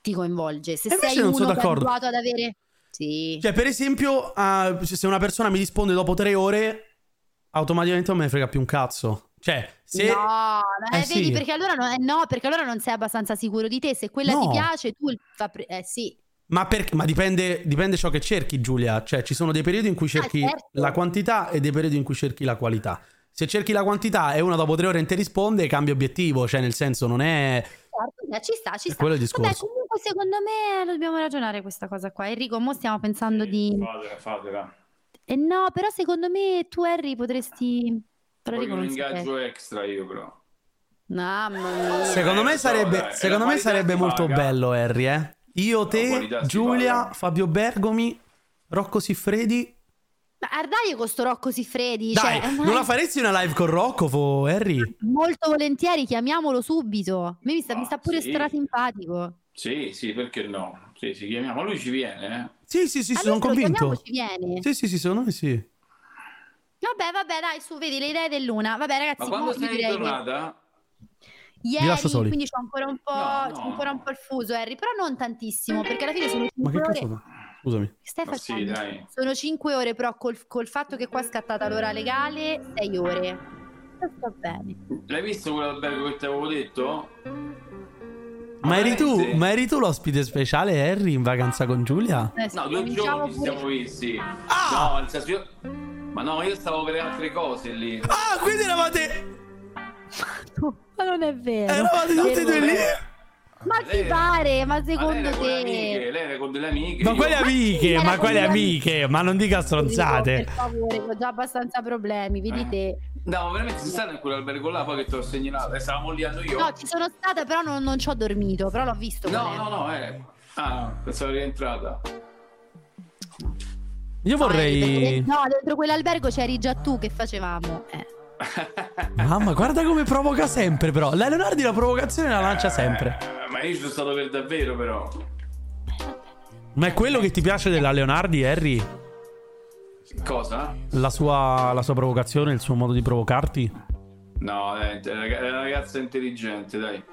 S2: ti coinvolge. Se
S1: E invece
S2: sei
S1: non
S2: uno
S1: sono
S2: che è
S1: d'accordo.
S2: abituato ad avere... Sì.
S1: Cioè, per esempio, ah, se una persona mi risponde dopo tre ore, automaticamente non me ne frega più un cazzo. Cioè, se...
S2: No, ma
S1: Eh,
S2: eh, vedi,
S1: sì.
S2: perché allora no, eh, no, perché allora non sei abbastanza sicuro di te. Se quella ti
S1: No.
S2: piace, tu il- fa pre- eh sì.
S1: Ma, perché- ma dipende, dipende ciò che cerchi, Giulia. Cioè, ci sono dei periodi in cui cerchi
S2: certo.
S1: la quantità e dei periodi in cui cerchi la qualità. Se cerchi la quantità e una dopo tre ore non ti risponde, cambia obiettivo. Cioè, nel senso, non è.
S2: Certo, eh, ci sta, ci
S1: È
S2: sta.
S1: quello il
S2: Vabbè,
S1: discorso.
S2: comunque secondo me eh, dobbiamo ragionare questa cosa qua. Enrico, mo stiamo pensando di...
S20: Fatela, fatela.
S2: Eh no, però secondo me tu, Harry, potresti. Però
S20: Poi
S2: Enrico
S20: un
S2: non si
S20: ingaggio extra io però.
S2: Mamma mia.
S1: Secondo me
S20: no, dai,
S1: sarebbe,
S20: è
S1: secondo
S20: Eh, la
S1: me
S20: qualità
S1: sarebbe
S20: si
S1: molto
S20: paga.
S1: bello, Harry. eh. Io, te,
S20: qualità si
S1: Giulia, Fabio Bergomi, Rocco Siffredi.
S2: Ma Ardaio con sto Rocco Siffredi.
S1: Dai,
S2: cioè,
S1: non la faresti una live con Rocco, fo- Harry?
S2: Molto volentieri, chiamiamolo subito. A me Mi sta, mi sta pure
S20: Ah, sì.
S2: strasimpatico.
S20: Sì, sì, perché no? Sì, sì, chiamiamo. Lui ci viene, eh.
S1: Sì, sì, sì,
S2: Allora,
S1: sono
S2: lo
S1: convinto.
S2: chiamiamo, ci viene.
S1: Sì, sì, sì, secondo me sì.
S2: Vabbè, vabbè, dai, su, vedi le idee dell'una. Vabbè, ragazzi,
S20: Ma quando
S2: mo vi
S20: sei
S2: direi che-
S20: tornata?
S2: ieri,
S1: Vi lascio soli.
S2: quindi c'ho ancora un po',
S20: No, no.
S2: c'ho ancora un po' il fuso, Harry, però non tantissimo, perché alla fine sono
S1: Ma che
S2: cinque ore.
S1: cazzo fa? Scusami.
S2: Che stai
S20: Ma sì,
S2: facendo?
S20: dai.
S2: Sono 5 ore, però col, col fatto che qua è scattata l'ora legale, 6 ore. Va bene.
S20: L'hai visto quell'albergo che ti avevo detto?
S1: Ma eri tu, ma eri tu l'ospite speciale, Harry, in vacanza con Giulia?
S2: Adesso
S20: No, due
S2: cominciamo
S20: giorni
S2: pure.
S20: siamo visti.
S1: Ah!
S20: No, nel senso io... Ma no, io stavo per altre cose lì.
S1: Ah, quindi eravate.
S2: Ma non è vero.
S1: Eravate tutti e due lì?
S2: Ma ti pare? Ma secondo
S20: Con le amiche,
S2: te?
S20: lei era con delle amiche.
S1: Ma
S20: io-
S1: quelle amiche, ma
S2: con
S1: quelle
S2: le
S1: amiche, ma non dica
S2: Per
S1: stronzate.
S2: favore, ho già abbastanza problemi,
S20: Eh,
S2: vedi te.
S20: No, ma veramente si stanno in quell'albergo là, poi che ti ho segnalato. E stavamo lì a New
S2: No,
S20: York.
S2: ci sono stata, però non, non ci ho dormito, però l'ho visto.
S20: No,
S2: com'è.
S20: no, no, eh. Ah, pensavo rientrata.
S1: Io vorrei.
S2: No, dentro quell'albergo c'eri già tu, che facevamo? Eh.
S1: Mamma, guarda come provoca sempre, però. La Leonardi la provocazione la lancia sempre.
S20: Eh, Ma io ci sono stato per davvero, però.
S1: Ma è quello che ti piace della Leonardi, Harry?
S20: Cosa?
S1: La sua, la sua provocazione, il suo modo di provocarti?
S20: No, eh, è una è una ragazza intelligente, dai.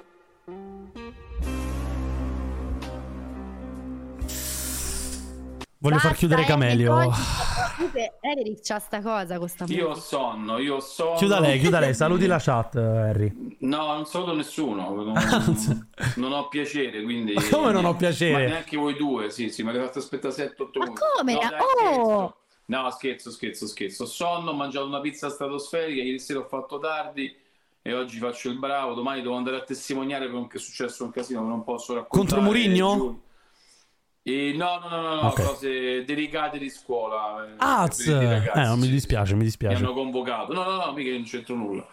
S1: Voglio far
S2: Basta,
S1: chiudere
S2: eh,
S1: Camelio.
S2: oggi Comunque, Eric c'ha sta cosa con sta
S20: Io ho
S2: musica.
S20: sonno, io ho sonno.
S1: Chiuda lei, chiuda lei. Saluti la chat, Harry.
S20: No, non saluto nessuno. Non, non ho piacere, quindi.
S1: Ma come non ho piacere?
S20: Ma neanche voi due, sì, sì, mi avete fatto aspettare 7 8
S2: Ma come?
S20: No, dai,
S2: oh!
S20: No, scherzo, scherzo, scherzo. Ho Sonno, ho mangiato una pizza stratosferica, ieri sera ho fatto tardi e oggi faccio il bravo. Domani devo andare a testimoniare per un che è successo un casino che non posso
S1: Contro
S20: raccontare.
S1: Murigno?
S20: E no, no, no, no, no,
S1: Ok.
S20: cose delicate di scuola. eh,
S1: Az!
S20: per i
S1: Eh,
S20: ragazzi,
S1: non mi
S20: sì.
S1: dispiace, mi
S20: Mi
S1: dispiace.
S20: hanno convocato. No, no, no, mica non c'entro nulla.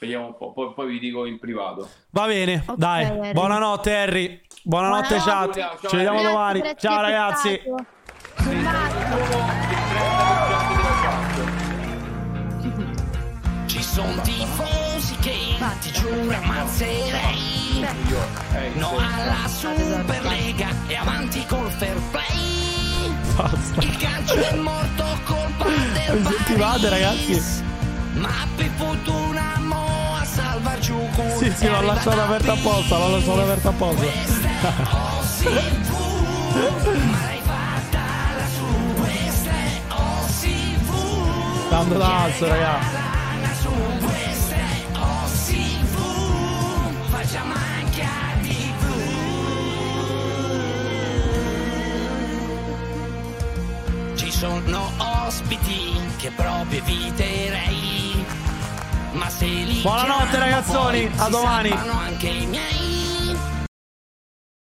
S20: Vediamo un po', poi, poi vi dico in privato.
S1: Va bene,
S20: Harry.
S1: dai. Buonanotte, Harry. Buonanotte,
S20: Buonanotte,
S1: chat.
S20: Giulia, ciao,
S1: Ci vediamo
S20: Harry.
S1: domani.
S20: Grazie
S1: Ciao,
S20: per aver
S1: ragazzi.
S13: Ci sono tifosi che ti giuro ammazzerei No alla Superlega e avanti col fair play Il calcio è morto colpa del
S1: Sentivate, ragazzi?
S13: Ma per fortuna mo a salvar giù con
S1: Sì, sì, l'ho lasciata aperta apposta. L'ho lasciata aperta apposta.
S13: Ma l'hai fatta la su Questa è OCV
S1: Tanto tasso, raga.
S13: Lana su queste OCV, facciamo anche a di più. Ci sono ospiti che proprio eviterei, ma se li
S1: Buonanotte,
S13: chiamo
S1: raggazzoni,
S13: poi
S1: a
S13: si
S1: domani.
S13: salvano anche i miei